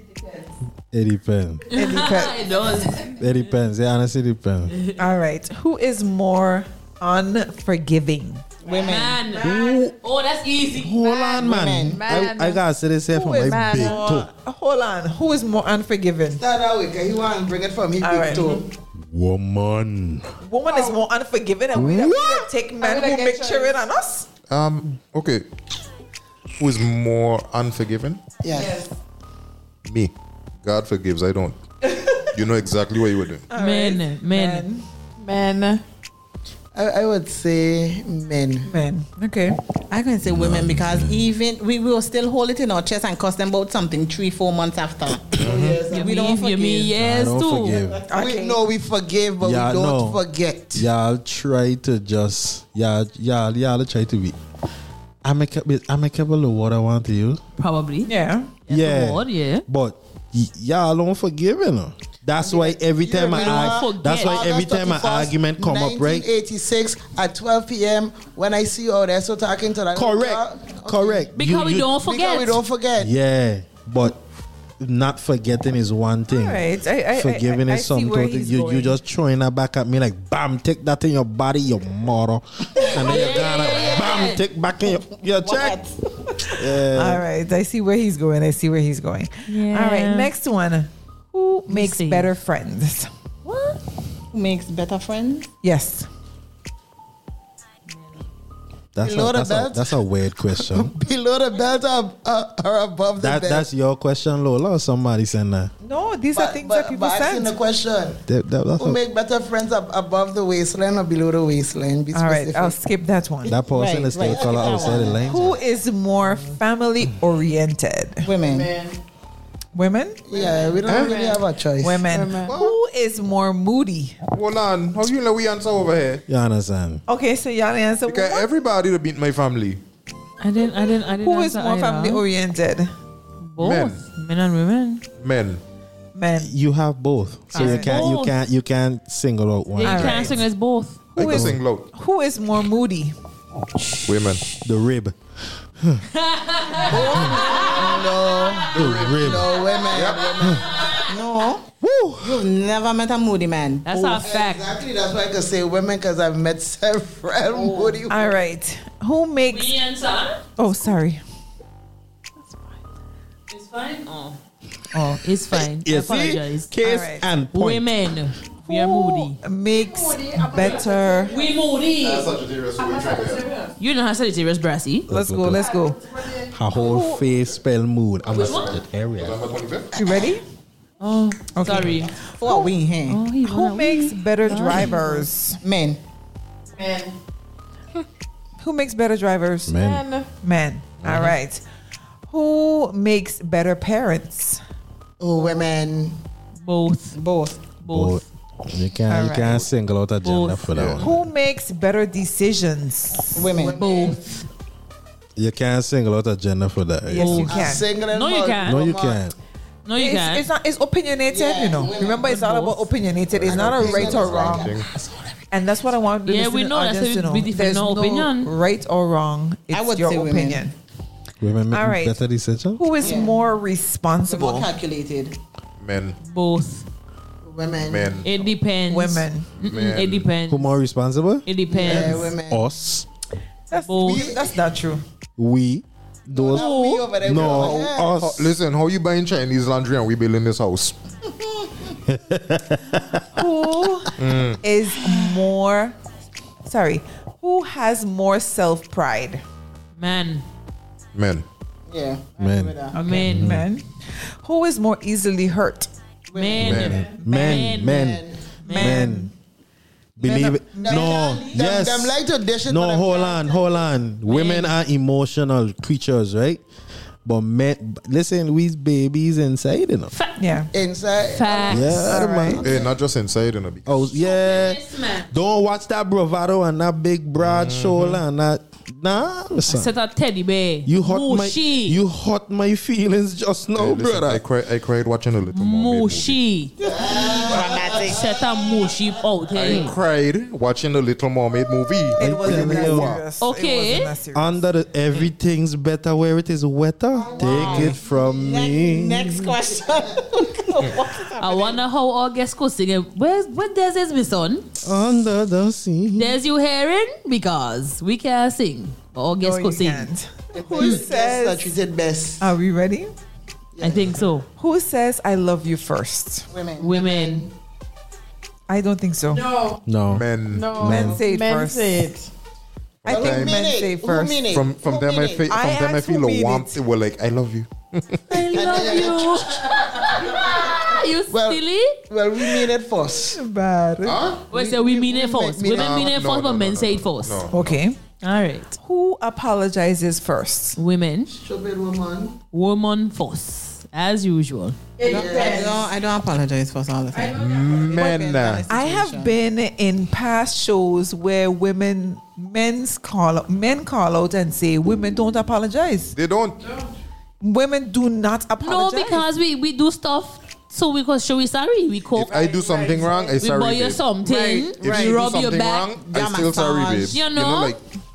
It depends.
It depends.
it does.
It depends. It honestly depends.
All right. Who is more unforgiving?
Women.
Man. Oh, that's easy.
Hold on, man.
Man.
I, I gotta say this here for
Who is
my big toe.
Hold on. Who is more unforgiving?
Start out with it. He want to bring it from his
All
big
right.
toe.
Woman.
Woman is more unforgiving, and we don't take men
Are we
who
like
make
extra-
sure on us.
Um, okay. Who is more unforgiving?
Yes.
Me. God forgives, I don't. you know exactly what you were doing.
Men, men.
Men.
I, I would say men.
Men. Okay.
I'm going to say women because even we will still hold it in our chest and cost them about something three, four months after.
You
we don't
mean, you
forgive.
mean
I
yes
don't
too.
forgive.
We know we forgive, but
Yeah,
we don't
no.
forget.
Y'all try to just y'all y'all y'all try to be amicable amicable of what I want to you.
Probably.
Yeah.
Yeah.
Lord, yeah.
But y- y'all don't forgive you know. That's why every time I
don't
arg-
forget.
that's why every
August
time an
31st,
argument come up, right?
1986 at 12 p.m. when I see you out there so talking to that.
Correct. Correct.
Because we don't
Because
forget.
we don't forget.
Yeah, but not forgetting is one thing.
All right. I- I-
Forgiving
I- I
is
see
something.
where
totally-
he's
You
going.
you just throwing that back at me like bam, take that in your body, your mother, and then you're gonna bam, take back in your your check.
All right. I see where he's going. I see where he's going. All right.
Yeah.
Next one. Who makes
see.
better friends?
What?
Who makes better friends?
Yes.
That's a,
Below the
that's, a,
belt?
that's a weird question.
Below the belt or, uh, or above the
that
belt.
that's your question, Lola. Or somebody send that.
No, these are things that people
but asking
send.
the question.
That- that- that's
Who
a-
make better friends ab- above the waistline or below the waistline? Be
All right.
specific.
I'll skip that one.
that person
Right,
is still
right.
color outside the lane.
Who is more family oriented?
Women.
Women?
Yeah, we don't really have a choice.
Women. Who is more moody?
Hold on. How you know we answer over here?
You understand?
Okay, so y'all answer.
Because
What-
everybody to beat my family.
I didn't. I didn't. I didn't.
Who is
answer
more
either.
family oriented?
Both men. and women.
Men.
Men.
You have both, so you
Alright.
can't you
Both.
can't you can't single out one.
Yeah, you
Alright.
can't sing as both.
I
Who
can
is-
sing loud.
Who is more moody?
Women.
The rib.
No.
The rib.
No, women. No. Woo.
You've never met a moody man.
That's a fact.
Exactly. That's why I could say women because I've met several moody
All right. Who makes? Oh, sorry.
It's fine. Oh.
Oh,
it's fine.
Yeah,
I
see?
apologize.
Case and point.
Women, we are moody.
Makes better.
We moody.
That's Sagittarius. so we try that.
You know how Sagittarius brassy.
Let's go. Let's go.
Her whole face spell mood. I'm
Which
a
one?
area.
You ready?
Oh, sorry.
Who are we here?
Oh, Who makes better
Sorry.
drivers?
Men.
Men.
Who makes better drivers?
Men. Men.
Men. All right. Who makes better parents?
Oh, women.
Both.
Both.
Both. You can't you
Alright.
can't single out a gender for that one.
Who makes better decisions?
Women.
Both.
You can't single out a gender for that.
Yes, you can.
No, you
No, you can't.
No, you
it's,
can't.
It's not. It's opinionated. you know. Remember, it's all about opinionated. It's not a right or wrong. And that's what I want the
Yeah, we
listening
know, that's
audience
why
to know.
we differ
There's
no
no
opinion.
right or wrong. It's
would
your
say women.
opinion.
Women make
All right.
better decisions.
Who is more
We're
responsible?
more calculated.
Men.
Both.
Women.
Men.
It depends.
Women.
Mm-mm,
Men.
It depends.
Who more responsible?
It depends.
Yeah, women.
Us.
That's,
Both.
that's not true.
We. Those.
We over there.
No.
Us. Listen, how you buying Chinese laundry and we building this house?
Who
Mm.
is more? Sorry. Who has more self pride?
Man.
Men.
Yeah.
Men. Mm-hmm.
Men.
Men. Who is more easily hurt?
Men.
Men. Men. Men. Men. Believe it.
Them-
No.
them-
Yes.
Them like to dish it. to
No,
them
hold on, hold on. Women are emotional creatures, right? But men, listen, we babies inside, you know.
Yeah.
Inside.
Facts.
Yeah, man.
Eh, not just inside in a bit.
Oh yeah. Don't watch that bravado and that big broad
Mm-hmm.
shoulder and that. Nah,
Set
listen.
a teddy bear.
You hurt my
Mushy.
you hurt my feelings just now,
Hey, listen, I
brother.
cried. I cried watching a little more.
Mushy. Set a mushy out
I
here.
cried watching the Little Mermaid movie.
It wasn't that
you what.
serious.
Okay.
It wasn't that serious.
Under the everything's better where it is wetter. Take it from me.
Next question.
I wonder how August could sing it. Where's what there's is my son?
Under the sea.
There's you hearing? Because we can't sing. But August
No,
could
you
sing.
can't.
Who
Who
says that
says?
treated best?
Are we ready?
I think so.
Who says I love you first?
Women.
Women.
I don't think so.
No.
No.
Men.
No.
Men say it
Men
first.
say it.
I
Well,
think
who
men
mean it?
say
Who
first.
mean it?
From from
Who
them, I
mean
feel
it? I
from them I
asked who
feel a
made
warmth.
it.
They were like, I love you.
I love you. you
Well-
silly?
Well, we mean it first.
Bad.
Well, say we mean it first.
mean-
Women mean
No,
it
no,
first, but
no,
men
no,
say it first.
No.
Okay.
All right.
Who apologizes first?
Women,
Stupid woman.
woman first, as usual.
I don't, I don't apologize for all the time.
Men. uh,
I have been in past shows where women, men's call, men call out and say women don't apologize.
They don't.
Women do not
No,
apologize.
because we, we do stuff, so we cause show we sorry. We cope.
If I do something wrong, I
we buy
sorry.
you
babe.
something.
If you
We
do
rub your
something
back.
wrong, I still sorry, babe.
You know,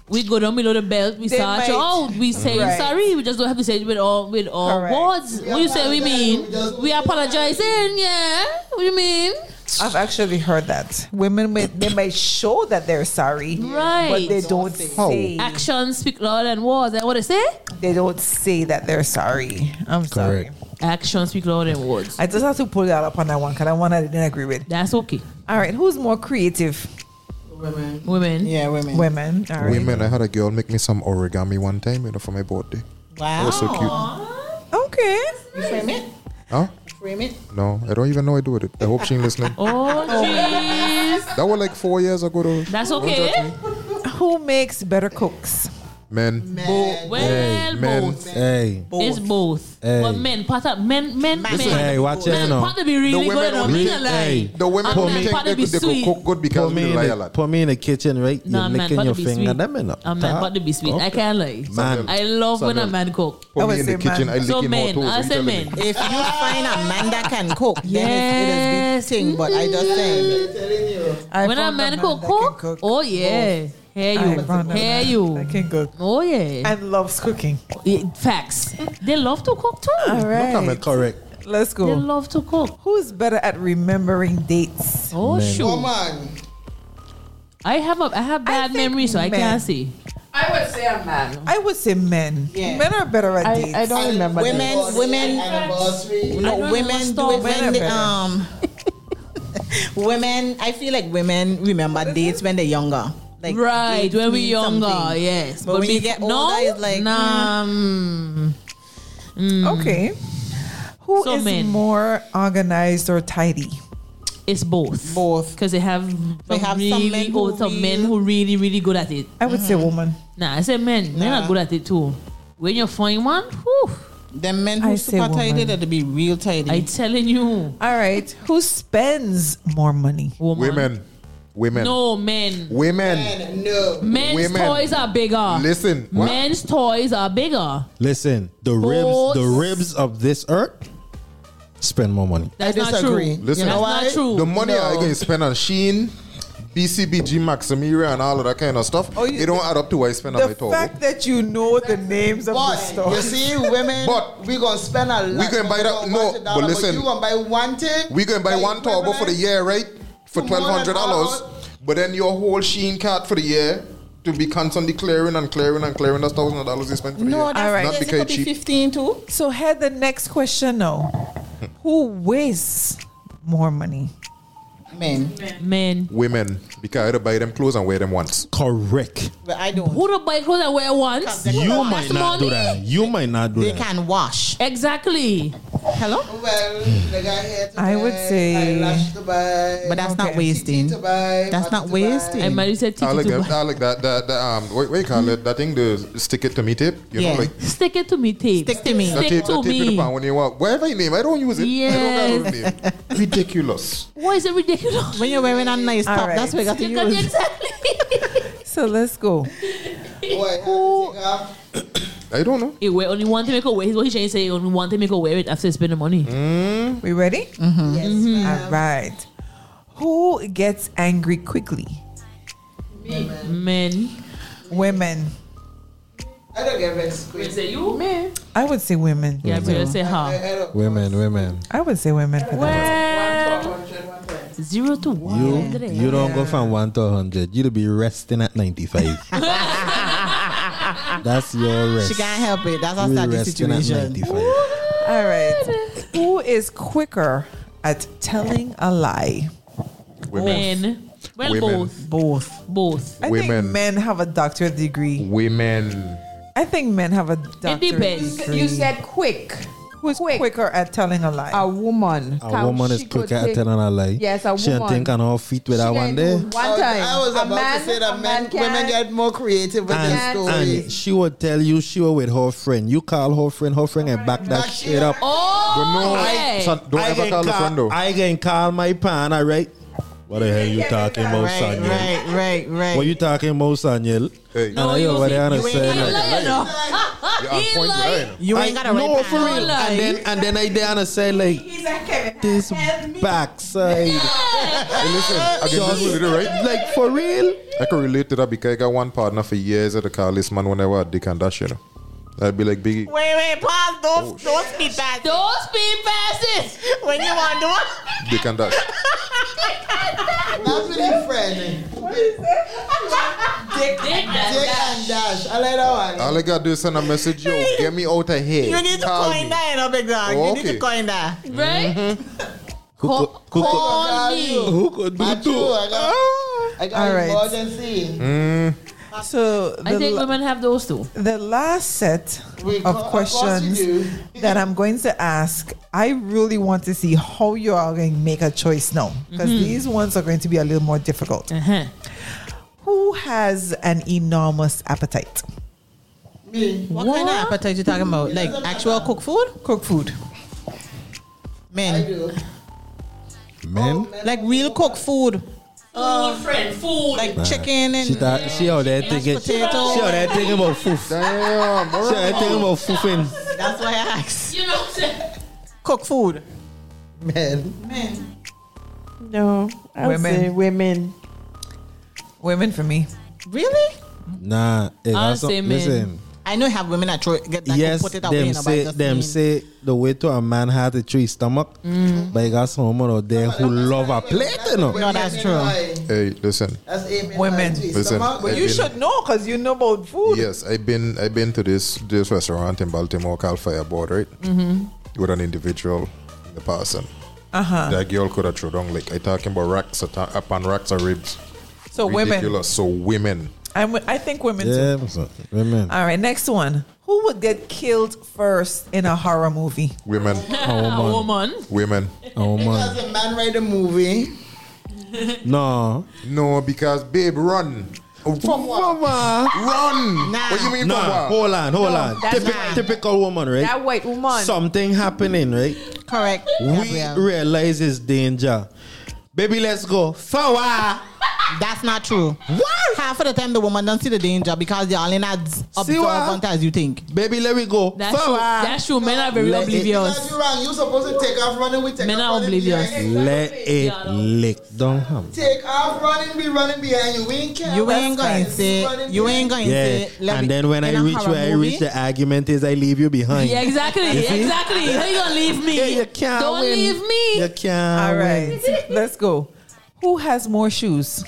we go down below the belt. We
They
search
might-
out. We say
Right.
sorry. We just don't have to say it with all with all
Correct.
words. what you say? We mean we apologizing. Yeah. What do you mean?
I've actually heard that women may, they may show that they're sorry, but
Right.
they don't say
Oh.
Actions speak louder than words. That what I say?
they don't say that they're sorry. I'm sorry.
Correct.
Actions speak louder than words.
I just have to pull that up on that one because that one I didn't agree with.
That's okay.
All right, who's more creative?
Women.
Women.
Yeah, women.
Women. All right.
Women, I had a girl make me some origami one time, you know, for my birthday. It
Wow.
was so cute.
Okay.
You frame it.
Huh?
Frame it.
No, I don't even know I do with it. I hope she ain't listening.
Oh, jeez.
That was like four years ago, though.
That's okay.
Who makes better cooks?
Men.
Men.
Well,
men.
both.
Hey.
It's both.
Hey.
But men, part of men, men,
Listen,
men.
hey, watch it
Men,
now.
part of be really
The women
good. I'm
only-
not gonna lie.
Hey.
The women
And men
think
part
they,
of be
could- they could
sweet.
cook good because we
Put me, in
lie a
the,
lot.
put me in the kitchen, right?
Nah,
You're
man,
licking
part
your
of be
finger.
sweet.
Them in the
I'm not about to be sweet. I can't lie.
Man.
I love when a
Samuel.
man cook.
I
Put
would
me in the
say man.
kitchen. I lick
So
him
men,
out.
I say men.
If you find a man that can cook, then it's, it is big thing. But I just say
I
Mm-hmm. when a
found
man
that
cook,
that can
cook, oh yeah, Hear you.
I found out
Hear
that
you.
I can cook.
Oh yeah.
And loves cooking.
Eh, Facts. They love to cook too.
All right.
correct.
Let's go.
They love to cook.
Who's better at remembering dates?
Oh shoot. I have a I have bad memory, so I
men.
can't see.
I would say a man. I would say men. Men are better at
I-
dates.
I don't And remember women- dates. women-
Anniversary.
No, women do it when they,
better.
um, women. I feel like women remember dates when they're younger. Like
Right,
eight,
when we
eight
younger,
something.
yes.
But, when you
bef-
get older,
no,
it's like
nah. mm. Mm.
Okay. Who is
So men.
more organized or tidy?
It's both.
Both.
Because they have,
They have some
really
men who Mm.
oh, some men who really, really good at it.
I would say woman.
Nah, I say men. Men are
Nah.
good at it too. When you find one, whew,
the men
I
who
say
super tidy,
woman.
that to be real tidy.
I telling you.
All right. Who spends more money?
Women. Women.
No men.
Women.
No.
Men's
Women.
toys are bigger.
Listen. What?
Men's toys are bigger.
Listen, the
Both-
ribs, the ribs of this earth spend more money.
That's not true. That's
Listen,
not true.
the money
No.
I can spend on Sheen, BCBG, Maximiria, and all of that kind of stuff, it don't add up to what I spend on my
The
togo.
fact that you know the names of the
But
stores.
you see, women,
But-
we gonna spend a lot.
We can buy that- no,
$100,
but listen.
you gonna buy one thing.
We can buy
like
one turbo for the
equivalent.
year, right? For
For more
twelve
than
hundred dollars. But then your whole Sheen card for the year to be constantly clearing and clearing and clearing. That's thousand dollars they spent for the
no,
year.
that's
All right.
Not
yes, it
because
could
it's
be
cheap.
fifteen too.
So head the next question now. Who wastes more money?
Men,
Men.
Women, because I had to buy them clothes and wear them once.
Correct.
but I don't.
Who the buy clothes I wear once?
You might
That's
not do
money.
that. You might not do
They
that.
can wash.
Exactly.
Hello,
Well, the guy here to
I would
buy,
say-
eyelash to buy,
but that's not
Okay.
wasting.
to buy,
That's not wasting.
I might say
I
titty
like
to
that.
buy.
I like that. That, that um, what, what you call it? That thing, the stick it to me tape. You
Yeah.
know, like
Stick it to me, tape.
Stick to me.
that
Stick
tape,
to
that tape in the
me.
pan when you want. Whatever your name, I don't use it. I don't got
Yes.
no name. Ridiculous.
Why is it ridiculous?
When you're wearing a nice
All
top,
right.
that's what you got to
Because
use.
exactly.
So let's go.
Who?
I don't know.
He wear only one time he could wear. He's what he trying to say. Only one time he could wear it after he spend the money.
Mm.
Mm-hmm.
We ready?
Yes,
All right. Who gets angry quickly?
Men.
Women.
I don't get vexed quick.
Is it you? Men.
I would say women.
Yeah, but I say her.
I don't.
Women, women.
I would say women. For that.
Well, zero to one.
You
Andre.
you don't go from one to hundred. You'll be resting at ninety five. That's your rest.
She can't help it. That's how
You're
sad the
resting at
situation.
95.
All right. Who is quicker at telling a lie?
Women.
Men. Well,
Women.
both.
Both.
Both.
I think
Women.
men have a doctorate degree.
Women.
I think men have a doctorate
depends. You
degree.
quick.
Who's quicker at telling a lie?
A woman.
A
can-
woman is
she could
quicker at
take-
telling a lie.
Yes, a
She can
woman.
think on her feet with
she
that
can
one
do
day.
I
One
was,
time.
I was
A
about
man-
to say
a
that men,
man
women
can-
get more creative with their
And, and
stories.
she would tell you she was with her friend. You call her friend, her friend, and back that shit up.
But no,
Oh,
I,
yeah.
son, don't
I
ever
can
call a
call-
friend though.
I can call my pan, all right? What the hell you talking about,
Right,
Sanyel?
right, right, right.
What you talking about, Sanyel?
Hey.
No, you over there and say
I
like-
lie, no.
You are
He
point
lying.
lying.
You ain't got a right
No,
back.
for real.
Lie.
And then and then I there and I say like this backside.
Hey, listen, I can just do it, right?
Like for real.
I can relate to that because I got one partner for years at the car this man whenever I dick and dash, you know. I'd be like, Biggie,
Wait, wait, pause. Don't,
Oh,
don't speed fast.
Don't speed past it.
When you want to do
dick and dash.
That's with your friend.
Dick,
Dick
dick,
and Dash. I like that one.
All I gotta do is send a message, yo, get me out of here.
You need to
Call
coin
me.
that, you know, big dog.
Oh,
You need
okay.
to coin that.
Right?
Who could, Mm-hmm. who
Call
could,
Call
you.
me.
who could do
I do.
two?
I got, I got
All right.
emergency.
Hmm?
so the,
I think
la-
women have those two.
the last set
We
of
co- of course
questions
you
that I'm going to ask, I really want to see how you are going to make a choice now because these ones are going to be a little more difficult.
Uh-huh.
Who has an enormous appetite?
Me.
What, kind of appetite you talking about? Like actual cook food?
Cook food.
I
Men.
do.
Men?
Like real cook food.
food, friend, food.
Like chicken
She
and
thought she out there thinking she
potato.
out there thinking about foof. She
Damn,
out
bro.
there thinking about foofing.
that's why I asked.
you know what I'm saying?
Cook food.
Men.
Men.
No, I would
Women.
say women.
Women for me.
Really?
Nah, it
I'll
has some-
say men.
listen.
I know you have women that throw get that
yes,
go put it away
them
in a
say them say the way to a man had a tree stomach,
Mm.
but you got some woman out there who love a plate, you know.
No, that's true.
Hey, listen.
Women.
Listen,
But
I've
you
been-
should know because you know about food.
Yes, I've been I've been to this this restaurant in Baltimore called Fireboard, right?
Mm-hmm.
With an individual, the person.
Uh-huh.
That girl could have thrown down like I talking about racks ata- upon racks of ribs.
So women.
Ridiculous. So women.
I'm, I think women too.
women.
All right, next one. Who would get killed first in a horror movie?
Women.
A woman.
Women.
A woman.
Because the man write a movie.
No.
No, because babe, run. Run. What you mean,
nah,
Papa?
hold on, hold
No,
on.
that's
Typi-
not.
typical woman, right?
That white woman.
Something happening, right?
Correct.
We realize it's danger. Baby, let's go. Fawa.
That's not true.
What?
Half of the time the woman don't see the danger because they're only not observant as you think.
Baby, let me go.
That's true. That's true. Men are
very Let oblivious.
Because you're wrong. You're supposed to take off running. We take
Men
off
are
running
oblivious.
behind you.
Let it lick. Don't hum.
Take off running. We running behind you. We ain't care.
You
about
ain't
that.
going to
It's
say
running
you
behind
ain't going
Yeah.
to say
And then when I reach where I reach, the argument is I leave you behind.
Yeah, exactly,
You see?
exactly. How you gonna leave me?
Yeah, you can't
Don't
win.
leave me.
You can't.
All right,
win.
let's go. Who has more shoes?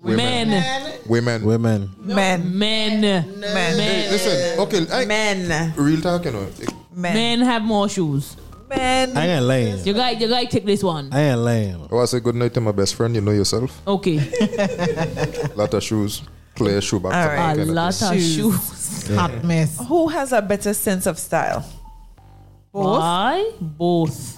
Women.
Men.
Women.
Women.
Men.
Men. Men.
Hey, listen. Okay. I,
Men.
Real talk, you know.
Men.
have more shoes.
Men.
I ain't lying.
You guys, you guys take this one.
I ain't lying.
Oh, I say good night to my best friend. You know yourself.
Okay.
lot of shoes. Clear shoe box.
All
and
right.
kind thing.
shoes.
Yeah. Hot
mess. Who has a better sense of style? Both.
Why? Both.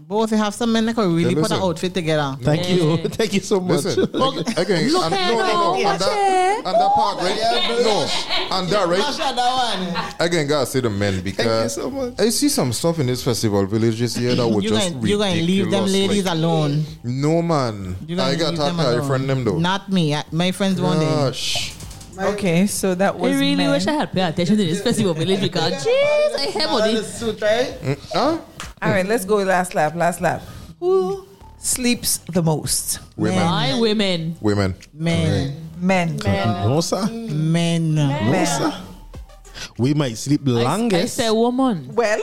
Both you have some men that could
Yeah,
really put an
listen.
outfit together.
Thank you. Yeah.
Thank you so
much. Listen, okay, okay, Look and- at no, no, no, her, and that- and that part, right? No, and that, right?
Smash out that one.
Again, gotta say the men because
so much.
I see some stuff in this festival village this year that was
You
just
gonna- you gonna leave them
ridiculous,
ladies
like-
alone.
No man,
You gonna
I got
leave
talk
them
to your
alone.
friend them though.
Not me. I- My friends won't.
Gosh.
Okay, so that
I
was.
really
men.
wish I had paid attention to this festival village because jeez, I have all this.
Huh?
All right, let's go. with Last lap. Last lap. Who sleeps the most?
Women.
Why women?
Women,
Men.
Men.
No, sir.
Men.
No, sir. We might sleep the
I
longest.
said woman.
Well,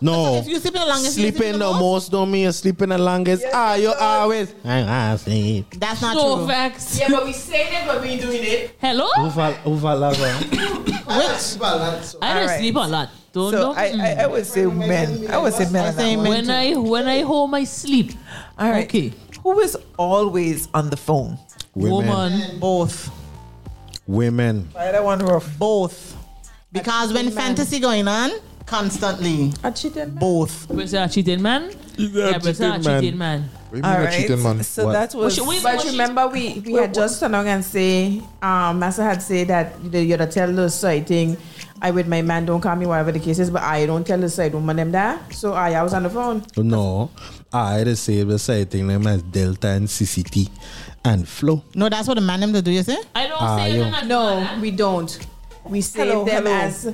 no.
If you sleep the longest, you
sleeping the most don't mean you're sleeping the longest. ah, you always. I, I sleep.
That's not
so
true.
facts.
Yeah, but we saying it, but we ain't doing it.
Hello?
Over, over lava.
I don't
All right.
sleep a lot. Don't
So
know.
I, I, I would say men. I would say men. on that one.
when I when I home I sleep.
All right.
Okay.
Who is always on the phone?
Women.
Woman.
Both.
Women.
Try that one rough.
Both. Because when fantasy going on, constantly.
A cheating man.
Both.
Was a cheating man? Yeah, but a cheating man.
What
All right. So that was.
should we-
but
we-
remember, we, we
we-
had just turned on and say, um, Master had said that you know, you're to tell the side thing. I with my man, don't call me, whatever the case is, but I don't tell the side woman them that. So I, I was on the phone.
No. Ah, I the same the same thing them as Delta and CCT and Flow.
No, that's what the man them to do, you say?
I don't
Ah,
say
yo.
them as
No, we don't. We save
Hello,
them
hello.
as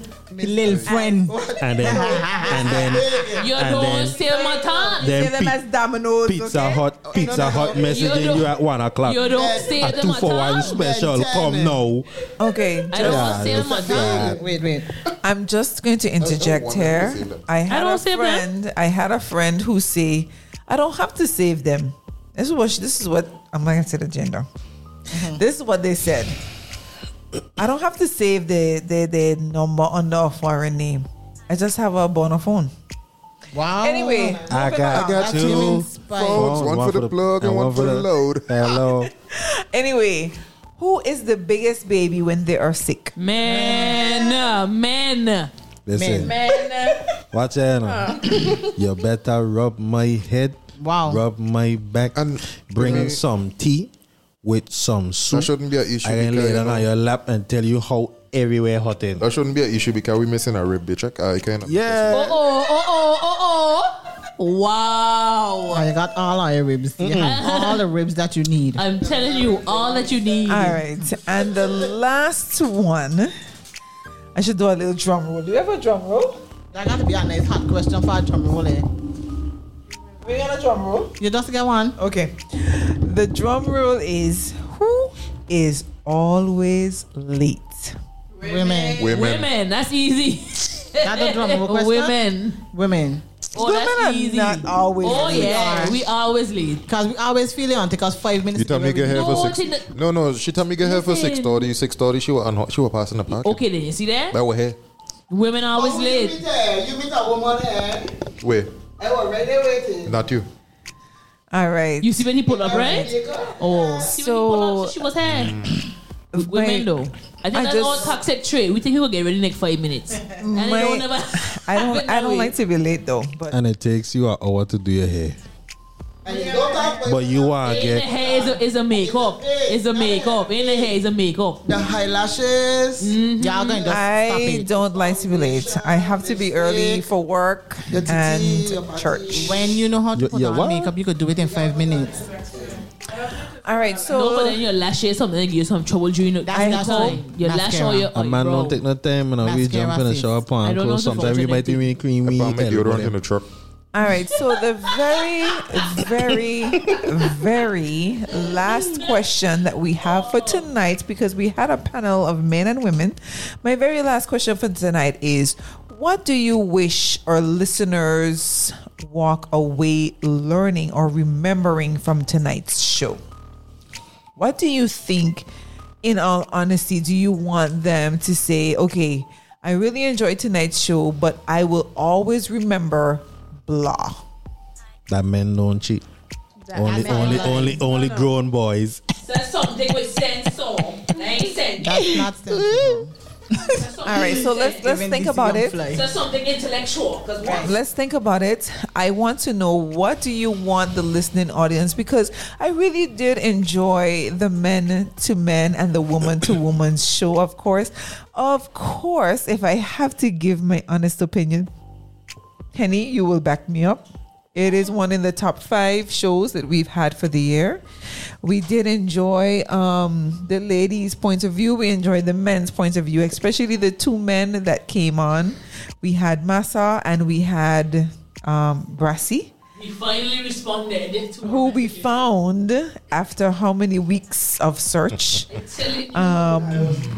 little friend.
And then and then
You
and
don't
then
steal my time.
then
save them
pi-
as dominoes.
Pizza Hut Pizza Hut
You
messaging
Oh, don't-
you at one o'clock.
you don't
a
say them
two
at
for one
all.
special.
Then
Come
ten.
now.
Okay.
I don't
Yeah,
say them at all.
Wait, wait.
I'm just going to interject
wonder if
here.
you save them.
I had
I don't
a
save them.
friend. I had a friend who say, "I don't have to save them." This is what she, this is what I'm not going to say the gender.
Mm-hmm.
This is what they said. I don't have to save the the, the number under a foreign name. I just have a burner phone.
Wow.
Anyway,
I
moving
got,
on.
I got
That's even
two
spite.
Phones, one for the plug and one for the load.
Hello.
Anyway, who is the biggest baby when they are sick?
Men, men,
Listen,
men.
watch out. now. you better rub my head.
Wow.
Rub my back. And bring
really-
some tea with some soup.
shouldn't be an issue
I can lay
because,
down
you know-
on your lap and tell you how everywhere hot in.
that shouldn't be an issue because we missing a rib. They check. I can.
Yeah.
Oh, oh, oh, oh, oh. Wow.
I got all our ribs. You have all the ribs that you need.
I'm telling you all that you need.
All right, and the last one. I should do a little drum roll. Do you have a drum roll?
That got to be a nice hot question for a drum roll. Eh?
We got a drum roll.
You just get one.
Okay. The drum roll is who is always late.
Women.
Women. That's easy.
Not the drum request,
Women.
Women.
Oh, that's easy. Oh yeah, we always lead
because we always feel it. and Take us five minutes.
You tell me
to
get here
go
for
ready.
six. No, no. She tell me get here for six thirty. Six thirty. She was unho- she was passing the park.
Okay, then you see that?
That was here.
Women are always late.
Oh, You meet a woman eh? here.
Wait,
I was ready waiting.
not you.
All right.
You see when he pulled up, right? Oh, so she was here. With women though. I think
I
that's
just-
all toxic trait. We think we will get ready next five minutes. And it
My-
don't never
I don't.
happen
I
that
don't
way.
like to be late though. But
And it takes you an hour to do your hair. But you want to
Ain't the
get
hair is a, is a makeup. It's a makeup. Ain't the hair is a makeup.
The eyelashes.
Mm-hmm.
Y'all going to stop
I
it.
don't like to be late. I have to be early for work and church.
When you know how to
You-
put
you
on
what?
makeup, you could do it in five minutes.
All right, so
no, but then your lashes something that give you some trouble during the
That's- that's
time.
hope.
Your lash or
Mascara.
your
a man don't take no time and we
Mascara
jump in the
face.
shower
I
pan
don't know
clothes.
the
Sometimes you might
functionality.
even creamy.
I make deodorant in the truck.
All right, so the very, very, very last question that we have for tonight, because we had a panel of men and women, my very last question for tonight is what do you wish our listeners walk away learning or remembering from tonight's show? What do you think, in all honesty, do you want them to say, okay, I really enjoyed tonight's show, but I will always remember blah?
That men don't cheat. Only,
men
only,
don't
only,
lie.
only grown boys.
That's something with sense on. That ain't sense.
That's not sense.
All right, so let's let's
Even
think
this
about
young
it.
fly.
That's something intellectual. Because
Let's think about it. I want to know what do you want the listening audience because I really did enjoy the men to men and the woman to woman show, of course. Of course, if I have to give my honest opinion, Henny, you will back me up. It is one in the top five shows that we've had for the year. We did enjoy um, the ladies' point of view. We enjoyed the men's point of view, especially the two men that came on. We had Massa and we had um, Brassy,
we finally responded to
who we found after how many weeks of search, um,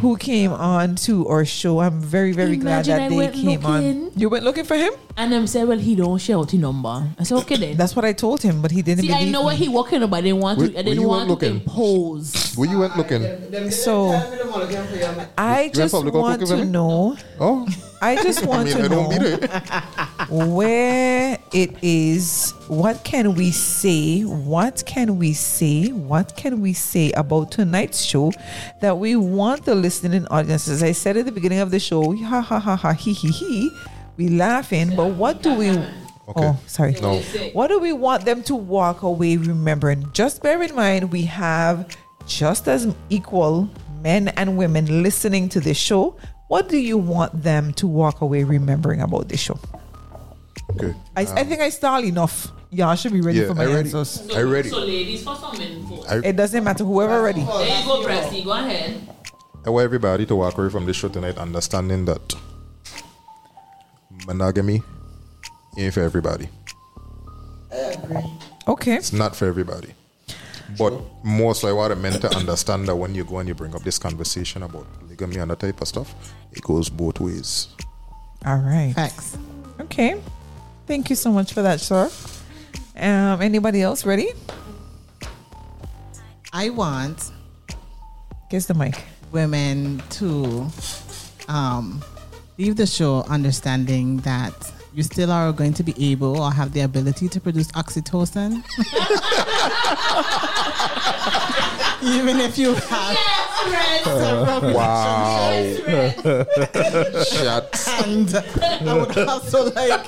who came on to our show. I'm very, very glad
Imagine
that
I
they
went
came on.
looking.
You went looking for him?
And I'm saying, well, he don't share out the number. I said, okay then.
That's what I told him, but he didn't
See, I
believe
know
me.
what he walking about. I didn't want
Where-
to. I
where you went
didn't want to
looking?
impose.
Where you went looking?
So I
You
just
went public or
want
cooking
to
with me?
know.
Oh,
I just
I
want
mean,
to
I don't
know where it is. What can we say? What can we say? What can we say about tonight's show that we want the listening audience? As I said at the beginning of the show, ha ha ha ha he he he. We laughing, but what do we? Oh, sorry.
No.
What do we want them to walk away remembering? Just bear in mind, we have just as equal men and women listening to this show. What do you want them to walk away remembering about this show?
Okay.
I, I think I stall enough. Y'all should be ready
Yeah,
for my
I ready.
answers.
I ready.
So, ladies, for some men, for.
I,
It doesn't matter. Whoever ready.
Oh,
There you go, Presley. Go ahead.
I want everybody to walk away from this show tonight understanding that monogamy ain't for everybody.
Okay.
It's not for everybody. But more so, I want the men to understand that when you go and you bring up this conversation about polygamy and that type of stuff, it goes both ways.
All right.
Facts.
Okay. Thank you so much for that, sir. Um, anybody else ready?
I want
Kiss the mic.
Women to um, leave the show understanding that you still are going to be able or have the ability to produce oxytocin. Even if you have several
wow. Shots.
And I would also like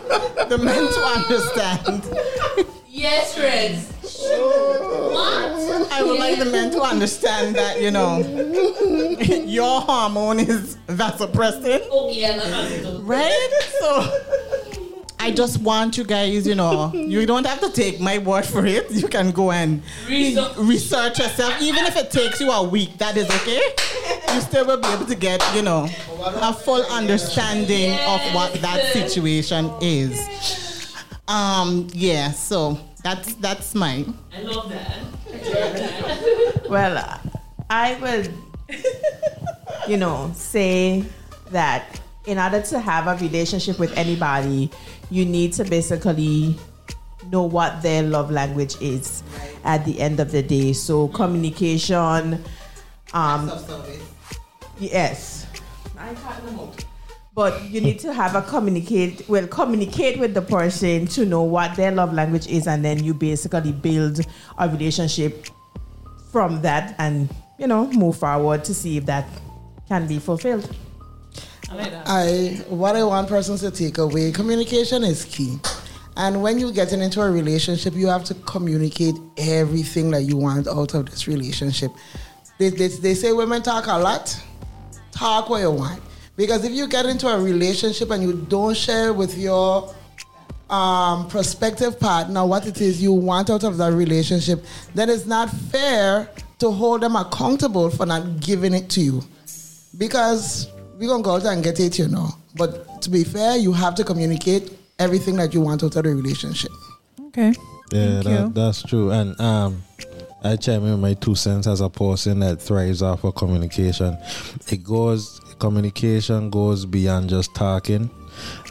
the men to understand.
Yes, Reds. What?
I would like the men to understand that, you know, your hormone is vasopressin.
Oh, yeah, that's what
Right? So I just want you guys, you know, you don't have to take my word for it. You can go and
Research.
research yourself. Even if it takes you a week, that is okay. You still will be able to get, you know, a full understanding of what that situation is. Um, yeah, so that's that's mine.
I love that.
Well, uh, I would you know, say that in order to have a relationship with anybody, you need to basically know what their love language is at the end of the day. So communication, um, yes, but you need to have a communicate well communicate with the person to know what their love language is, and then you basically build a relationship from that, and you know move forward to see if that can be fulfilled.
I what I want persons to take away communication is key. And when you're getting into a relationship, you have to communicate everything that you want out of this relationship. They, they, they say women talk a lot, talk what you want. Because if you get into a relationship and you don't share with your um, prospective partner what it is you want out of that relationship, then it's not fair to hold them accountable for not giving it to you. Because we're gonna go out and get it, you know. But to be fair, you have to communicate everything that you want out of the relationship.
Okay.
Yeah,
Thank you.
that, that's true. And um, I chime in my two cents as a person that thrives off of communication. It goes communication goes beyond just talking.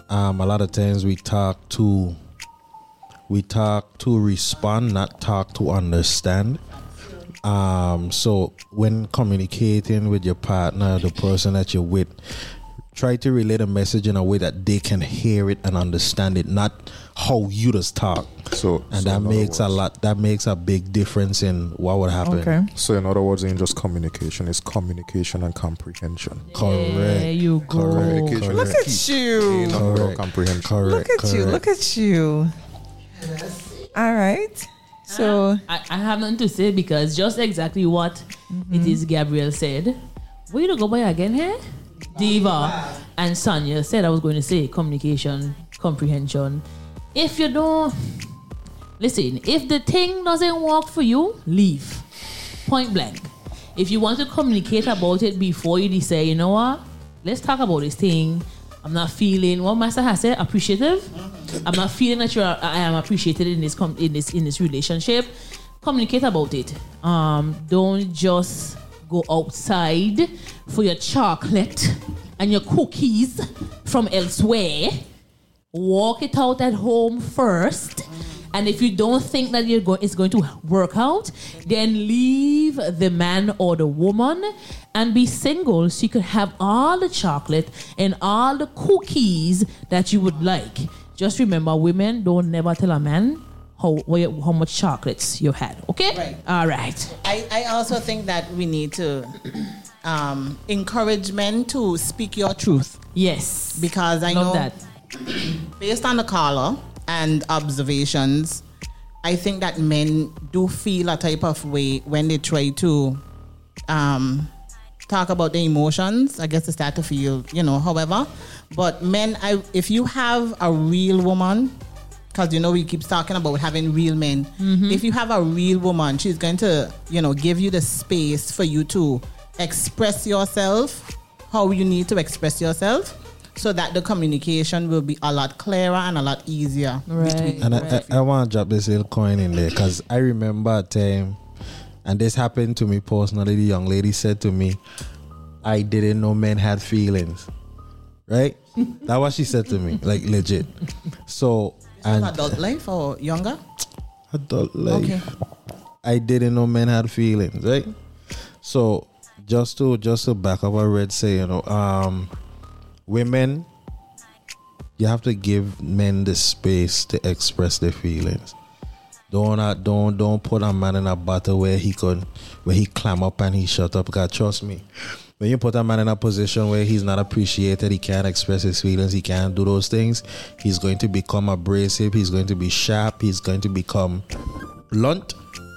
Um, a lot of times we talk to we talk to respond, not talk to understand. Um, so when communicating with your partner, the person that you're with, try to relay the message in a way that they can hear it and understand it, not how you just talk.
So
and
so
that
in other
makes a lot. That makes a big difference in what would happen.
So in other words, it ain't just communication; it's communication and comprehension.
Correct. There you go.
Communication
Look
is
at
key.
you.
Ain't nothing about
Correct.
comprehension.
Look at you. Look at you. All right. So
I, I have nothing to say because just exactly what it is Gabriel said. Where you don't go by again here? Diva and Sonia said I was going to say communication, comprehension. If you don't listen, if the thing doesn't work for you, leave. Point blank. If you want to communicate about it before you decide, you know what? Let's talk about this thing. I'm not feeling what Master has said. Appreciative. I'm not feeling that you are. I am appreciated in this com- in this in this relationship. Communicate about it. Um, don't just go outside for your chocolate and your cookies from elsewhere. Walk it out at home first. And if you don't think that you're go- it's going to work out, then leave the man or the woman and be single so you could have all the chocolate and all the cookies that you would like. Just remember, women don't never tell a man how, wh- how much chocolates you had, okay? All right.
I, I also think that we need to um, encourage men to speak your truth.
Yes.
Because I
Love
know
that.
based on the caller and observations, I think that men do feel a type of way when they try to um, talk about their emotions. I guess they start to feel, you know, however. But men, I, if you have a real woman, because you know we keep talking about having real men. If you have a real woman, she's going to, you know, give you the space for you to express yourself how you need to express yourself so that the communication will be a lot clearer and a lot easier. between
And
you.
I, I, I want to drop this little coin in there because I remember a time, and this happened to me personally. The young lady said to me, I didn't know men had feelings. Right? That's what she said to me, like legit. So, and
adult life or younger?
adult life.
Okay.
I didn't know men had feelings, right? So just to just to back up what Red say, you know, um women you have to give men the space to express their feelings. Don't uh, don't don't put a man in a battle where he could where he clam up and he shut up. God trust me. When you put a man in a position where he's not appreciated, he can't express his feelings, he can't do those things, he's going to become abrasive, he's going to be sharp, he's going to become blunt,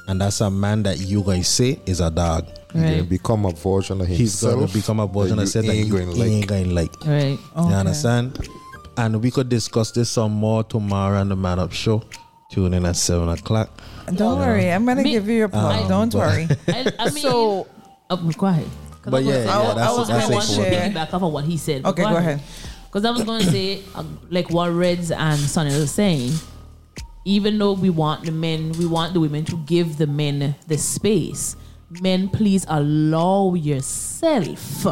and that's a man that you guys say is a dog.
Right. He's gonna become a version of
He's gonna
himself
become a version
that
of said
you
that
ain't
you
gonna like.
ain't gonna like.
Right.
You
Okay.
understand? And we could discuss this some more tomorrow on the Man Up Show. Tune in at seven o'clock.
don't worry. I'm gonna
Me-
give you your plug.
Um,
don't
but-
worry.
I, I mean, so, go ahead. 'Cause
But
I was-
yeah, yeah,
I,
that's-
I was
that's
gonna
it
want
for
to
what-
piggyback off of what he said. but
Okay, go ahead.
Because I was going to say, uh, like what Reds and Sonny were saying, even though we want the men, we want the women to give the men the space. Men, please allow yourself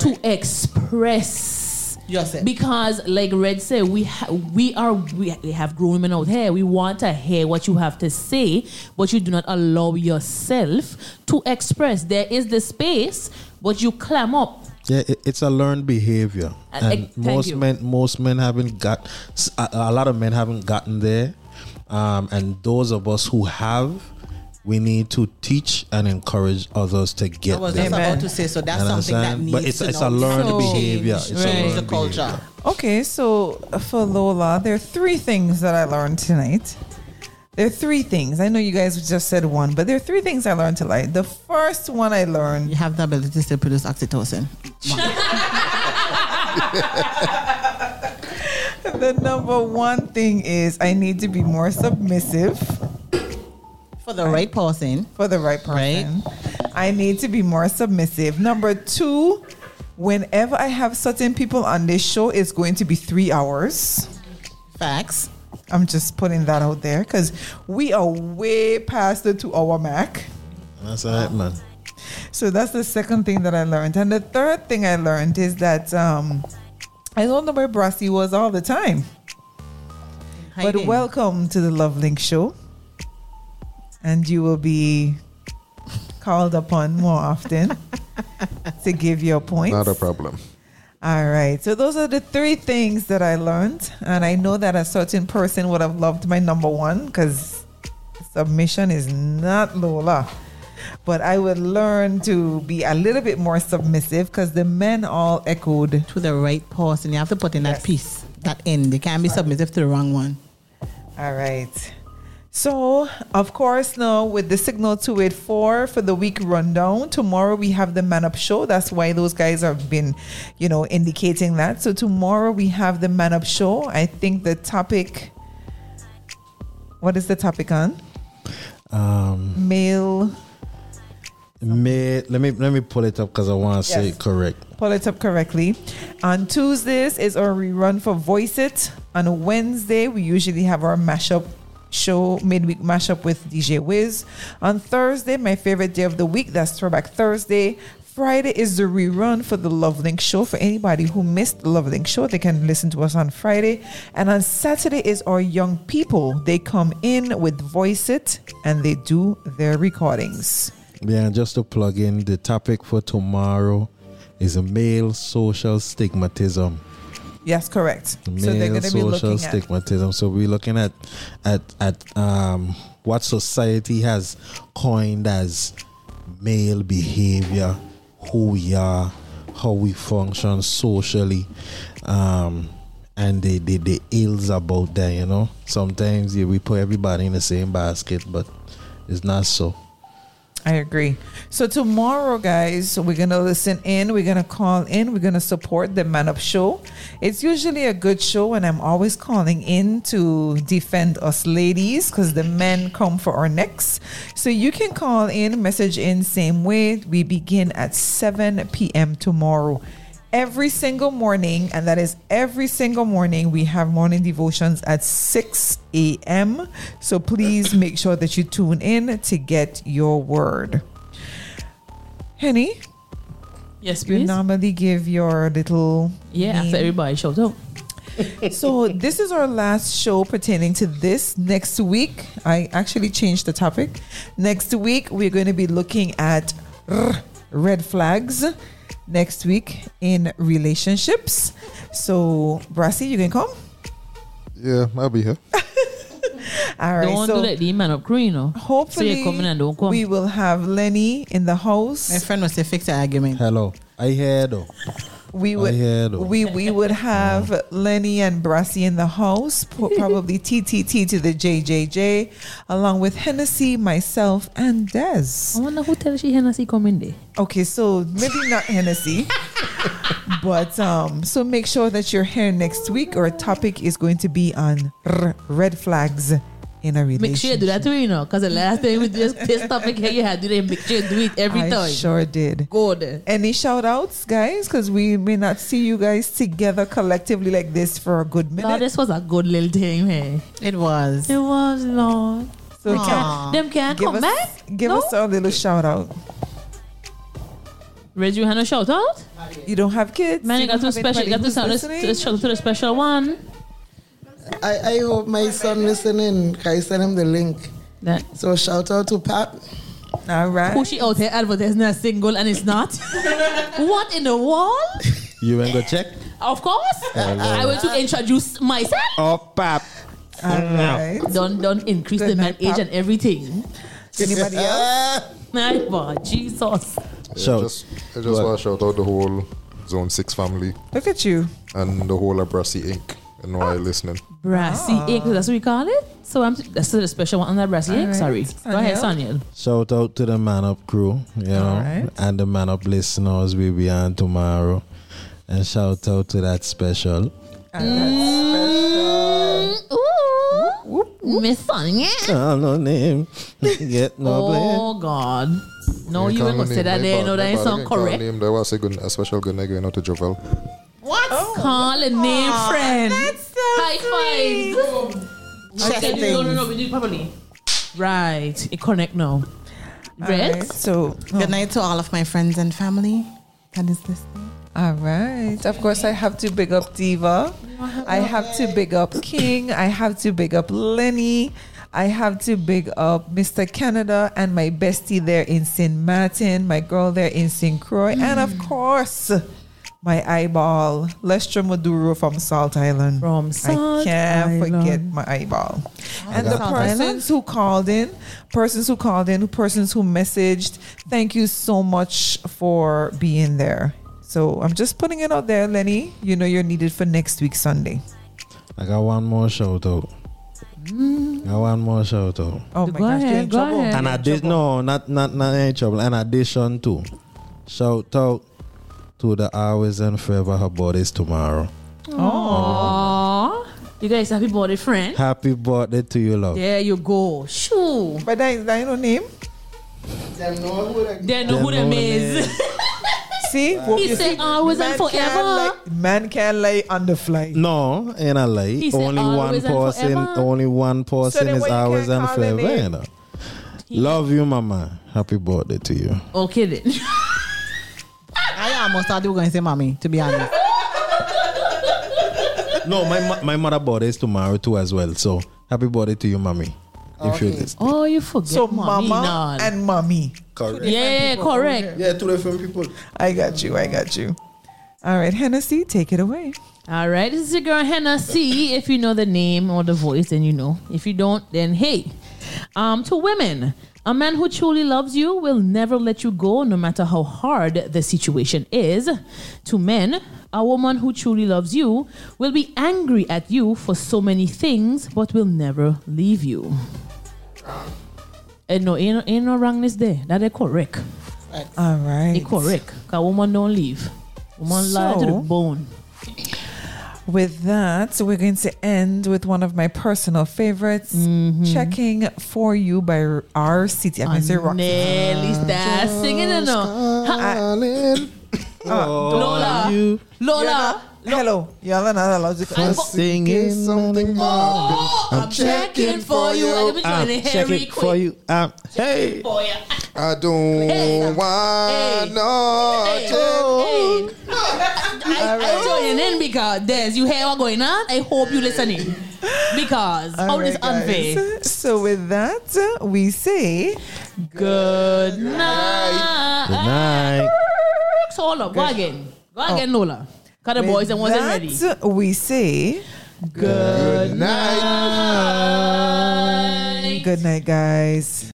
to express
yourself.
Because, like Red said, we ha- we are we ha- we have grown men out here. We want to hear what you have to say, but you do not allow yourself to express. There is the space, but you clam up.
Yeah, it, it's a learned behavior,
I- I-
and
Uh, thank
most
you.
men, most men haven't got. s- A, a lot of men haven't gotten there, um, and those of us who have, we need to teach and encourage others to get
I was
there.
just about to say, so that's
You
something that
understand? But
needs
it's,
to
it's
now
a
be
learned
changed.
behavior. It's
Right.
a learned
It's a culture.
behavior.
Okay, so for Lola, there are three things that I learned tonight. There are three things. I know you guys just said one, but there are three things I learned tonight. The first one I learned
You have the ability to produce oxytocin.
the number one thing is I need to be more submissive.
For the right person.
For the right person. I need to be more submissive. Number two, whenever I have certain people on this show, it's going to be three hours.
Facts.
I'm just putting that out there because we are way past the two hour mark.
That's all right, man.
So that's the second thing that I learned. And the third thing I learned is that um, I don't know where Brassy was all the time. But
Hiding.
welcome to the Love Link Show. And you will be called upon more often to give your points.
Not a problem.
All right. So those are the three things that I learned. And I know that a certain person would have loved my number one because submission is not Lola. But I would learn to be a little bit more submissive because the men all echoed.
To the right person. You have to put in that piece, that end. They can't be submissive to the wrong one.
All right. So, of course, now with the Signal 284 for the week rundown, tomorrow we have the Man Up Show. That's why those guys have been, you know, indicating that. So, tomorrow we have the Man Up Show. I think the topic, what is the topic on?
Um,
Male,
may, let me let me pull it up because I want to say
Yes.
it correct.
pull it up correctly. On Tuesdays is our rerun for Voice It. On Wednesday, we usually have our mashup show, midweek mashup with DJ Wiz. On Thursday, my favorite day of the week, that's Throwback Thursday. Friday is the rerun for the Love Link show. For anybody who missed the Love Link show, they can listen to us on Friday. And on Saturday is our young people. They come in with Voice It and they do their recordings.
Yeah, just to plug in, the topic for tomorrow is male social stigmatism.
Yes, correct.
Male
so they're going to be
social
looking at
stigmatism. So we're looking at at at um, what society has coined as male behavior, who we are, how we function socially, um, and the, the the ills about that. You know, sometimes yeah, we put everybody in the same basket, but it's not so.
I agree. So tomorrow, guys, we're gonna listen in. We're gonna call in. We're gonna support the Man Up Show. It's usually a good show, and I'm always calling in to defend us ladies because the men come for our necks. So you can call in, message in, same way. We begin at 7 p.m. tomorrow. Every single morning, and that is every single morning, we have morning devotions at 6 a.m. So please make sure that you tune in to get your word. Henny,
Yes,
you
please.
normally give your little
Yeah, after everybody shows up.
so this is our last show pertaining to this. Next week, I actually changed the topic. Next week, we're going to be looking at r- red flags. Next week in relationships. So, Brassy, you can come.
Yeah, I'll be here.
All right.
don't
so
do that, the man up crew, you know.
hopefully,
Say you coming and don't come.
we will have Lenny in the house.
My friend was to fix the argument.
Hello, I hear though.
we
I
would
hear though.
we we would have Lenny and Brassy in the house, po- probably TTT to the JJJ, along with Hennessy, myself, and Des.
I wonder who tells she Hennessy come in there.
Okay, so maybe not Hennessy. But um, so make sure that you're here next week. Our topic is going to be on r- red flags in a relationship.
Make sure you do that to me, you know, because the last time we did this, this topic here, you had to do it. Make sure you do it every
I
time.
sure did.
Good.
Any shout outs, guys? Because we may not see you guys together collectively like this for a good minute.
Lord, this was a good little thing, hey.
It was.
It was, Lord.
So
They
Aw.
can't, them can't
give
come
us,
back.
Give
no?
us a little shout out.
Raise your hand and shout out.
You don't have kids.
Man, you
you don't
got to
have
special. You got
anybody
to shout
who's
to
listening.
shout out to the special one.
I, I hope my son listening. Can I send him the link? So shout out to Pap.
All right.
Who she out here advertising a single and it's not? what in the world?
You ain't go check?
Of course.
Oh, Lord.
I want to introduce myself.
Oh, pap.
Alright. Don't don't increase the man age and everything.
Anybody
else? My God, Jesus.
I just, I just want to shout out the whole Zone 6 family
Look at you.
and the whole Abrasi Inc. and why listening.
Brassy
Ah.
egg, that's what we call it. So I'm that's the special one on that brassy egg.
Alright.
Sorry. Go ahead,
Sonia.
Sonia.
Shout out to the Man Up crew, you know,
Alright.
and the Man Up listeners. We'll be on tomorrow. And shout out to that special.
Ah,
Mm, Miss Sonia.
Oh, no name. Get no
Oh God. No, you ain't gonna say that there. No, that ain't sound correct.
Name, that was a, good, a special good night going out to Jovel.
What? Call a name friend. That's so High five.
Check
Okay, no, no,
things.
no, we do it properly. Right. It connect now. Red? Oh.
So
good night to all of my friends and family that is listening.
All right. Of course, I have to big up Diva. I have to big up King. I have to big up Lenny. I have to big up Mr. Canada and my bestie there in St. Martin, my girl there in St. Croix, and of
Mm.
course, my eyeball, Lestra Maduro from Salt Island.
From
I
Salt
can't forget
Island.
my eyeball. and
I
the
got that.
persons who called in, persons who called in, persons who messaged, thank you so much for being there. So I'm just putting it out there, Lenny. You know you're needed for next week Sunday.
I got one more shout out. I got one more shout out.
Oh my gosh, you're in trouble.
And I did no, not not not any trouble. An addition too. Shout out to the always and forever her bodies tomorrow.
Aww. You guys happy birthday, friend?
Happy birthday to you, love.
There you go. Shoo.
But that is that your name?
Them know who them-
They know who them is.
See? What
He
you
said
see?
always and
Man can't
forever.
lie- man can lay on the fly.
No, in a
He
late.
said
Only one
always and
person.
forever.
Only one person
then
is
why you
always
can't
and
call her
forever.
name?
You know. Love you, mama. Happy birthday to you.
Okay then.
I almost thought you were going to say mommy, to be honest.
no, my mo- my mother birthday is tomorrow too as well. So happy birthday to you, mommy. If you listen.
Oh, you forget.
So
mommy
mama
now.
and mommy.
Correct.
Yeah, correct.
Yeah, two different people.
I got you. I got you. All right, Hennessy, take it away.
All right, this is your girl Hannah C. If you know the name or the voice, then you know. If you don't, then hey. Um, to women, a man who truly loves you will never let you go, no matter how hard the situation is. To men, a woman who truly loves you will be angry at you for so many things, but will never leave you. And no, ain't, no- ain't no wrongness there. That is correct.
All right.
It correct. A woman don't leave. Woman lie to the
So-
bone.
With that, we're going to end with one of my personal favorites,
Mm-hmm.
"Checking for You" by RCT. I'm going to say Roxy.
Nelly Star
Ah.
singing Oh, it no.
Uh,
Lola. Lola.
Hello, y'all are not allowed to call.
Singing something
Oh,
I'm checking for you. I can
I'm
be doing it Harry
checking for
quick.
you. I'm, hey. Uh,
For you.
I don't want no
Hey, hey. I, I joining in because there's you hear what going on. I hope you listening because how
All
this
right, guys.
unfair.
So with that, uh, we say
good night.
Good night.
So Lola, go again. Go again, Lola. Cause the
Oh. With
boys and wasn't
that,
ready.
We say
Good
night. Good night, guys.